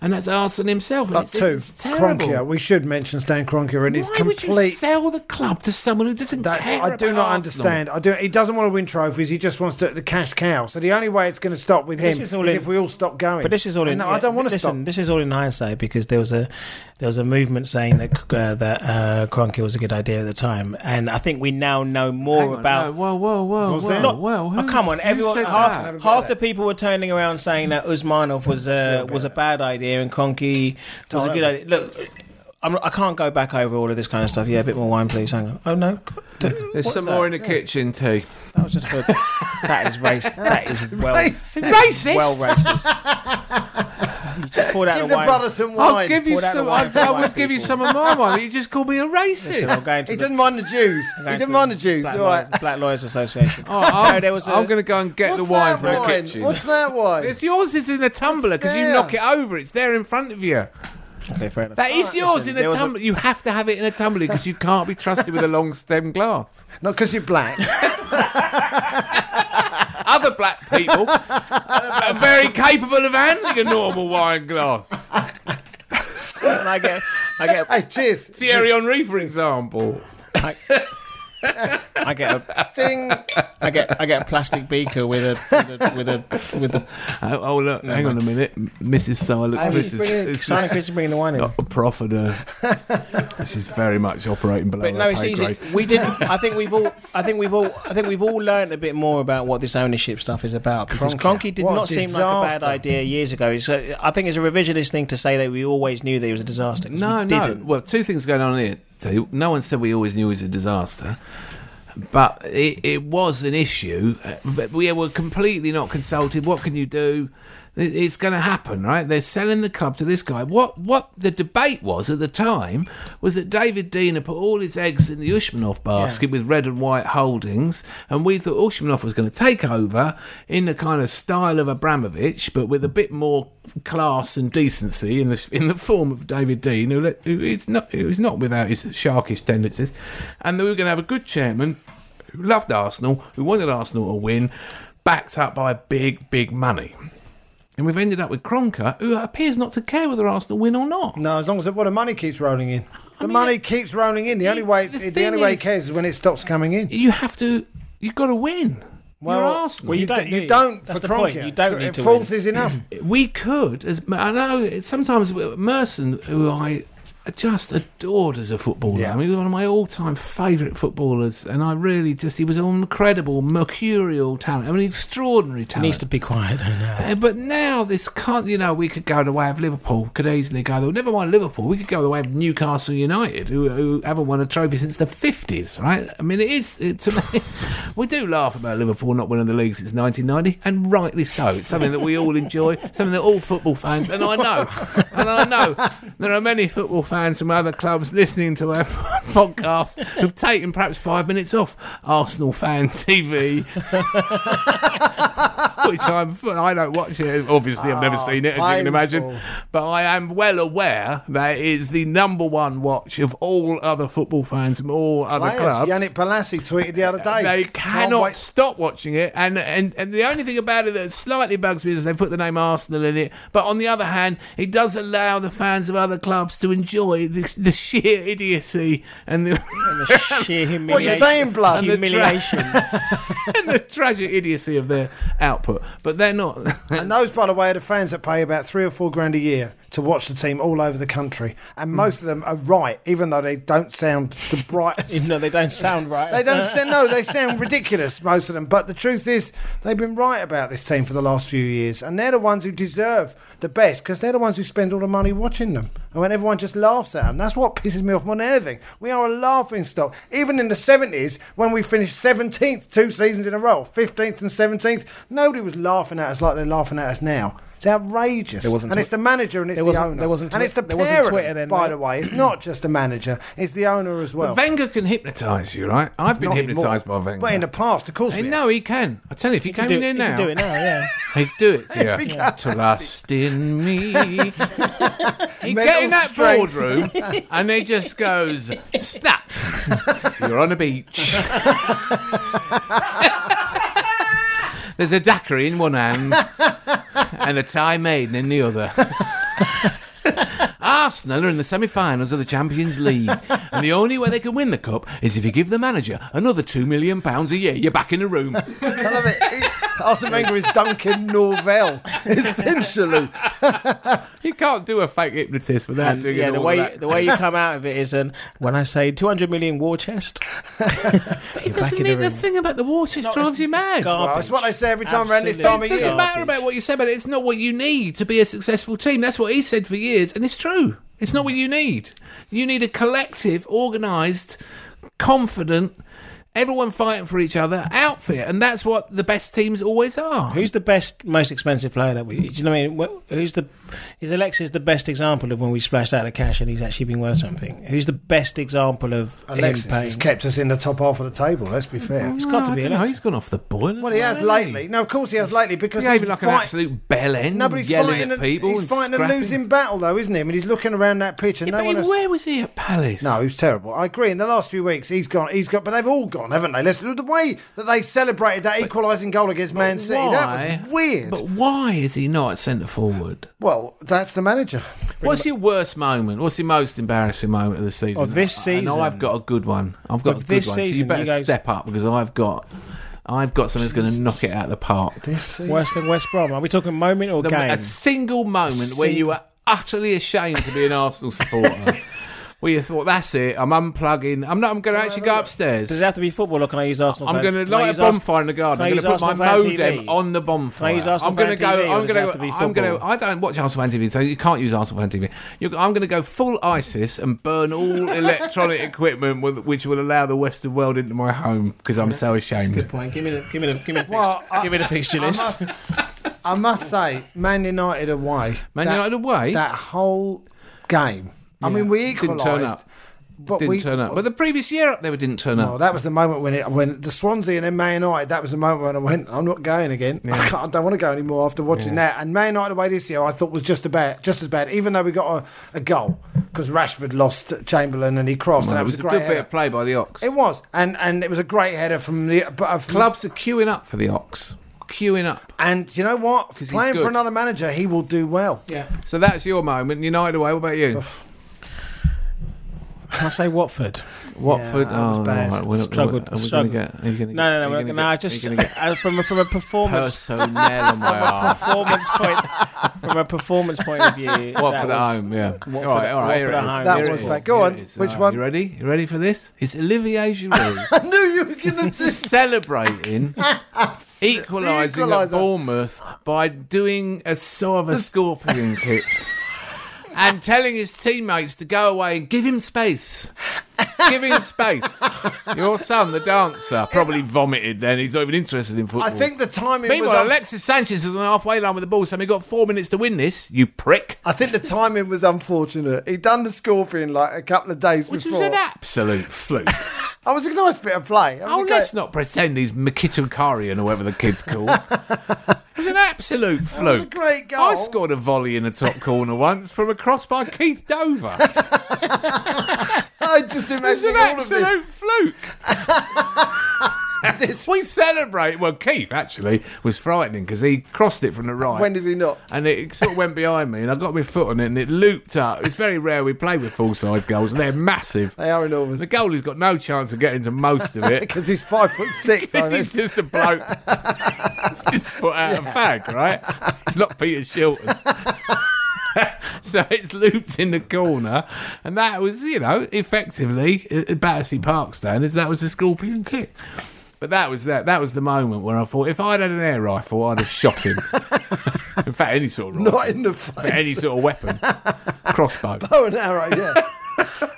[SPEAKER 2] and that's Arsene himself. And
[SPEAKER 3] But
[SPEAKER 2] it's,
[SPEAKER 3] two,
[SPEAKER 2] it's terrible.
[SPEAKER 3] Cronkier. We should mention Stan Cronkier and his
[SPEAKER 2] Why would you
[SPEAKER 3] complete.
[SPEAKER 2] sell the club to someone who doesn't
[SPEAKER 3] That-
[SPEAKER 2] care?
[SPEAKER 3] I do
[SPEAKER 2] about
[SPEAKER 3] not
[SPEAKER 2] Arsenal?
[SPEAKER 3] understand. I do. He doesn't want to win trophies. He just wants to, the cash cow. So the only way it's going to stop with him
[SPEAKER 4] This
[SPEAKER 3] is,
[SPEAKER 4] is all in-
[SPEAKER 3] if we all stop going.
[SPEAKER 4] But this is all in.
[SPEAKER 3] No, I don't want to
[SPEAKER 4] listen,
[SPEAKER 3] stop.
[SPEAKER 4] This is all in hindsight because there was a there was a movement saying that uh, that uh, Kroenke was a good idea at the time, and I think we now know more
[SPEAKER 2] Hang on,
[SPEAKER 4] about.
[SPEAKER 2] no, whoa, whoa, whoa,
[SPEAKER 3] was
[SPEAKER 2] whoa,
[SPEAKER 3] that?
[SPEAKER 2] whoa, who-
[SPEAKER 4] oh, come on,
[SPEAKER 2] who
[SPEAKER 4] everyone.
[SPEAKER 2] said
[SPEAKER 4] Half,
[SPEAKER 2] that?
[SPEAKER 4] half the people were turning around saying that Usmanov was uh, was a bad idea and Cronky was a good idea. Look, I'm, I can't go back over all of this kind of stuff. Yeah, a bit more wine, please. Hang on. Oh no,
[SPEAKER 2] There's
[SPEAKER 4] What's
[SPEAKER 2] some
[SPEAKER 4] that?
[SPEAKER 2] more in the kitchen tea.
[SPEAKER 4] That was just for. that is race. That is well.
[SPEAKER 2] Racist.
[SPEAKER 4] Well racist. you just poured out
[SPEAKER 3] Give
[SPEAKER 4] the
[SPEAKER 3] the
[SPEAKER 4] wine.
[SPEAKER 3] brother some wine.
[SPEAKER 2] I'll give you
[SPEAKER 4] Pour that
[SPEAKER 2] some. I,
[SPEAKER 4] away for
[SPEAKER 2] I
[SPEAKER 4] white
[SPEAKER 2] would give you
[SPEAKER 4] people.
[SPEAKER 2] some of my wine. You just called me a
[SPEAKER 4] Listen, I'm
[SPEAKER 2] racist.
[SPEAKER 4] going to
[SPEAKER 3] He
[SPEAKER 4] the
[SPEAKER 3] doesn't mind the Jews. He
[SPEAKER 4] Going
[SPEAKER 3] doesn't
[SPEAKER 4] to
[SPEAKER 3] mind the
[SPEAKER 4] the
[SPEAKER 3] Jews.
[SPEAKER 4] Black,
[SPEAKER 3] All right.
[SPEAKER 4] Lawyers, Black Lawyers Association.
[SPEAKER 2] Oh, I'm,
[SPEAKER 4] No, there was a-
[SPEAKER 2] I'm going to go and get
[SPEAKER 3] What's
[SPEAKER 2] the wine
[SPEAKER 3] that
[SPEAKER 2] from the
[SPEAKER 3] wine?
[SPEAKER 2] kitchen.
[SPEAKER 3] What's that wine?
[SPEAKER 2] It's yours is in a tumbler because you
[SPEAKER 3] there?
[SPEAKER 2] knock it over. It's there in front of you.
[SPEAKER 4] Okay, fair enough.
[SPEAKER 2] That is yours
[SPEAKER 4] listen,
[SPEAKER 2] in a
[SPEAKER 4] there was a-
[SPEAKER 2] tumbler. You have to have it in a tumbler because you can't be trusted with a long stem glass.
[SPEAKER 3] Not because you're black.
[SPEAKER 2] Other black people are very capable of handling a normal wine glass.
[SPEAKER 4] and I get, I get,
[SPEAKER 3] hey, cheers.
[SPEAKER 2] Thierry Henry, for example. Oh,
[SPEAKER 4] I get, a,
[SPEAKER 3] Ding.
[SPEAKER 4] I get, I get a plastic beaker with a, with a, with a, with a.
[SPEAKER 2] Oh, oh look, hang on a minute, M- Mrs. Silent.
[SPEAKER 3] Hey,
[SPEAKER 2] This is,
[SPEAKER 3] brilliant.
[SPEAKER 2] this
[SPEAKER 4] Simon
[SPEAKER 2] is
[SPEAKER 4] Christie bringing the wine in.
[SPEAKER 2] not a profit. Uh, this is very much operating below
[SPEAKER 4] But no,
[SPEAKER 2] our
[SPEAKER 4] it's
[SPEAKER 2] pay
[SPEAKER 4] easy.
[SPEAKER 2] grade.
[SPEAKER 4] We didn't. I think we've all. I think we've all. I think we've all learned a bit more about what this ownership stuff is about. Because Cronky did
[SPEAKER 3] What a
[SPEAKER 4] not seem like a bad
[SPEAKER 3] disaster.
[SPEAKER 4] idea years ago. So I think it's a revisionist thing to say that we always knew that it was a disaster. 'cause
[SPEAKER 2] No,
[SPEAKER 4] we
[SPEAKER 2] no.
[SPEAKER 4] didn't.
[SPEAKER 2] Well, two things going on here. So no one said we always knew it was a disaster, but it, it was an issue. uh, But we were completely not consulted. What can you do? It- It's going to happen, right? They're selling the club to this guy. What what the debate was at the time was that David Dean had put all his eggs in the Ushmanov basket with red and white holdings, and we thought Ushmanov was going to take over in the kind of style of Abramovich, but with a bit more class and decency in the in the form of David Dean, who, let, who is not who is not without his sharkish tendencies, and that we were going to have a good chairman who loved Arsenal, who wanted Arsenal to win, backed up by big big money. And we've ended up with Cronker, who appears not to care whether Arsenal win or not.
[SPEAKER 3] No, as long as well, the money keeps rolling in. The money keeps rolling in. The, only way
[SPEAKER 2] the
[SPEAKER 3] the,
[SPEAKER 2] thing
[SPEAKER 3] only way
[SPEAKER 2] is-
[SPEAKER 3] it cares is when it stops coming in.
[SPEAKER 2] You have to, you've got to win. You're
[SPEAKER 3] Well,
[SPEAKER 2] Arsenal.
[SPEAKER 4] Well, you
[SPEAKER 3] d-
[SPEAKER 4] don't
[SPEAKER 3] You
[SPEAKER 4] need-
[SPEAKER 3] don't.
[SPEAKER 4] that's
[SPEAKER 3] for
[SPEAKER 4] the point,
[SPEAKER 3] Kroenke.
[SPEAKER 4] you don't need to
[SPEAKER 3] Fourth
[SPEAKER 4] win.
[SPEAKER 3] is enough.
[SPEAKER 2] we could as I know it's sometimes Merson who I just adored as a footballer.
[SPEAKER 3] Yeah.
[SPEAKER 2] I mean, he was one of my all-time favourite footballers, and I really just—he was an incredible, mercurial talent. I mean, extraordinary talent.
[SPEAKER 4] needs to be quiet. I know.
[SPEAKER 2] Uh, But now this can't, you know, we could go the way of Liverpool, could easily go the never mind Liverpool, we could go the way of Newcastle United, who, who haven't won a trophy since the 50s, right? I mean, it is, it, to me, we do laugh about Liverpool not winning the league since 1990, and rightly so. It's something that we all enjoy, something that all football fans, and I know, and I know there are many football fans from other clubs listening to our podcast who've taken perhaps five minutes off Arsenal fan TV which I'm I don't watch it. Obviously, I've never
[SPEAKER 3] Ah,
[SPEAKER 2] seen it, as you can imagine.
[SPEAKER 3] painful.
[SPEAKER 2] But I am well aware that it is the number one watch of all other football fans from all other
[SPEAKER 3] Players.
[SPEAKER 2] clubs.
[SPEAKER 3] Yannick Palassi tweeted the other day.
[SPEAKER 2] They
[SPEAKER 3] Can't
[SPEAKER 2] cannot
[SPEAKER 3] wait-
[SPEAKER 2] stop watching it, and, and and the only thing about it that slightly bugs me is they put the name Arsenal in it. But on the other hand, it does allow the fans of other clubs to enjoy away the, the sheer idiocy and the,
[SPEAKER 4] Sheer humiliation.
[SPEAKER 3] What you saying, blood?
[SPEAKER 2] And the
[SPEAKER 4] Humiliation.
[SPEAKER 2] and the tragic idiocy of their output. But they're not.
[SPEAKER 3] And those, by the way, are the fans that pay about three or four grand a year to watch the team all over the country. And most of them are right, even though they don't sound the brightest.
[SPEAKER 4] Even though they don't sound right.
[SPEAKER 3] They don't sound, no, they sound ridiculous, most of them. But the truth is, they've been right about this team for the last few years. And they're the ones who deserve the best because they're the ones who spend all the money watching them. And when everyone just laughs at them, that's what pisses me off more than anything. We are a laughing stock. Even in the 70s, when we finished 17th two seasons in a row, 15th and 17th, nobody was laughing at us like they're laughing at us now. It's outrageous.
[SPEAKER 4] There wasn't
[SPEAKER 3] and
[SPEAKER 4] twi-
[SPEAKER 3] it's the manager and it's
[SPEAKER 4] There
[SPEAKER 3] the
[SPEAKER 4] wasn't-
[SPEAKER 3] owner.
[SPEAKER 4] there wasn't
[SPEAKER 3] and
[SPEAKER 4] twi-
[SPEAKER 3] it's the
[SPEAKER 4] there wasn't
[SPEAKER 3] parent,
[SPEAKER 4] Twitter then,
[SPEAKER 3] by
[SPEAKER 4] mate.
[SPEAKER 3] the way. It's not just the manager, it's the owner as well.
[SPEAKER 2] Wenger can hypnotise you, right? I've been
[SPEAKER 3] Not anymore.
[SPEAKER 2] hypnotised by Wenger.
[SPEAKER 3] But in the past, of course,
[SPEAKER 2] Hey,
[SPEAKER 3] we
[SPEAKER 2] no, he can. I tell you, if he, came
[SPEAKER 4] do,
[SPEAKER 2] in here
[SPEAKER 4] you
[SPEAKER 2] now,
[SPEAKER 4] can do it now, yeah.
[SPEAKER 2] he'd do it. to
[SPEAKER 3] he
[SPEAKER 2] you.
[SPEAKER 3] can.
[SPEAKER 2] Trust in me. he get in that
[SPEAKER 3] strength.
[SPEAKER 2] boardroom and he just goes, snap. You're on a beach. There's a daiquiri in one hand and a Thai maiden in the other. Arsenal are in the semi-finals of the Champions League, and the only way they can win the cup is if you give the manager another two million pounds a year. You're back in the room.
[SPEAKER 3] I love it. He- Arsene Wenger is Duncan Norvell, essentially.
[SPEAKER 2] You can't do a fake hypnotist without
[SPEAKER 4] And,
[SPEAKER 2] doing
[SPEAKER 4] yeah,
[SPEAKER 2] it.
[SPEAKER 4] the way the way you come out of it is, and when I say 200 million war chest,
[SPEAKER 2] it
[SPEAKER 4] you're back
[SPEAKER 2] doesn't
[SPEAKER 4] in the
[SPEAKER 2] mean the
[SPEAKER 4] room.
[SPEAKER 2] thing about the water
[SPEAKER 4] not-
[SPEAKER 2] drives you
[SPEAKER 4] it's-
[SPEAKER 2] mad.
[SPEAKER 4] it's garbage.
[SPEAKER 3] Well, it's what they say every time around this time
[SPEAKER 4] Absolutely.
[SPEAKER 3] of
[SPEAKER 2] It
[SPEAKER 3] year.
[SPEAKER 2] doesn't matter
[SPEAKER 4] Garbage.
[SPEAKER 2] about what you say, but it's not what you need to be a successful team. That's what he said for years, and it's true. It's not what you need. You need a collective, organised, confident, everyone fighting for each other outfit, and that's what the best teams always are.
[SPEAKER 4] Who's the best, most expensive player that we? Do you know what I mean? Wh- Who's the? Is Alexis the best example of when we splashed out the cash and he's actually been worth something? Who's the best example of
[SPEAKER 3] Alexis
[SPEAKER 4] him paying?
[SPEAKER 3] has kept us in the top half of the table, let's be fair.
[SPEAKER 4] it's got
[SPEAKER 2] Oh,
[SPEAKER 4] to
[SPEAKER 2] I
[SPEAKER 4] be
[SPEAKER 2] don't know,
[SPEAKER 4] Alexis.
[SPEAKER 2] he's gone off the boil.
[SPEAKER 3] Well, he has lately. No, of course he has lately because he's
[SPEAKER 2] Behaving like an
[SPEAKER 3] fight-
[SPEAKER 2] absolute bell end,
[SPEAKER 3] No, but he's
[SPEAKER 2] yelling
[SPEAKER 3] fighting,
[SPEAKER 2] at
[SPEAKER 3] a,
[SPEAKER 2] people.
[SPEAKER 3] he's
[SPEAKER 2] and
[SPEAKER 3] fighting a
[SPEAKER 2] scrapping.
[SPEAKER 3] losing battle, though, isn't he? I mean, he's looking around that pitch and
[SPEAKER 2] Yeah,
[SPEAKER 3] no
[SPEAKER 2] but
[SPEAKER 3] one
[SPEAKER 2] he-
[SPEAKER 3] has.
[SPEAKER 2] where was he at Palace?
[SPEAKER 3] No, he's terrible. I agree. In the last few weeks, he's gone. He's got, but they've all gone, haven't they? Let's the way that they celebrated that equalising goal against Man City. That was weird.
[SPEAKER 2] But why is he not at centre forward?
[SPEAKER 3] well, that's the manager.
[SPEAKER 2] What's your worst moment? What's your most embarrassing moment of the season?
[SPEAKER 4] Of this
[SPEAKER 2] I- I know
[SPEAKER 4] season?
[SPEAKER 2] I've got a good one. I've got
[SPEAKER 4] Of
[SPEAKER 2] a good
[SPEAKER 4] this
[SPEAKER 2] one. so you
[SPEAKER 4] season,
[SPEAKER 2] better
[SPEAKER 4] you guys-
[SPEAKER 2] step up because I've got, I've got something that's going to knock it out of the park.
[SPEAKER 4] Worse than West Brom? Are we talking moment or
[SPEAKER 2] The-
[SPEAKER 4] game?
[SPEAKER 2] a single moment where you
[SPEAKER 4] single-
[SPEAKER 2] were utterly ashamed to be an Arsenal supporter. Where you thought, that's it, I'm unplugging. I'm not. I'm going to actually go upstairs.
[SPEAKER 4] Does it have to be football, or can I use Arsenal?
[SPEAKER 2] I'm
[SPEAKER 4] fan-
[SPEAKER 2] going to
[SPEAKER 4] can I
[SPEAKER 2] light
[SPEAKER 4] use
[SPEAKER 2] a
[SPEAKER 4] Ars-
[SPEAKER 2] bonfire in the garden.
[SPEAKER 4] can I
[SPEAKER 2] I'm going
[SPEAKER 4] use
[SPEAKER 2] to put my
[SPEAKER 4] Arsenal fan
[SPEAKER 2] modem
[SPEAKER 4] TV?
[SPEAKER 2] on the bonfire.
[SPEAKER 4] Can I use Arsenal
[SPEAKER 2] I'm going to
[SPEAKER 4] fan TV
[SPEAKER 2] go.
[SPEAKER 4] or
[SPEAKER 2] I'm
[SPEAKER 4] does it
[SPEAKER 2] going
[SPEAKER 4] have to be
[SPEAKER 2] I'm going to.
[SPEAKER 4] football?
[SPEAKER 2] I don't watch Arsenal fan TV, so you can't use Arsenal fan TV. You're, I'm going to go full ISIS and burn all electronic equipment, with, which will allow the Western world into my home because I'm so ashamed.
[SPEAKER 4] Good point. Give me the give me the give me the,
[SPEAKER 3] Well, I-
[SPEAKER 4] give me the fixture list.
[SPEAKER 3] I must say, Man United away.
[SPEAKER 2] Man
[SPEAKER 3] that,
[SPEAKER 2] United away?
[SPEAKER 3] That whole game. I mean, we
[SPEAKER 2] Didn't
[SPEAKER 3] equalised.
[SPEAKER 2] turn up.
[SPEAKER 3] But
[SPEAKER 2] Didn't
[SPEAKER 3] we,
[SPEAKER 2] turn up. But the previous year up there, we didn't turn
[SPEAKER 3] well,
[SPEAKER 2] up.
[SPEAKER 3] that was the moment when it when the Swansea and then Man United. That was the moment when I went. I'm not going again. I, can't, I don't want to go anymore after watching that. And Man United away this year, I thought was just about just as bad. Even though we got a, a goal because Rashford lost Chamberlain and he crossed, and
[SPEAKER 2] Well,
[SPEAKER 3] that
[SPEAKER 2] it was,
[SPEAKER 3] was, a
[SPEAKER 2] a good
[SPEAKER 3] great.
[SPEAKER 2] bit
[SPEAKER 3] header.
[SPEAKER 2] of play by the Ox.
[SPEAKER 3] It was, and and it was a great header from the but of
[SPEAKER 2] Clubs are queuing up for the Ox. Queuing up.
[SPEAKER 3] And you know what?
[SPEAKER 2] 'Cause he's
[SPEAKER 3] Playing for
[SPEAKER 2] good.
[SPEAKER 3] another manager, he will do well.
[SPEAKER 2] So that's your moment. United away. What about you?
[SPEAKER 4] Can I say Watford?
[SPEAKER 2] Watford.
[SPEAKER 3] Yeah, that was
[SPEAKER 2] oh,
[SPEAKER 3] bad.
[SPEAKER 2] Right. We're, not-
[SPEAKER 4] Struggled.
[SPEAKER 2] Are we
[SPEAKER 4] struggled.
[SPEAKER 2] Gonna get, are you gonna
[SPEAKER 4] no,
[SPEAKER 2] get,
[SPEAKER 4] no, no.
[SPEAKER 2] are you
[SPEAKER 4] We're,
[SPEAKER 2] gonna
[SPEAKER 4] no, I
[SPEAKER 2] get- are you
[SPEAKER 4] just
[SPEAKER 2] gonna get-
[SPEAKER 4] uh, from a, from a performance
[SPEAKER 2] personnel on my arse.
[SPEAKER 4] performance point from a performance point of view. that
[SPEAKER 2] Watford at
[SPEAKER 4] was-
[SPEAKER 2] home, yeah.
[SPEAKER 4] Watford-
[SPEAKER 2] all right, all right. here
[SPEAKER 4] Watford
[SPEAKER 2] it
[SPEAKER 4] at
[SPEAKER 2] is.
[SPEAKER 4] home.
[SPEAKER 3] That
[SPEAKER 2] Here it
[SPEAKER 3] was
[SPEAKER 2] is.
[SPEAKER 3] bad. Go
[SPEAKER 2] Here
[SPEAKER 3] on,
[SPEAKER 2] it is.
[SPEAKER 3] which
[SPEAKER 2] All right,
[SPEAKER 3] one?
[SPEAKER 2] You ready? You ready for this? It's Olivier Giroud
[SPEAKER 3] I knew you were going to do
[SPEAKER 2] celebrating equalising at
[SPEAKER 3] equaliser.
[SPEAKER 2] Bournemouth by doing a sort of a scorpion kick. And telling his teammates to go away and give him space. Give him space. Your son, the dancer, probably vomited then. He's not even interested in football.
[SPEAKER 3] I think the timing was.
[SPEAKER 2] Meanwhile,
[SPEAKER 3] un-
[SPEAKER 2] Alexis Sanchez is on the halfway line with the ball, so we've got four minutes to win this, you prick.
[SPEAKER 3] I think the timing was unfortunate. He'd done the scorpion like a couple of days
[SPEAKER 2] Which
[SPEAKER 3] before.
[SPEAKER 2] was an absolute fluke.
[SPEAKER 3] I was a nice bit of play. I was
[SPEAKER 2] oh,
[SPEAKER 3] a great-
[SPEAKER 2] let's not pretend he's Mkhitaryan or whatever the kid's called. it was an absolute fluke.
[SPEAKER 3] was a great goal.
[SPEAKER 2] I scored a volley in the top corner once from a cross by Keith Dover. it
[SPEAKER 3] I just
[SPEAKER 2] was
[SPEAKER 3] imagine
[SPEAKER 2] an
[SPEAKER 3] all of this.
[SPEAKER 2] absolute fluke. we celebrate. Well, Keith actually was frightening because he crossed it from the right.
[SPEAKER 5] When does he not?
[SPEAKER 2] And it sort of went behind me, and I got my foot on it, and it looped up. It's very rare we play with full size goals, and they're massive.
[SPEAKER 5] They are enormous.
[SPEAKER 2] The goalie's got no chance of getting to most of it.
[SPEAKER 5] Because he's five foot six. I
[SPEAKER 2] He's
[SPEAKER 5] think.
[SPEAKER 2] just a bloke. He's just put out a fag, right? It's not Peter Shilton. so it's looped in the corner, and that was, you know, effectively uh, at Battersea Park standards, that was a scorpion kick. But that was that. That was the moment where I thought, if I'd had an air rifle, I'd have shot him. in fact, any sort of rifle,
[SPEAKER 5] Not in the face.
[SPEAKER 2] any sort of weapon, crossbow.
[SPEAKER 5] Oh, an arrow, yeah.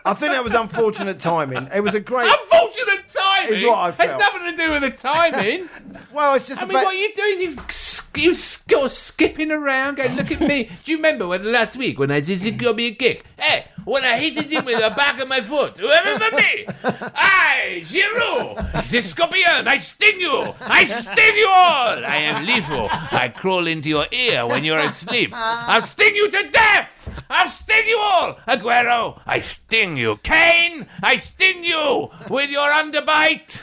[SPEAKER 3] I think that was unfortunate timing. It was a great.
[SPEAKER 2] Unfortunate timing.
[SPEAKER 3] Is what I
[SPEAKER 2] Has
[SPEAKER 3] felt.
[SPEAKER 2] nothing to do with the timing.
[SPEAKER 3] Well, it's just
[SPEAKER 2] I
[SPEAKER 3] the
[SPEAKER 2] mean,
[SPEAKER 3] fact.
[SPEAKER 2] what are you doing? You sk- you sort of skipping around, going, look at me. Do you remember when last week when I just got me a kick? Hey, when I hit him with the back of my foot. Remember me? I, Giroud, the scorpion, I sting you. I sting you all. I am lethal. I crawl into your ear when you're asleep. I'll sting you to death. I'll sting you all. Aguero, I sting you. Kane, I sting you with your underbite.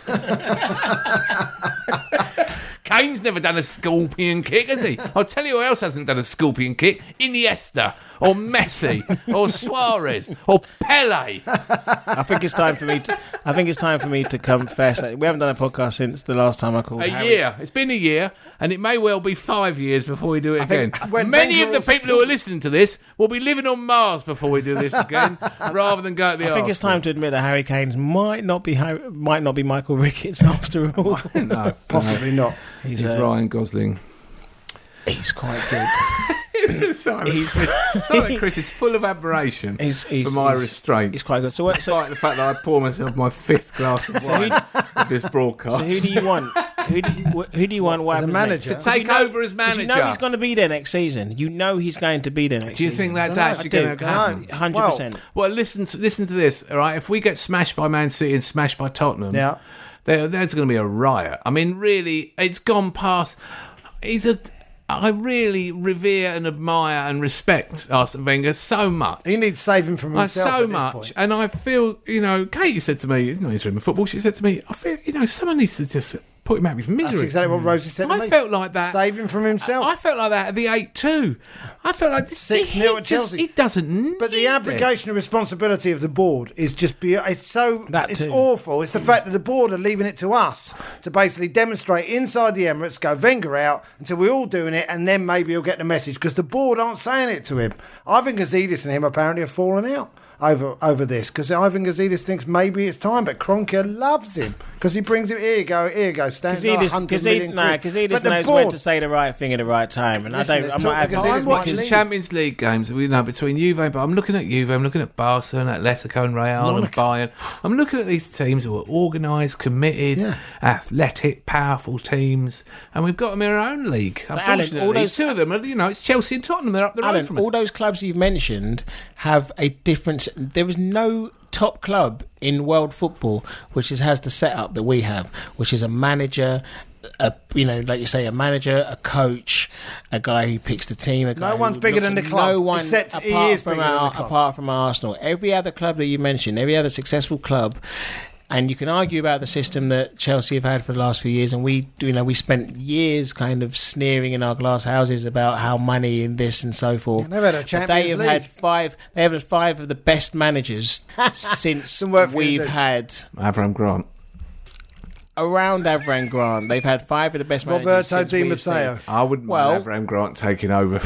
[SPEAKER 2] Kane's never done a scorpion kick, has he? I'll tell you who else hasn't done a scorpion kick: Iniesta, or Messi, or Suarez, or Pele.
[SPEAKER 4] I think it's time for me. To, I think it's time for me to confess. We haven't done a podcast since the last time I called.
[SPEAKER 2] A
[SPEAKER 4] Harry.
[SPEAKER 2] year. It's been a year, and it may well be five years before we do it again.
[SPEAKER 4] think-
[SPEAKER 3] when
[SPEAKER 2] Many
[SPEAKER 3] things
[SPEAKER 2] of
[SPEAKER 3] are
[SPEAKER 2] the
[SPEAKER 3] all
[SPEAKER 2] people who are listening to this will be living on Mars before we do this again, rather than go at the.
[SPEAKER 4] I think it's time to admit that Harry Kane's might not be Harry, might not be Michael Ricketts after all.
[SPEAKER 2] No,
[SPEAKER 3] Possibly not.
[SPEAKER 4] He's,
[SPEAKER 2] It's
[SPEAKER 4] uh,
[SPEAKER 2] Ryan Gosling.
[SPEAKER 4] he's quite good.
[SPEAKER 2] Simon, Chris, Simon Chris is full of admiration
[SPEAKER 4] He's, he's
[SPEAKER 2] for my
[SPEAKER 4] he's-
[SPEAKER 2] restraint.
[SPEAKER 4] He's quite good. So what? So,
[SPEAKER 2] despite the fact that I pour myself my fifth glass of wine of this broadcast.
[SPEAKER 4] so who do you want? Who do you, wh- who do you want? What
[SPEAKER 3] As a
[SPEAKER 4] happens
[SPEAKER 3] manager.
[SPEAKER 4] next?
[SPEAKER 3] To
[SPEAKER 2] take
[SPEAKER 4] You know-
[SPEAKER 2] over as
[SPEAKER 4] 'cause
[SPEAKER 2] manager?
[SPEAKER 4] You know he's going to be there next season. You know he's going to be there next.
[SPEAKER 2] do you
[SPEAKER 4] season.
[SPEAKER 2] think that's
[SPEAKER 3] Dunno.
[SPEAKER 2] actually
[SPEAKER 4] I do.
[SPEAKER 2] going to happen?
[SPEAKER 4] Hundred percent.
[SPEAKER 2] Well, listen to listen to this. All right, if we get smashed by Man City and smashed by Tottenham,
[SPEAKER 3] Yeah.
[SPEAKER 2] there, there's going to be a riot. I mean, really, it's gone past. He's a. I really revere and admire and respect Arsene Wenger so much.
[SPEAKER 3] He needs saving from
[SPEAKER 2] I
[SPEAKER 3] himself. at
[SPEAKER 2] so
[SPEAKER 3] this
[SPEAKER 2] much,
[SPEAKER 3] point.
[SPEAKER 2] and I feel you know. Katie said to me, "It's not his room of football." She said to me, "I feel you know someone needs to just put him out of his misery."
[SPEAKER 3] That's exactly what Rosie said to
[SPEAKER 2] I
[SPEAKER 3] me.
[SPEAKER 2] felt like that.
[SPEAKER 3] Save him from himself.
[SPEAKER 2] I felt like that at the eight two. I felt like this,
[SPEAKER 3] 6-0
[SPEAKER 2] he
[SPEAKER 3] at
[SPEAKER 2] just-
[SPEAKER 3] Chelsea.
[SPEAKER 2] He doesn't.
[SPEAKER 3] But
[SPEAKER 2] need
[SPEAKER 3] the
[SPEAKER 2] it.
[SPEAKER 3] abrogation of responsibility of the board is just be it's so
[SPEAKER 4] That
[SPEAKER 3] it's
[SPEAKER 4] too.
[SPEAKER 3] awful. It's the fact that the board are leaving it to us to basically demonstrate inside the Emirates, go Wenger out until we're all doing it, and then maybe he'll get the message because the board aren't saying it to him. Ivan Gazidis and him apparently have fallen out over over this because Ivan Gazidis thinks maybe it's time, but Kronke loves him because he brings him here. You go here, you go. Stand
[SPEAKER 4] Gazidis, Gazidis, nah, Gazidis knows when to say the right thing at the right time,
[SPEAKER 3] Listen,
[SPEAKER 4] and I don't.
[SPEAKER 3] let's
[SPEAKER 4] I'm
[SPEAKER 3] talk
[SPEAKER 4] not having
[SPEAKER 3] to
[SPEAKER 2] I'm
[SPEAKER 3] Gazidis, might
[SPEAKER 2] watching
[SPEAKER 3] leave.
[SPEAKER 2] Champions League games, you know, between Juve, but I'm looking at Juve, I'm looking at Barca and Atletico and Real and Bayern. I'm looking at these teams who are organised, committed,
[SPEAKER 3] Yeah.
[SPEAKER 2] athletic, powerful teams, and we've got them in our own league.
[SPEAKER 4] Alan, all
[SPEAKER 2] Unfortunately,
[SPEAKER 4] those-
[SPEAKER 2] two of them, are, you know, it's Chelsea and Tottenham. They're up the road
[SPEAKER 4] Alan,
[SPEAKER 2] from us.
[SPEAKER 4] all those clubs you've mentioned have a difference. There is no top club in world football which is, has the setup that we have, which is a manager. A, you know, like you say, a manager, a coach, a guy who picks the team. A guy
[SPEAKER 3] one's
[SPEAKER 4] who
[SPEAKER 3] bigger
[SPEAKER 4] looks
[SPEAKER 3] than
[SPEAKER 4] at-
[SPEAKER 3] the club,
[SPEAKER 4] No one,
[SPEAKER 3] except
[SPEAKER 4] apart
[SPEAKER 3] he is
[SPEAKER 4] from
[SPEAKER 3] bigger than
[SPEAKER 4] our,
[SPEAKER 3] the club.
[SPEAKER 4] apart from Arsenal. Every other club that you mentioned, every other successful club, and you can argue about the system that Chelsea have had for the last few years. And we, you know, we spent years kind of sneering in our glass houses about how money and this and so forth.
[SPEAKER 3] Yeah, they've had a
[SPEAKER 4] But
[SPEAKER 3] Champions
[SPEAKER 4] they have
[SPEAKER 3] League.
[SPEAKER 4] had five. They have had five of the best managers since
[SPEAKER 3] Some work for you
[SPEAKER 4] we've
[SPEAKER 3] to do.
[SPEAKER 4] had
[SPEAKER 2] Avram Grant.
[SPEAKER 4] around Avram Grant. They've had five of the best managers
[SPEAKER 3] Roberto
[SPEAKER 4] since
[SPEAKER 3] Di
[SPEAKER 4] we've
[SPEAKER 3] Matteo.
[SPEAKER 4] seen.
[SPEAKER 2] I wouldn't
[SPEAKER 4] Well-
[SPEAKER 2] mind Avram Grant taking over.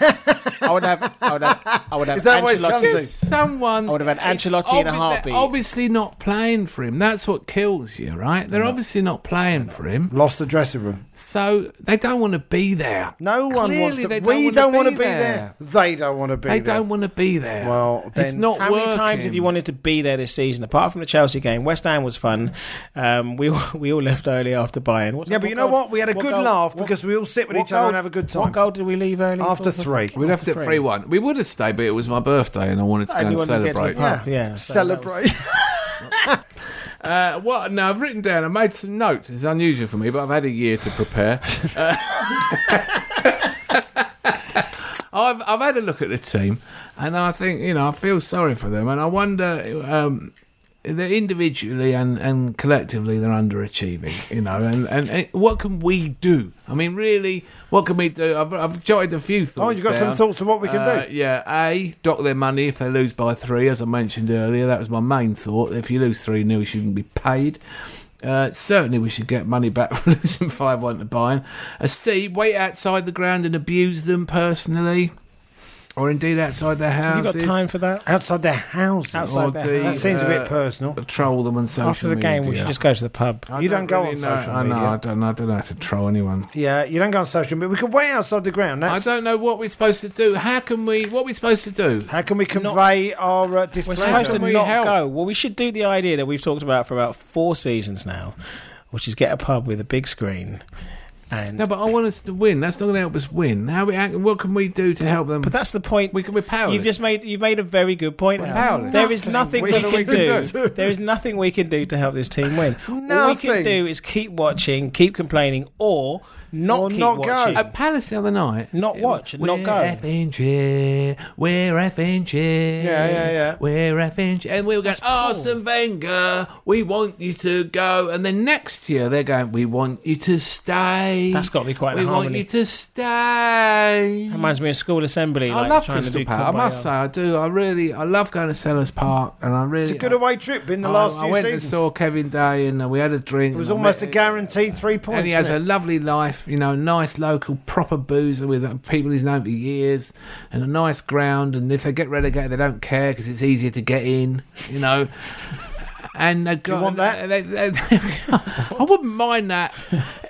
[SPEAKER 4] I would have. I would have. I would have.
[SPEAKER 3] Is that what it's come
[SPEAKER 4] Ancelotti.
[SPEAKER 3] to?
[SPEAKER 2] someone.
[SPEAKER 4] I would have had Ancelotti
[SPEAKER 2] It's
[SPEAKER 4] in a
[SPEAKER 2] obvi-
[SPEAKER 4] heartbeat.
[SPEAKER 2] They're obviously not playing for him. That's what kills you, right? They're obviously not playing for him,
[SPEAKER 3] Lost the dressing room.
[SPEAKER 2] so they don't want to be there.
[SPEAKER 3] No one
[SPEAKER 2] Clearly
[SPEAKER 3] wants to.
[SPEAKER 2] they
[SPEAKER 3] we
[SPEAKER 2] wanna
[SPEAKER 3] don't want to be there. They don't want to be
[SPEAKER 2] They
[SPEAKER 3] there.
[SPEAKER 2] don't want to be there.
[SPEAKER 3] Well,
[SPEAKER 2] it's
[SPEAKER 3] then-
[SPEAKER 2] not
[SPEAKER 4] How many times
[SPEAKER 2] working.
[SPEAKER 4] have you wanted to be there this season? Apart from the Chelsea game, West Ham was fun. Um, we all, we all left early after Bayern. What-
[SPEAKER 3] Yeah, but
[SPEAKER 4] what
[SPEAKER 3] you know
[SPEAKER 4] goal-
[SPEAKER 3] what? We had a good
[SPEAKER 4] goal-
[SPEAKER 3] laugh
[SPEAKER 4] what-
[SPEAKER 3] because we all sit with
[SPEAKER 4] what
[SPEAKER 3] each other
[SPEAKER 4] goal-
[SPEAKER 3] and have a good
[SPEAKER 4] What
[SPEAKER 3] time.
[SPEAKER 4] goal did we leave early?
[SPEAKER 3] After
[SPEAKER 4] for-
[SPEAKER 3] three.
[SPEAKER 2] We left it
[SPEAKER 4] three.
[SPEAKER 2] three one. We would have stayed, but it was my birthday, and I wanted to go
[SPEAKER 4] And
[SPEAKER 2] and,
[SPEAKER 4] you wanted to get to the
[SPEAKER 2] celebrate.
[SPEAKER 4] pub. Yeah, so
[SPEAKER 3] Celebrate.
[SPEAKER 2] Uh, what? Now I've written down. I made some notes. It's unusual for me, but I've had a year to prepare. Uh, I've I've had a look at the team, and I think you know I feel sorry for them, and I wonder um, they're individually and, and collectively they're underachieving, you know. And, and, and what can we do? I mean, really, what can we do? I've, I've jotted a few thoughts.
[SPEAKER 3] Oh, you've got some
[SPEAKER 2] down.
[SPEAKER 3] thoughts on what we can
[SPEAKER 2] Uh,
[SPEAKER 3] do?
[SPEAKER 2] Yeah, a dock their money if they lose by three, as I mentioned earlier. That was my main thought. If you lose three 0 you shouldn't be paid. Uh, certainly, we should get money back for losing five one to Bayern. A C wait outside the ground and abuse them personally, or indeed outside their
[SPEAKER 4] Have you
[SPEAKER 2] houses.
[SPEAKER 4] got time for that?
[SPEAKER 3] Outside their houses.
[SPEAKER 4] Outside their
[SPEAKER 2] the,
[SPEAKER 3] that
[SPEAKER 4] houses.
[SPEAKER 3] seems a
[SPEAKER 2] uh,
[SPEAKER 3] bit personal.
[SPEAKER 2] Troll them on social
[SPEAKER 4] After the
[SPEAKER 2] media.
[SPEAKER 4] game, we should just go to the pub.
[SPEAKER 2] I
[SPEAKER 3] You don't go on
[SPEAKER 2] know,
[SPEAKER 3] social
[SPEAKER 2] I know.
[SPEAKER 3] media.
[SPEAKER 2] I don't. I don't know how to troll anyone.
[SPEAKER 3] Yeah, you don't go on social media. We could wait outside the ground.
[SPEAKER 2] I
[SPEAKER 3] That's,
[SPEAKER 2] don't know what we're supposed to do. How can we? What are we supposed to do?
[SPEAKER 3] how can we convey our uh,
[SPEAKER 4] We're
[SPEAKER 3] displeasure?
[SPEAKER 4] supposed to
[SPEAKER 2] Can we
[SPEAKER 4] not
[SPEAKER 2] help?
[SPEAKER 4] go. Well, we should do the idea that we've talked about for about four seasons now, which is get a pub with a big screen. And
[SPEAKER 2] No, but I want us to win. That's not going to help us win. How we? How, what can we do to help them?
[SPEAKER 4] But that's the point.
[SPEAKER 2] We can- we're powerless.
[SPEAKER 4] You've just made you made a very good point.
[SPEAKER 2] We're
[SPEAKER 4] Al.
[SPEAKER 2] powerless.
[SPEAKER 4] There is nothing we,
[SPEAKER 2] we
[SPEAKER 4] can
[SPEAKER 2] can
[SPEAKER 4] do.
[SPEAKER 2] do.
[SPEAKER 4] There is nothing we can do to help this team win. All we
[SPEAKER 3] Nothing.
[SPEAKER 4] can do is keep watching, keep complaining, or not
[SPEAKER 3] Or
[SPEAKER 4] keep
[SPEAKER 3] not go.
[SPEAKER 4] watching.
[SPEAKER 2] At Palace the other night.
[SPEAKER 4] Not watch and
[SPEAKER 2] we're
[SPEAKER 4] not go.
[SPEAKER 2] effing cheer. We're effing cheer.
[SPEAKER 3] Yeah, yeah, yeah.
[SPEAKER 2] We're effing cheer. And we were going, Arsene Wenger, we want you to go. And then next year they're going, we want you to stay.
[SPEAKER 4] That's gotta be quite
[SPEAKER 2] We
[SPEAKER 4] a
[SPEAKER 2] want
[SPEAKER 4] harmony.
[SPEAKER 2] you to stay.
[SPEAKER 4] Reminds me of school assembly.
[SPEAKER 2] I
[SPEAKER 4] like,
[SPEAKER 2] love
[SPEAKER 4] trying
[SPEAKER 2] Crystal
[SPEAKER 4] to do
[SPEAKER 2] Park. I must say,
[SPEAKER 4] Kumbaya.
[SPEAKER 2] I do. I really, I love going to Sellers Park, and I really.
[SPEAKER 3] It's a good away trip in the
[SPEAKER 2] I-
[SPEAKER 3] last
[SPEAKER 2] I,
[SPEAKER 3] few
[SPEAKER 2] went
[SPEAKER 3] seasons.
[SPEAKER 2] and saw Kevin Day, and uh, we had a drink.
[SPEAKER 3] it was
[SPEAKER 2] and I
[SPEAKER 3] almost a
[SPEAKER 2] met-
[SPEAKER 3] guaranteed three points.
[SPEAKER 2] and he has a
[SPEAKER 3] wasn't
[SPEAKER 2] lovely life, you know, nice local proper boozer with uh, people he's known for years, and a nice ground. And if they get relegated, they don't care because it's easier to get in, you know. And they got,
[SPEAKER 3] you want that?
[SPEAKER 2] they- they- I wouldn't mind that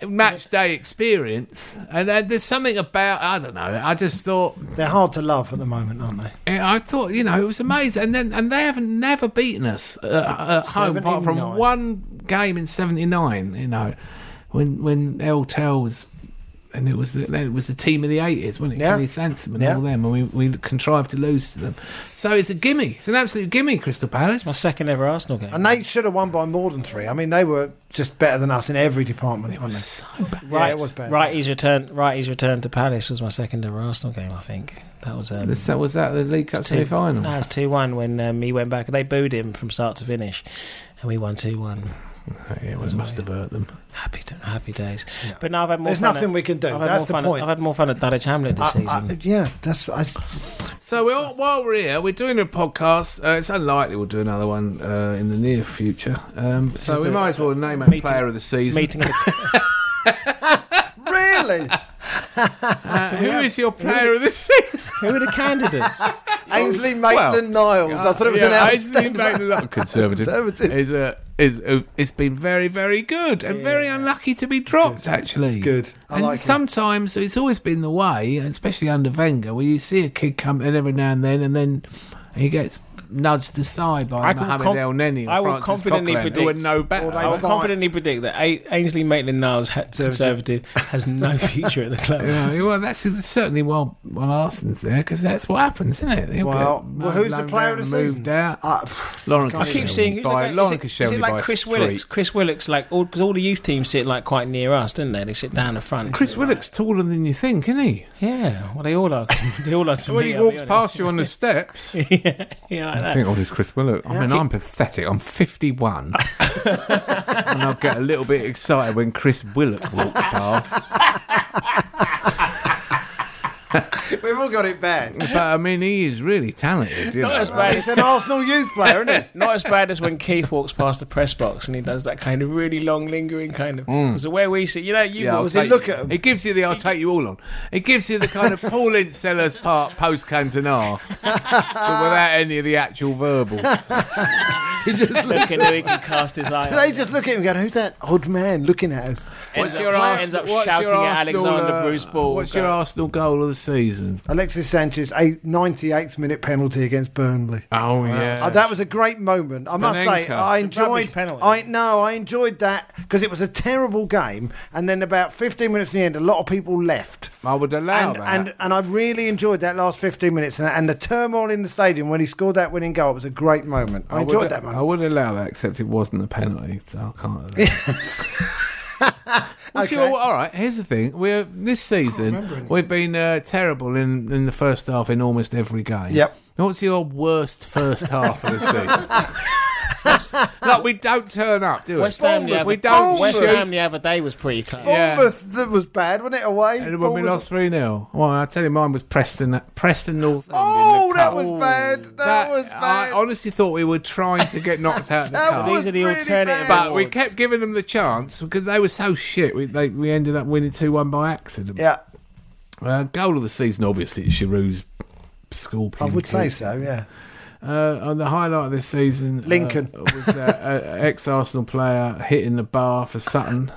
[SPEAKER 2] match day experience. And uh, there's something about I don't know. I just thought
[SPEAKER 3] it? They're hard to love at the moment, aren't they?
[SPEAKER 2] and I thought, you know, it was amazing. And then, and they haven't never beaten us at, at home, apart from
[SPEAKER 3] 79.
[SPEAKER 2] one game in '79. You know, when when El Tel was, and it was the, it was the team of the '80s, wasn't it?
[SPEAKER 3] Yeah.
[SPEAKER 2] Kenny Sansom and
[SPEAKER 3] Yeah.
[SPEAKER 2] all them, and we, we contrived to lose to them. So it's a gimme. It's an absolute gimme. Crystal Palace.
[SPEAKER 4] my second ever Arsenal game.
[SPEAKER 3] And they should have won by more than three. I mean, they were just better than us in every department, weren't they?
[SPEAKER 2] So bad.
[SPEAKER 3] Right, it was bad.
[SPEAKER 4] Righty's return. Righty's return to Palace was my second ever Arsenal game. I think that was. Um,
[SPEAKER 2] So was that the League Cup
[SPEAKER 4] two-
[SPEAKER 2] semi-final?
[SPEAKER 4] No, it was two one when um, he went back. They booed him from start to finish, and we won two one.
[SPEAKER 2] It was must have hurt them.
[SPEAKER 4] Happy, da happy days. But now I've had more.
[SPEAKER 3] There's
[SPEAKER 4] fun
[SPEAKER 3] nothing
[SPEAKER 4] at,
[SPEAKER 3] we can do.
[SPEAKER 4] I've had
[SPEAKER 3] That's
[SPEAKER 4] more
[SPEAKER 3] the
[SPEAKER 4] fun
[SPEAKER 3] point.
[SPEAKER 4] At, I've had more fun at Dulwich Hamlet this
[SPEAKER 3] I-
[SPEAKER 4] season.
[SPEAKER 3] I- yeah, that's. I, s-
[SPEAKER 2] So we're, while we're here, we're doing a podcast. Uh, it's unlikely we'll do another one uh, in the near future. Um, so
[SPEAKER 4] is
[SPEAKER 2] we
[SPEAKER 4] the-
[SPEAKER 2] might as
[SPEAKER 3] uh,
[SPEAKER 2] well name a
[SPEAKER 4] meeting-
[SPEAKER 2] player of the season.
[SPEAKER 4] Meeting. of the-
[SPEAKER 3] really?
[SPEAKER 2] Uh, who is your player of the season?
[SPEAKER 4] who are the candidates?
[SPEAKER 3] Ainsley Maitland Niles. I thought it was
[SPEAKER 2] Yeah,
[SPEAKER 3] an
[SPEAKER 2] Ainsley
[SPEAKER 3] outstanding.
[SPEAKER 2] Maitland- conservative.
[SPEAKER 3] Conservative.
[SPEAKER 2] Is, uh, is, uh, it's been very, very good and very unlucky to be dropped. Actually,
[SPEAKER 3] It's good. I
[SPEAKER 2] and
[SPEAKER 3] like it.
[SPEAKER 2] sometimes it's always been the way, especially under Wenger, where you see a kid come in every now and then, and then he gets. Nudged aside by
[SPEAKER 4] I will
[SPEAKER 2] Mohamed
[SPEAKER 4] conf-
[SPEAKER 2] El Neni and
[SPEAKER 4] I will
[SPEAKER 2] Francis
[SPEAKER 4] confidently
[SPEAKER 2] Coquelin, who
[SPEAKER 4] predict-
[SPEAKER 2] are no better.
[SPEAKER 3] Or they
[SPEAKER 4] I will
[SPEAKER 3] Bye.
[SPEAKER 4] confidently predict that A- Ainsley Maitland-Niles, ha-
[SPEAKER 3] Conservative.
[SPEAKER 4] conservative, has no future at the club.
[SPEAKER 2] Yeah, well, that's certainly while while Arsenal's there because that's what happens, isn't it? They'll
[SPEAKER 3] Well,
[SPEAKER 2] get
[SPEAKER 3] well, who's the
[SPEAKER 2] loaned
[SPEAKER 3] player
[SPEAKER 2] out,
[SPEAKER 3] of the
[SPEAKER 2] moved
[SPEAKER 3] season?
[SPEAKER 2] Out.
[SPEAKER 3] Uh,
[SPEAKER 2] Lauren
[SPEAKER 4] I keep seeing who's
[SPEAKER 2] by,
[SPEAKER 4] that guy-
[SPEAKER 2] Lauren
[SPEAKER 4] is, it, is it
[SPEAKER 2] Koscielny by
[SPEAKER 4] like Chris
[SPEAKER 2] Street.
[SPEAKER 4] Willicks? Chris Willicks, like all because all the youth teams sit like quite near us, don't they? They sit down the front.
[SPEAKER 2] Chris Willick's taller than you think, isn't he?
[SPEAKER 4] Yeah, well they all are. They all are. To
[SPEAKER 2] When
[SPEAKER 4] me,
[SPEAKER 2] he
[SPEAKER 4] I'll be
[SPEAKER 2] walks
[SPEAKER 4] honest.
[SPEAKER 2] past you on the steps,
[SPEAKER 4] yeah, yeah, like
[SPEAKER 2] I
[SPEAKER 4] that.
[SPEAKER 2] think, oh, this Chris Willock. I mean, I'm pathetic. I'm 51. and I'll get a little bit excited when Chris Willock walks past.
[SPEAKER 3] we've all got it bad.
[SPEAKER 2] But, I mean, he is really talented. You
[SPEAKER 4] Not
[SPEAKER 2] know.
[SPEAKER 4] as bad
[SPEAKER 3] He's an Arsenal youth player, isn't he?
[SPEAKER 4] Not as bad as when Keith walks past the press box and he does that kind of really long, lingering kind of. Because where we sit, you know, you
[SPEAKER 2] Mm. Yeah, I'll
[SPEAKER 4] walk,
[SPEAKER 3] was he
[SPEAKER 2] take-
[SPEAKER 3] look at 'em?
[SPEAKER 2] It gives you the I'll take you all on. It gives you the kind of Paul Inceller's part post Cantona, but without any of the actual verbal.
[SPEAKER 3] He just look,
[SPEAKER 4] look and who he can cast his eye.
[SPEAKER 3] they
[SPEAKER 4] on.
[SPEAKER 3] just look at him going, who's that odd man looking at us?
[SPEAKER 4] ends
[SPEAKER 2] What's
[SPEAKER 4] up,
[SPEAKER 2] your Ars-
[SPEAKER 4] ends up
[SPEAKER 2] what's your
[SPEAKER 4] shouting at
[SPEAKER 2] Arsenal,
[SPEAKER 4] Alexander
[SPEAKER 2] uh,
[SPEAKER 4] Bruce Ball.
[SPEAKER 2] What's your Arsenal goal of the season?
[SPEAKER 3] Alexis Sanchez, a 98th minute penalty against Burnley.
[SPEAKER 2] Oh yeah,
[SPEAKER 3] Uh, that was a great moment. I must say,
[SPEAKER 2] Panenka.
[SPEAKER 3] I
[SPEAKER 2] The
[SPEAKER 4] rubbish
[SPEAKER 3] enjoyed.
[SPEAKER 4] penalty.
[SPEAKER 3] I no, I enjoyed that because it was a terrible game, and then about 15 minutes in the end, a lot of people left.
[SPEAKER 2] I would allow
[SPEAKER 3] And,
[SPEAKER 2] that.
[SPEAKER 3] and and I really enjoyed that last 15 minutes and, and the turmoil in the stadium when he scored that winning goal. It was a great moment. I, enjoyed
[SPEAKER 2] would,
[SPEAKER 3] that
[SPEAKER 2] I
[SPEAKER 3] moment.
[SPEAKER 2] would allow that, except it wasn't a penalty, so I can't. Allow it. What's
[SPEAKER 3] Okay.
[SPEAKER 2] your- all right, here's the thing: we're this season we've been uh, terrible in in the first half in almost every game.
[SPEAKER 3] Yep.
[SPEAKER 2] What's your worst first half of the season? Like we don't turn up, do we?
[SPEAKER 4] West Ham, the
[SPEAKER 3] Bournemouth,
[SPEAKER 4] other,
[SPEAKER 2] we don't
[SPEAKER 4] West
[SPEAKER 2] shoot.
[SPEAKER 4] Ham the other day was pretty close.
[SPEAKER 2] Yeah.
[SPEAKER 3] Bournemouth that was bad, wasn't it? Away.
[SPEAKER 2] And when we
[SPEAKER 3] Bournemouth-
[SPEAKER 2] lost 3 0. Well, I tell you, mine was Preston, Preston North. End in
[SPEAKER 3] Oh,
[SPEAKER 2] the
[SPEAKER 3] that
[SPEAKER 2] cup.
[SPEAKER 3] was bad. That, was
[SPEAKER 2] I
[SPEAKER 3] bad.
[SPEAKER 2] honestly thought we were trying to get knocked out of the
[SPEAKER 3] That
[SPEAKER 2] cup.
[SPEAKER 3] was
[SPEAKER 4] These are the
[SPEAKER 3] really bad.
[SPEAKER 4] alternative
[SPEAKER 2] But we
[SPEAKER 4] awards.
[SPEAKER 2] kept giving them the chance because they were so shit. We they, we ended up winning two one by accident.
[SPEAKER 3] yeah,
[SPEAKER 2] Uh, goal of the season, obviously, it's Giroud's
[SPEAKER 3] I
[SPEAKER 2] scorpion.
[SPEAKER 3] would say
[SPEAKER 2] kick.
[SPEAKER 3] so. Yeah.
[SPEAKER 2] Uh, and the highlight of this season, uh,
[SPEAKER 3] Lincoln.
[SPEAKER 2] was uh, ex Arsenal player hitting the bar for Sutton.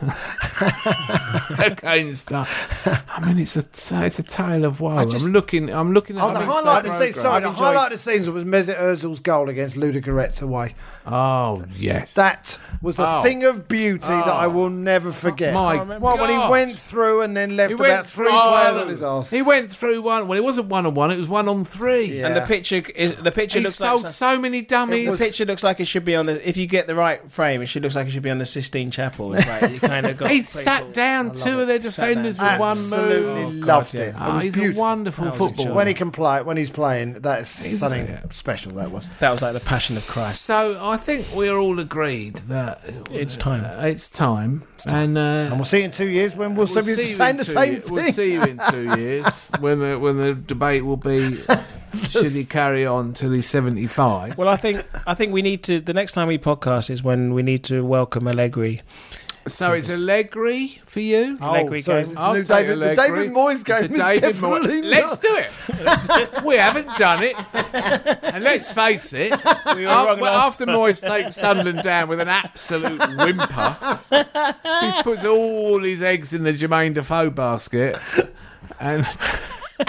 [SPEAKER 2] Cocaine stuff. I mean, it's a it's a tale of woe. I'm looking. I'm looking. At,
[SPEAKER 3] Oh, the
[SPEAKER 2] I'm
[SPEAKER 3] highlight of
[SPEAKER 2] looking
[SPEAKER 3] the
[SPEAKER 2] at
[SPEAKER 3] season. Sorry,
[SPEAKER 2] programme.
[SPEAKER 3] the highlight of the season was Mesut Ozil's goal against Ludogorets away.
[SPEAKER 2] Oh yes.
[SPEAKER 3] That was the
[SPEAKER 2] Oh.
[SPEAKER 3] thing of beauty that I will never forget.
[SPEAKER 2] My
[SPEAKER 3] well, when he
[SPEAKER 2] God.
[SPEAKER 3] went through and then left
[SPEAKER 2] He
[SPEAKER 3] about
[SPEAKER 2] went
[SPEAKER 3] three
[SPEAKER 2] through
[SPEAKER 3] players on
[SPEAKER 2] one.
[SPEAKER 3] his arse.
[SPEAKER 2] He went through one. Well, it wasn't one on one. It was one on three.
[SPEAKER 3] Yeah.
[SPEAKER 4] And the picture is the picture
[SPEAKER 2] He
[SPEAKER 4] looks
[SPEAKER 2] sold
[SPEAKER 4] like
[SPEAKER 2] so many dummies.
[SPEAKER 4] the picture looks like it should be on the. If you get the right frame, it should looks like it should be on the Sistine Chapel. It's like you kind of got.
[SPEAKER 2] He
[SPEAKER 4] people-
[SPEAKER 2] sat down two of their
[SPEAKER 4] Sat down.
[SPEAKER 2] defenders with one
[SPEAKER 3] Absolutely
[SPEAKER 2] move.
[SPEAKER 3] loved
[SPEAKER 4] God,
[SPEAKER 3] it.
[SPEAKER 4] yeah.
[SPEAKER 3] it
[SPEAKER 2] Oh,
[SPEAKER 3] was
[SPEAKER 2] he's
[SPEAKER 3] beautiful.
[SPEAKER 2] a wonderful
[SPEAKER 4] was a joy.
[SPEAKER 2] footballer.
[SPEAKER 3] When he can play, when he's playing, that is something
[SPEAKER 2] it?
[SPEAKER 3] special. That was.
[SPEAKER 4] That was like the Passion of Christ.
[SPEAKER 2] so I think we're all agreed that
[SPEAKER 4] It's time.
[SPEAKER 2] Uh, it's time, and uh,
[SPEAKER 3] And we'll see you in two years when we'll, still be
[SPEAKER 2] you
[SPEAKER 3] saying
[SPEAKER 2] in
[SPEAKER 3] the
[SPEAKER 2] two
[SPEAKER 3] same
[SPEAKER 2] ye-
[SPEAKER 3] thing.
[SPEAKER 2] We'll see you in two years when the when the debate will be should he carry on till he's seventy five.
[SPEAKER 4] Well, I think I think we need to. The next time we podcast is when we need to welcome Allegri.
[SPEAKER 2] So it's Allegri for you.
[SPEAKER 3] Oh,
[SPEAKER 4] Allegri
[SPEAKER 3] so
[SPEAKER 4] goes-
[SPEAKER 3] it's the
[SPEAKER 2] I'll
[SPEAKER 3] new
[SPEAKER 2] take
[SPEAKER 3] David, the
[SPEAKER 2] Allegri.
[SPEAKER 3] David Moyes game
[SPEAKER 2] The
[SPEAKER 3] is
[SPEAKER 2] David Moy-
[SPEAKER 3] definitely
[SPEAKER 2] Let's
[SPEAKER 3] not-
[SPEAKER 2] do it. we haven't done it, and let's face it.
[SPEAKER 4] We were
[SPEAKER 2] After,
[SPEAKER 4] wrong last
[SPEAKER 2] after
[SPEAKER 4] time.
[SPEAKER 2] Moyes takes Sunderland down with an absolute whimper, he puts all his eggs in the Jermaine Defoe basket, and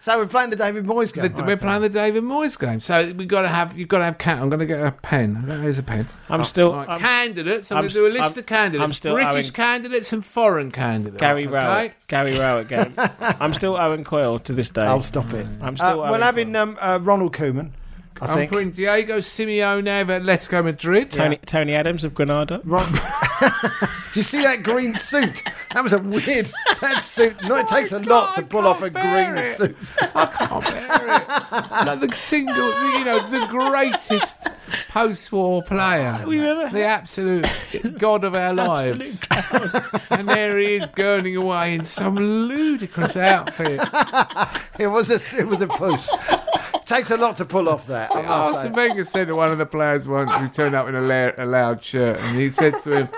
[SPEAKER 3] So we're playing the David Moyes game.
[SPEAKER 2] the, we're playing the David Moyes game. So we got to have you've got to have cat. I'm going to get a pen. There's a pen.
[SPEAKER 4] I'm still
[SPEAKER 2] Right,
[SPEAKER 4] I'm
[SPEAKER 2] candidates. I'm,
[SPEAKER 4] I'm
[SPEAKER 2] going to do a
[SPEAKER 4] st-
[SPEAKER 2] list
[SPEAKER 4] I'm-
[SPEAKER 2] of candidates.
[SPEAKER 4] I'm still
[SPEAKER 2] British
[SPEAKER 4] owing-
[SPEAKER 2] candidates and foreign candidates.
[SPEAKER 4] Gary Rowett.
[SPEAKER 2] okay?
[SPEAKER 4] Gary Rowett again. I'm still Owen Coyle to this day.
[SPEAKER 3] I'll stop it.
[SPEAKER 4] I'm
[SPEAKER 3] Uh,
[SPEAKER 4] still.
[SPEAKER 3] we're
[SPEAKER 4] Owen
[SPEAKER 3] having um, uh, Ronald Koeman, I
[SPEAKER 2] I'm
[SPEAKER 3] think.
[SPEAKER 2] putting Diego Simeone of Atletico Madrid.
[SPEAKER 4] Coyle. Tony, Tony Adams of Granada.
[SPEAKER 3] Ron- Do you see that green suit? That was a weird that suit. No, it takes a
[SPEAKER 2] Oh God,
[SPEAKER 3] lot to
[SPEAKER 2] I
[SPEAKER 3] pull off a
[SPEAKER 2] can't bear
[SPEAKER 3] green
[SPEAKER 2] it.
[SPEAKER 3] suit.
[SPEAKER 2] I can't bear it. Like the single, the- you know, the greatest post-war player,
[SPEAKER 4] We've ever had.
[SPEAKER 2] the absolute god of our lives,
[SPEAKER 4] Absolute
[SPEAKER 2] and there he is gurning away in some ludicrous outfit.
[SPEAKER 3] It was a it was a push. takes a lot to pull off that. I must
[SPEAKER 2] Arsene
[SPEAKER 3] say.
[SPEAKER 2] Wenger said to one of the players once who turned up in a, la- a loud shirt, and he said to him,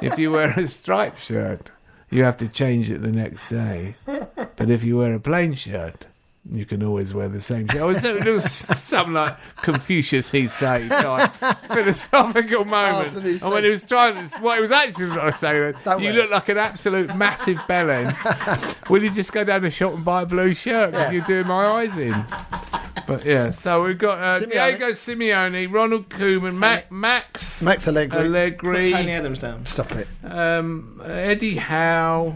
[SPEAKER 2] "If you wear a striped shirt, you have to change it the next day, but if you wear a plain shirt." You can always wear the same shirt. It was, it was some like Confucius, he say, type philosophical moment.
[SPEAKER 3] Arsene, he
[SPEAKER 2] and when he was trying to, what he was actually trying to say was,
[SPEAKER 3] Don't
[SPEAKER 2] you
[SPEAKER 3] wear
[SPEAKER 2] look
[SPEAKER 3] it."
[SPEAKER 2] like an absolute massive bellend. Will you just go down the shop and buy a blue shirt because you're doing my eyes in? But yeah, so we've got uh,
[SPEAKER 3] Simeone.
[SPEAKER 2] Diego Simeone, Ronald Koeman, Ma- Max
[SPEAKER 3] Max Allegri.
[SPEAKER 4] Tony
[SPEAKER 2] Allegri,
[SPEAKER 4] Adams down.
[SPEAKER 3] Stop it.
[SPEAKER 2] um, Eddie Howe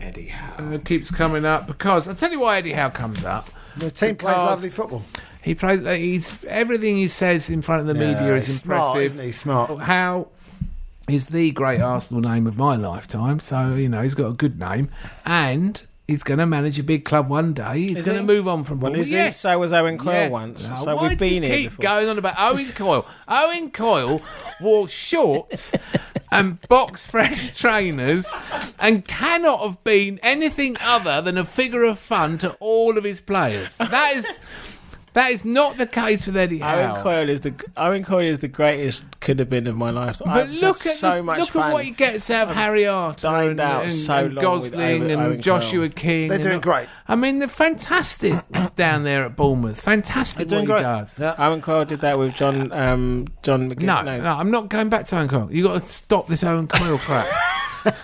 [SPEAKER 4] Eddie Howe.
[SPEAKER 2] uh, keeps coming up because I'll tell you why Eddie Howe comes up.
[SPEAKER 3] The team plays
[SPEAKER 2] Because-
[SPEAKER 3] lovely football.
[SPEAKER 2] He plays. like, He's everything he says in front of the media is
[SPEAKER 3] Yeah, Uh,
[SPEAKER 2] impressive.
[SPEAKER 3] he's smart, isn't he? Smart.
[SPEAKER 2] Howe is the great Arsenal name of my lifetime, so you know he's got a good name, and he's going to manage a big club one day. He's
[SPEAKER 4] Is
[SPEAKER 2] going to
[SPEAKER 4] he?
[SPEAKER 2] move on from. Well,
[SPEAKER 3] is he?
[SPEAKER 2] yes.
[SPEAKER 4] So was Owen Coyle
[SPEAKER 2] Yes.
[SPEAKER 4] once.
[SPEAKER 2] Now,
[SPEAKER 4] so
[SPEAKER 2] why
[SPEAKER 4] we've
[SPEAKER 2] do you
[SPEAKER 4] been here
[SPEAKER 2] keep
[SPEAKER 4] before.
[SPEAKER 2] going on about Owen Coyle. Owen Coyle wore shorts and box fresh trainers and cannot have been anything other than a figure of fun to all of his players. That is that is not the case with Eddie Howe.
[SPEAKER 4] Owen Coyle is the Owen Coyle is the greatest could have been of my life.
[SPEAKER 2] But
[SPEAKER 4] I've
[SPEAKER 2] look at
[SPEAKER 4] had so
[SPEAKER 2] the-
[SPEAKER 4] much
[SPEAKER 2] look
[SPEAKER 4] fun.
[SPEAKER 2] at what he gets out of Harry Arter
[SPEAKER 4] dined
[SPEAKER 2] and,
[SPEAKER 4] out
[SPEAKER 2] and-
[SPEAKER 4] so
[SPEAKER 2] and
[SPEAKER 4] long with
[SPEAKER 2] Gosling
[SPEAKER 4] Owen-
[SPEAKER 2] and
[SPEAKER 4] Owen
[SPEAKER 2] Joshua
[SPEAKER 4] Cole.
[SPEAKER 2] King.
[SPEAKER 3] They're
[SPEAKER 2] and
[SPEAKER 3] doing
[SPEAKER 2] all-
[SPEAKER 3] great.
[SPEAKER 2] I mean, they're fantastic down there at Bournemouth. Fantastic
[SPEAKER 3] They're doing
[SPEAKER 2] what he
[SPEAKER 3] great.
[SPEAKER 2] does.
[SPEAKER 3] Yeah.
[SPEAKER 4] Owen Coyle did that with John um, John McGinn.
[SPEAKER 2] No, no, I'm not going back to Owen Coyle. You got to stop this Owen Coyle crap.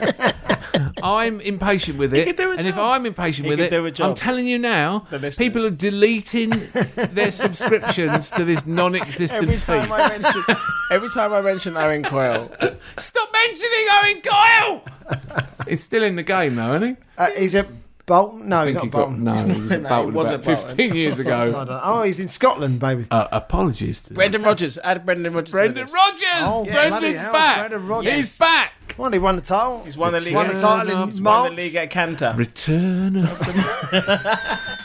[SPEAKER 2] I'm impatient with it,
[SPEAKER 4] could do a
[SPEAKER 2] and if
[SPEAKER 4] job.
[SPEAKER 2] I'm impatient
[SPEAKER 4] He
[SPEAKER 2] with
[SPEAKER 4] could
[SPEAKER 2] it,
[SPEAKER 4] do a
[SPEAKER 2] I'm
[SPEAKER 4] job.
[SPEAKER 2] telling you now,
[SPEAKER 4] The listeners.
[SPEAKER 2] people are deleting their subscriptions to this non-existent
[SPEAKER 4] Every
[SPEAKER 2] feed.
[SPEAKER 4] time I mention every time I mention Owen Coyle,
[SPEAKER 2] Stop mentioning Owen Coyle. He's still in the game, though, isn't he?
[SPEAKER 3] Uh, he's at Bolton. No, he's
[SPEAKER 2] I
[SPEAKER 3] not
[SPEAKER 2] think he got
[SPEAKER 3] Bolton.
[SPEAKER 2] no. He was at Bolton
[SPEAKER 4] was
[SPEAKER 2] about
[SPEAKER 4] at Bolton.
[SPEAKER 2] 15 years
[SPEAKER 3] I
[SPEAKER 2] ago.
[SPEAKER 3] don't- Oh, he's in Scotland, baby.
[SPEAKER 2] Uh, apologies to
[SPEAKER 4] Brendan Rogers, add Brendan Rogers. to
[SPEAKER 2] Brendan
[SPEAKER 4] this.
[SPEAKER 2] Rogers.
[SPEAKER 3] Oh, bloody
[SPEAKER 2] Brendan's
[SPEAKER 3] hell,
[SPEAKER 2] back.
[SPEAKER 3] Brendan Rodgers.
[SPEAKER 2] He's back.
[SPEAKER 3] Well, he won the title.
[SPEAKER 4] He's won the league.
[SPEAKER 3] won the title in
[SPEAKER 4] He's
[SPEAKER 3] March.
[SPEAKER 4] won the league at Canter.
[SPEAKER 2] Return of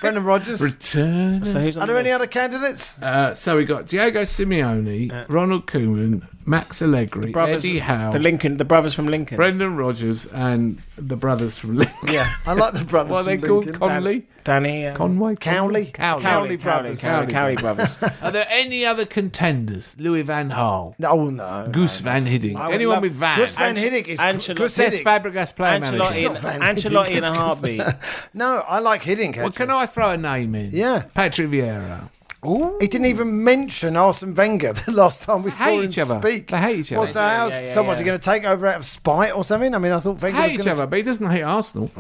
[SPEAKER 3] Brendan Rodgers.
[SPEAKER 2] Return.
[SPEAKER 4] So who's on
[SPEAKER 3] Are there
[SPEAKER 4] the
[SPEAKER 3] any other candidates?
[SPEAKER 2] Uh, so we got Diego Simeone,
[SPEAKER 3] Uh.
[SPEAKER 2] Ronald Koeman, Max Allegri,
[SPEAKER 4] brothers?
[SPEAKER 2] Eddie Howe,
[SPEAKER 4] The Lincoln, the brothers from Lincoln.
[SPEAKER 2] Brendan Rogers, and the brothers from Lincoln.
[SPEAKER 4] yeah,
[SPEAKER 3] I like the brothers.
[SPEAKER 2] What are they
[SPEAKER 3] from
[SPEAKER 2] called?
[SPEAKER 3] Lincoln.
[SPEAKER 2] Conley,
[SPEAKER 4] Danny um,
[SPEAKER 2] Conway,
[SPEAKER 3] Cowley?
[SPEAKER 2] Cowley.
[SPEAKER 3] Cowley.
[SPEAKER 4] Cowley,
[SPEAKER 3] brothers.
[SPEAKER 4] Cowley, Cowley brothers.
[SPEAKER 2] Are there any other contenders? Louis Van Gaal,
[SPEAKER 3] Oh no.
[SPEAKER 2] Goose Van Hiddink,
[SPEAKER 4] I would
[SPEAKER 2] anyone
[SPEAKER 4] love-
[SPEAKER 2] with Van?
[SPEAKER 3] Gus Van
[SPEAKER 4] Ange-
[SPEAKER 3] Hiddink is
[SPEAKER 4] Ancelotti.
[SPEAKER 3] Gus
[SPEAKER 2] Cesc
[SPEAKER 3] Hiddink.
[SPEAKER 2] Fabregas player
[SPEAKER 4] Ancelotti,
[SPEAKER 2] manager.
[SPEAKER 4] in,
[SPEAKER 3] It's not Van
[SPEAKER 4] Ancelotti
[SPEAKER 3] Hiddink,
[SPEAKER 4] in a heartbeat.
[SPEAKER 3] No, I like Hiddink.
[SPEAKER 2] Well,
[SPEAKER 3] actually.
[SPEAKER 2] can I throw a name in?
[SPEAKER 3] Yeah.
[SPEAKER 2] Patrick Vieira.
[SPEAKER 3] He didn't even mention Arsene Wenger the last time we
[SPEAKER 2] They
[SPEAKER 3] saw
[SPEAKER 2] hate
[SPEAKER 3] him
[SPEAKER 2] each other.
[SPEAKER 3] speak.
[SPEAKER 2] They hate each other.
[SPEAKER 3] Well, so
[SPEAKER 4] Yeah,
[SPEAKER 3] how's
[SPEAKER 4] yeah, yeah,
[SPEAKER 3] someone's
[SPEAKER 4] yeah.
[SPEAKER 3] going to take over out of spite or something? I mean, I thought Wenger
[SPEAKER 2] Hate
[SPEAKER 3] was
[SPEAKER 2] each
[SPEAKER 3] going
[SPEAKER 2] other, but he doesn't hate Arsenal.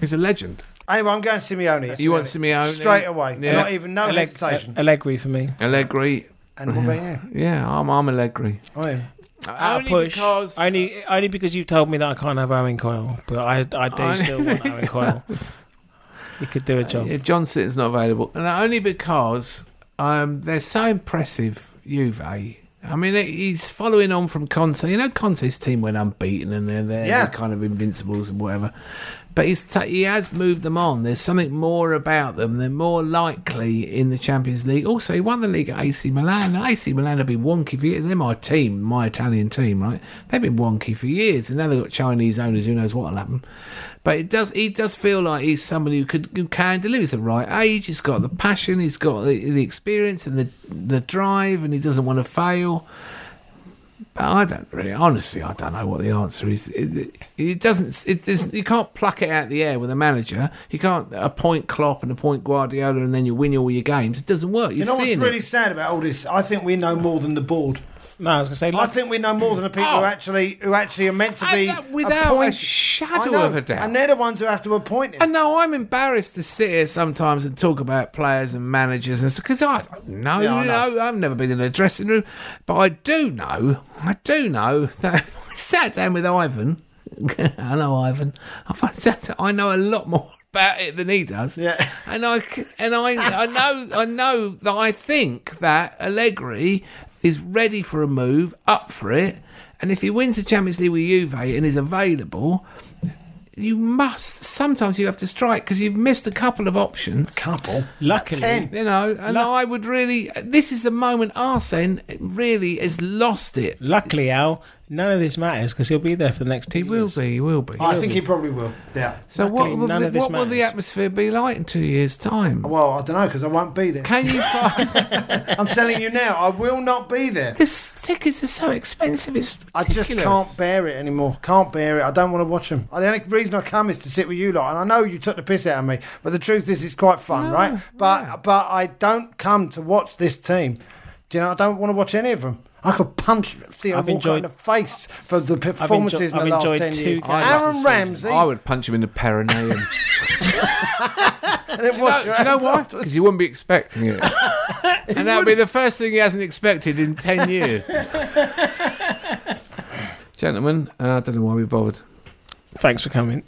[SPEAKER 2] He's a legend.
[SPEAKER 3] Anyway, I'm going Simeone.
[SPEAKER 2] You want Simeone?
[SPEAKER 3] straight away?
[SPEAKER 2] Yeah.
[SPEAKER 3] Not even no
[SPEAKER 4] Alleg-
[SPEAKER 3] hesitation.
[SPEAKER 4] Allegri for me.
[SPEAKER 2] Allegri.
[SPEAKER 3] and what about you?
[SPEAKER 2] Yeah, I'm, I'm Allegri.
[SPEAKER 3] Oh, yeah.
[SPEAKER 4] I'll
[SPEAKER 2] only
[SPEAKER 4] push.
[SPEAKER 2] because
[SPEAKER 4] only, only because you've told me that I can't have Owen Coyle, but I, I do
[SPEAKER 2] I-
[SPEAKER 4] still want Owen Coyle. He could do a job.
[SPEAKER 2] yeah, John Sitton's not available, and only because um, they're so impressive. Juve. I mean, it- he's following on from Conte. You know, Conte's team went unbeaten, and they're they're
[SPEAKER 3] Yeah.
[SPEAKER 2] they're kind of invincibles and whatever. But he's ta he has moved them on. There's something more about them. They're more likely in the Champions League. Also, he won the league at AC Milan. Now, AC Milan have been wonky for years. They're my team, my Italian team, right? They've been wonky for years, and now they've got Chinese owners. Who knows what'll happen? But it does. He does feel like he's somebody who could who can deliver. He's the right age. He's got the passion. He's got the, the experience and the the drive, and he doesn't want to fail. But I don't really, honestly, I don't know what the answer is. It, it, it doesn't, it doesn't, you can't pluck it out of the air with a manager. You can't appoint Klopp and appoint Guardiola and then you win all your games. It doesn't work. You're
[SPEAKER 3] You know what's
[SPEAKER 2] seeing
[SPEAKER 3] really
[SPEAKER 2] it.
[SPEAKER 3] sad about all this? I think we know more than the board.
[SPEAKER 4] No, I was going to say,
[SPEAKER 3] I
[SPEAKER 4] like,
[SPEAKER 3] think we know more than the people
[SPEAKER 2] Oh.
[SPEAKER 3] who actually who actually are meant to
[SPEAKER 2] I-
[SPEAKER 3] be
[SPEAKER 2] that- without a
[SPEAKER 3] appointed.
[SPEAKER 2] shadow
[SPEAKER 3] I know,
[SPEAKER 2] of a doubt.
[SPEAKER 3] and they're the ones who have to appoint him.
[SPEAKER 2] I know I'm embarrassed to sit here sometimes and talk about players and managers and because I don't know,
[SPEAKER 3] Yeah, I
[SPEAKER 2] you
[SPEAKER 3] know.
[SPEAKER 2] know, I've never been in a dressing room, but I do know, I do know that if I sat down with Ivan, hello Ivan, if I sat, down- I know a lot more about it than he does.
[SPEAKER 3] Yeah.
[SPEAKER 2] and I c- and I I know I know that I think that Allegri is ready for a move, up for it, and if he wins the Champions League with Juve and is available you must sometimes you have to strike because you've missed a couple of options
[SPEAKER 3] Couple.
[SPEAKER 4] luckily,
[SPEAKER 3] Ten.
[SPEAKER 2] you know and i would really this is the moment arsene really has lost it
[SPEAKER 4] luckily, Al, none of this matters because he'll be there for the next two
[SPEAKER 2] he will
[SPEAKER 4] years.
[SPEAKER 2] be he will be
[SPEAKER 3] I think he probably will. Yeah.
[SPEAKER 2] so what,
[SPEAKER 4] Luckily,
[SPEAKER 2] will,
[SPEAKER 4] none
[SPEAKER 2] the-
[SPEAKER 4] of this
[SPEAKER 2] what will the
[SPEAKER 4] matters.
[SPEAKER 2] atmosphere be like in two years time
[SPEAKER 3] Well, I don't know because I won't be there.
[SPEAKER 2] can you find
[SPEAKER 3] I'm telling you now, I will not be there.
[SPEAKER 2] this tickets are so expensive it's
[SPEAKER 3] I just
[SPEAKER 2] ridiculous.
[SPEAKER 3] can't bear it anymore. Can't bear it. I don't want to watch them. The only reason I come is to sit with you lot, and I know you took the piss out of me, but the truth is, it's quite fun, right? But but I don't come to watch this team. Do you know? I don't want to watch any of them. I could punch Theo
[SPEAKER 4] I've
[SPEAKER 3] Walcott in
[SPEAKER 4] enjoyed-
[SPEAKER 3] the face for the performances
[SPEAKER 4] I've
[SPEAKER 3] in the last
[SPEAKER 4] enjoyed
[SPEAKER 3] ten
[SPEAKER 4] two
[SPEAKER 3] years.
[SPEAKER 4] games
[SPEAKER 3] Aaron
[SPEAKER 4] this
[SPEAKER 3] Ramsey,
[SPEAKER 2] i would punch him in the perineum
[SPEAKER 3] and it was.
[SPEAKER 2] Do you know why? Because you wouldn't be expecting it. and that would be the first thing he hasn't expected in 10 years. Gentlemen, uh, I don't know why we bothered.
[SPEAKER 4] Thanks for coming.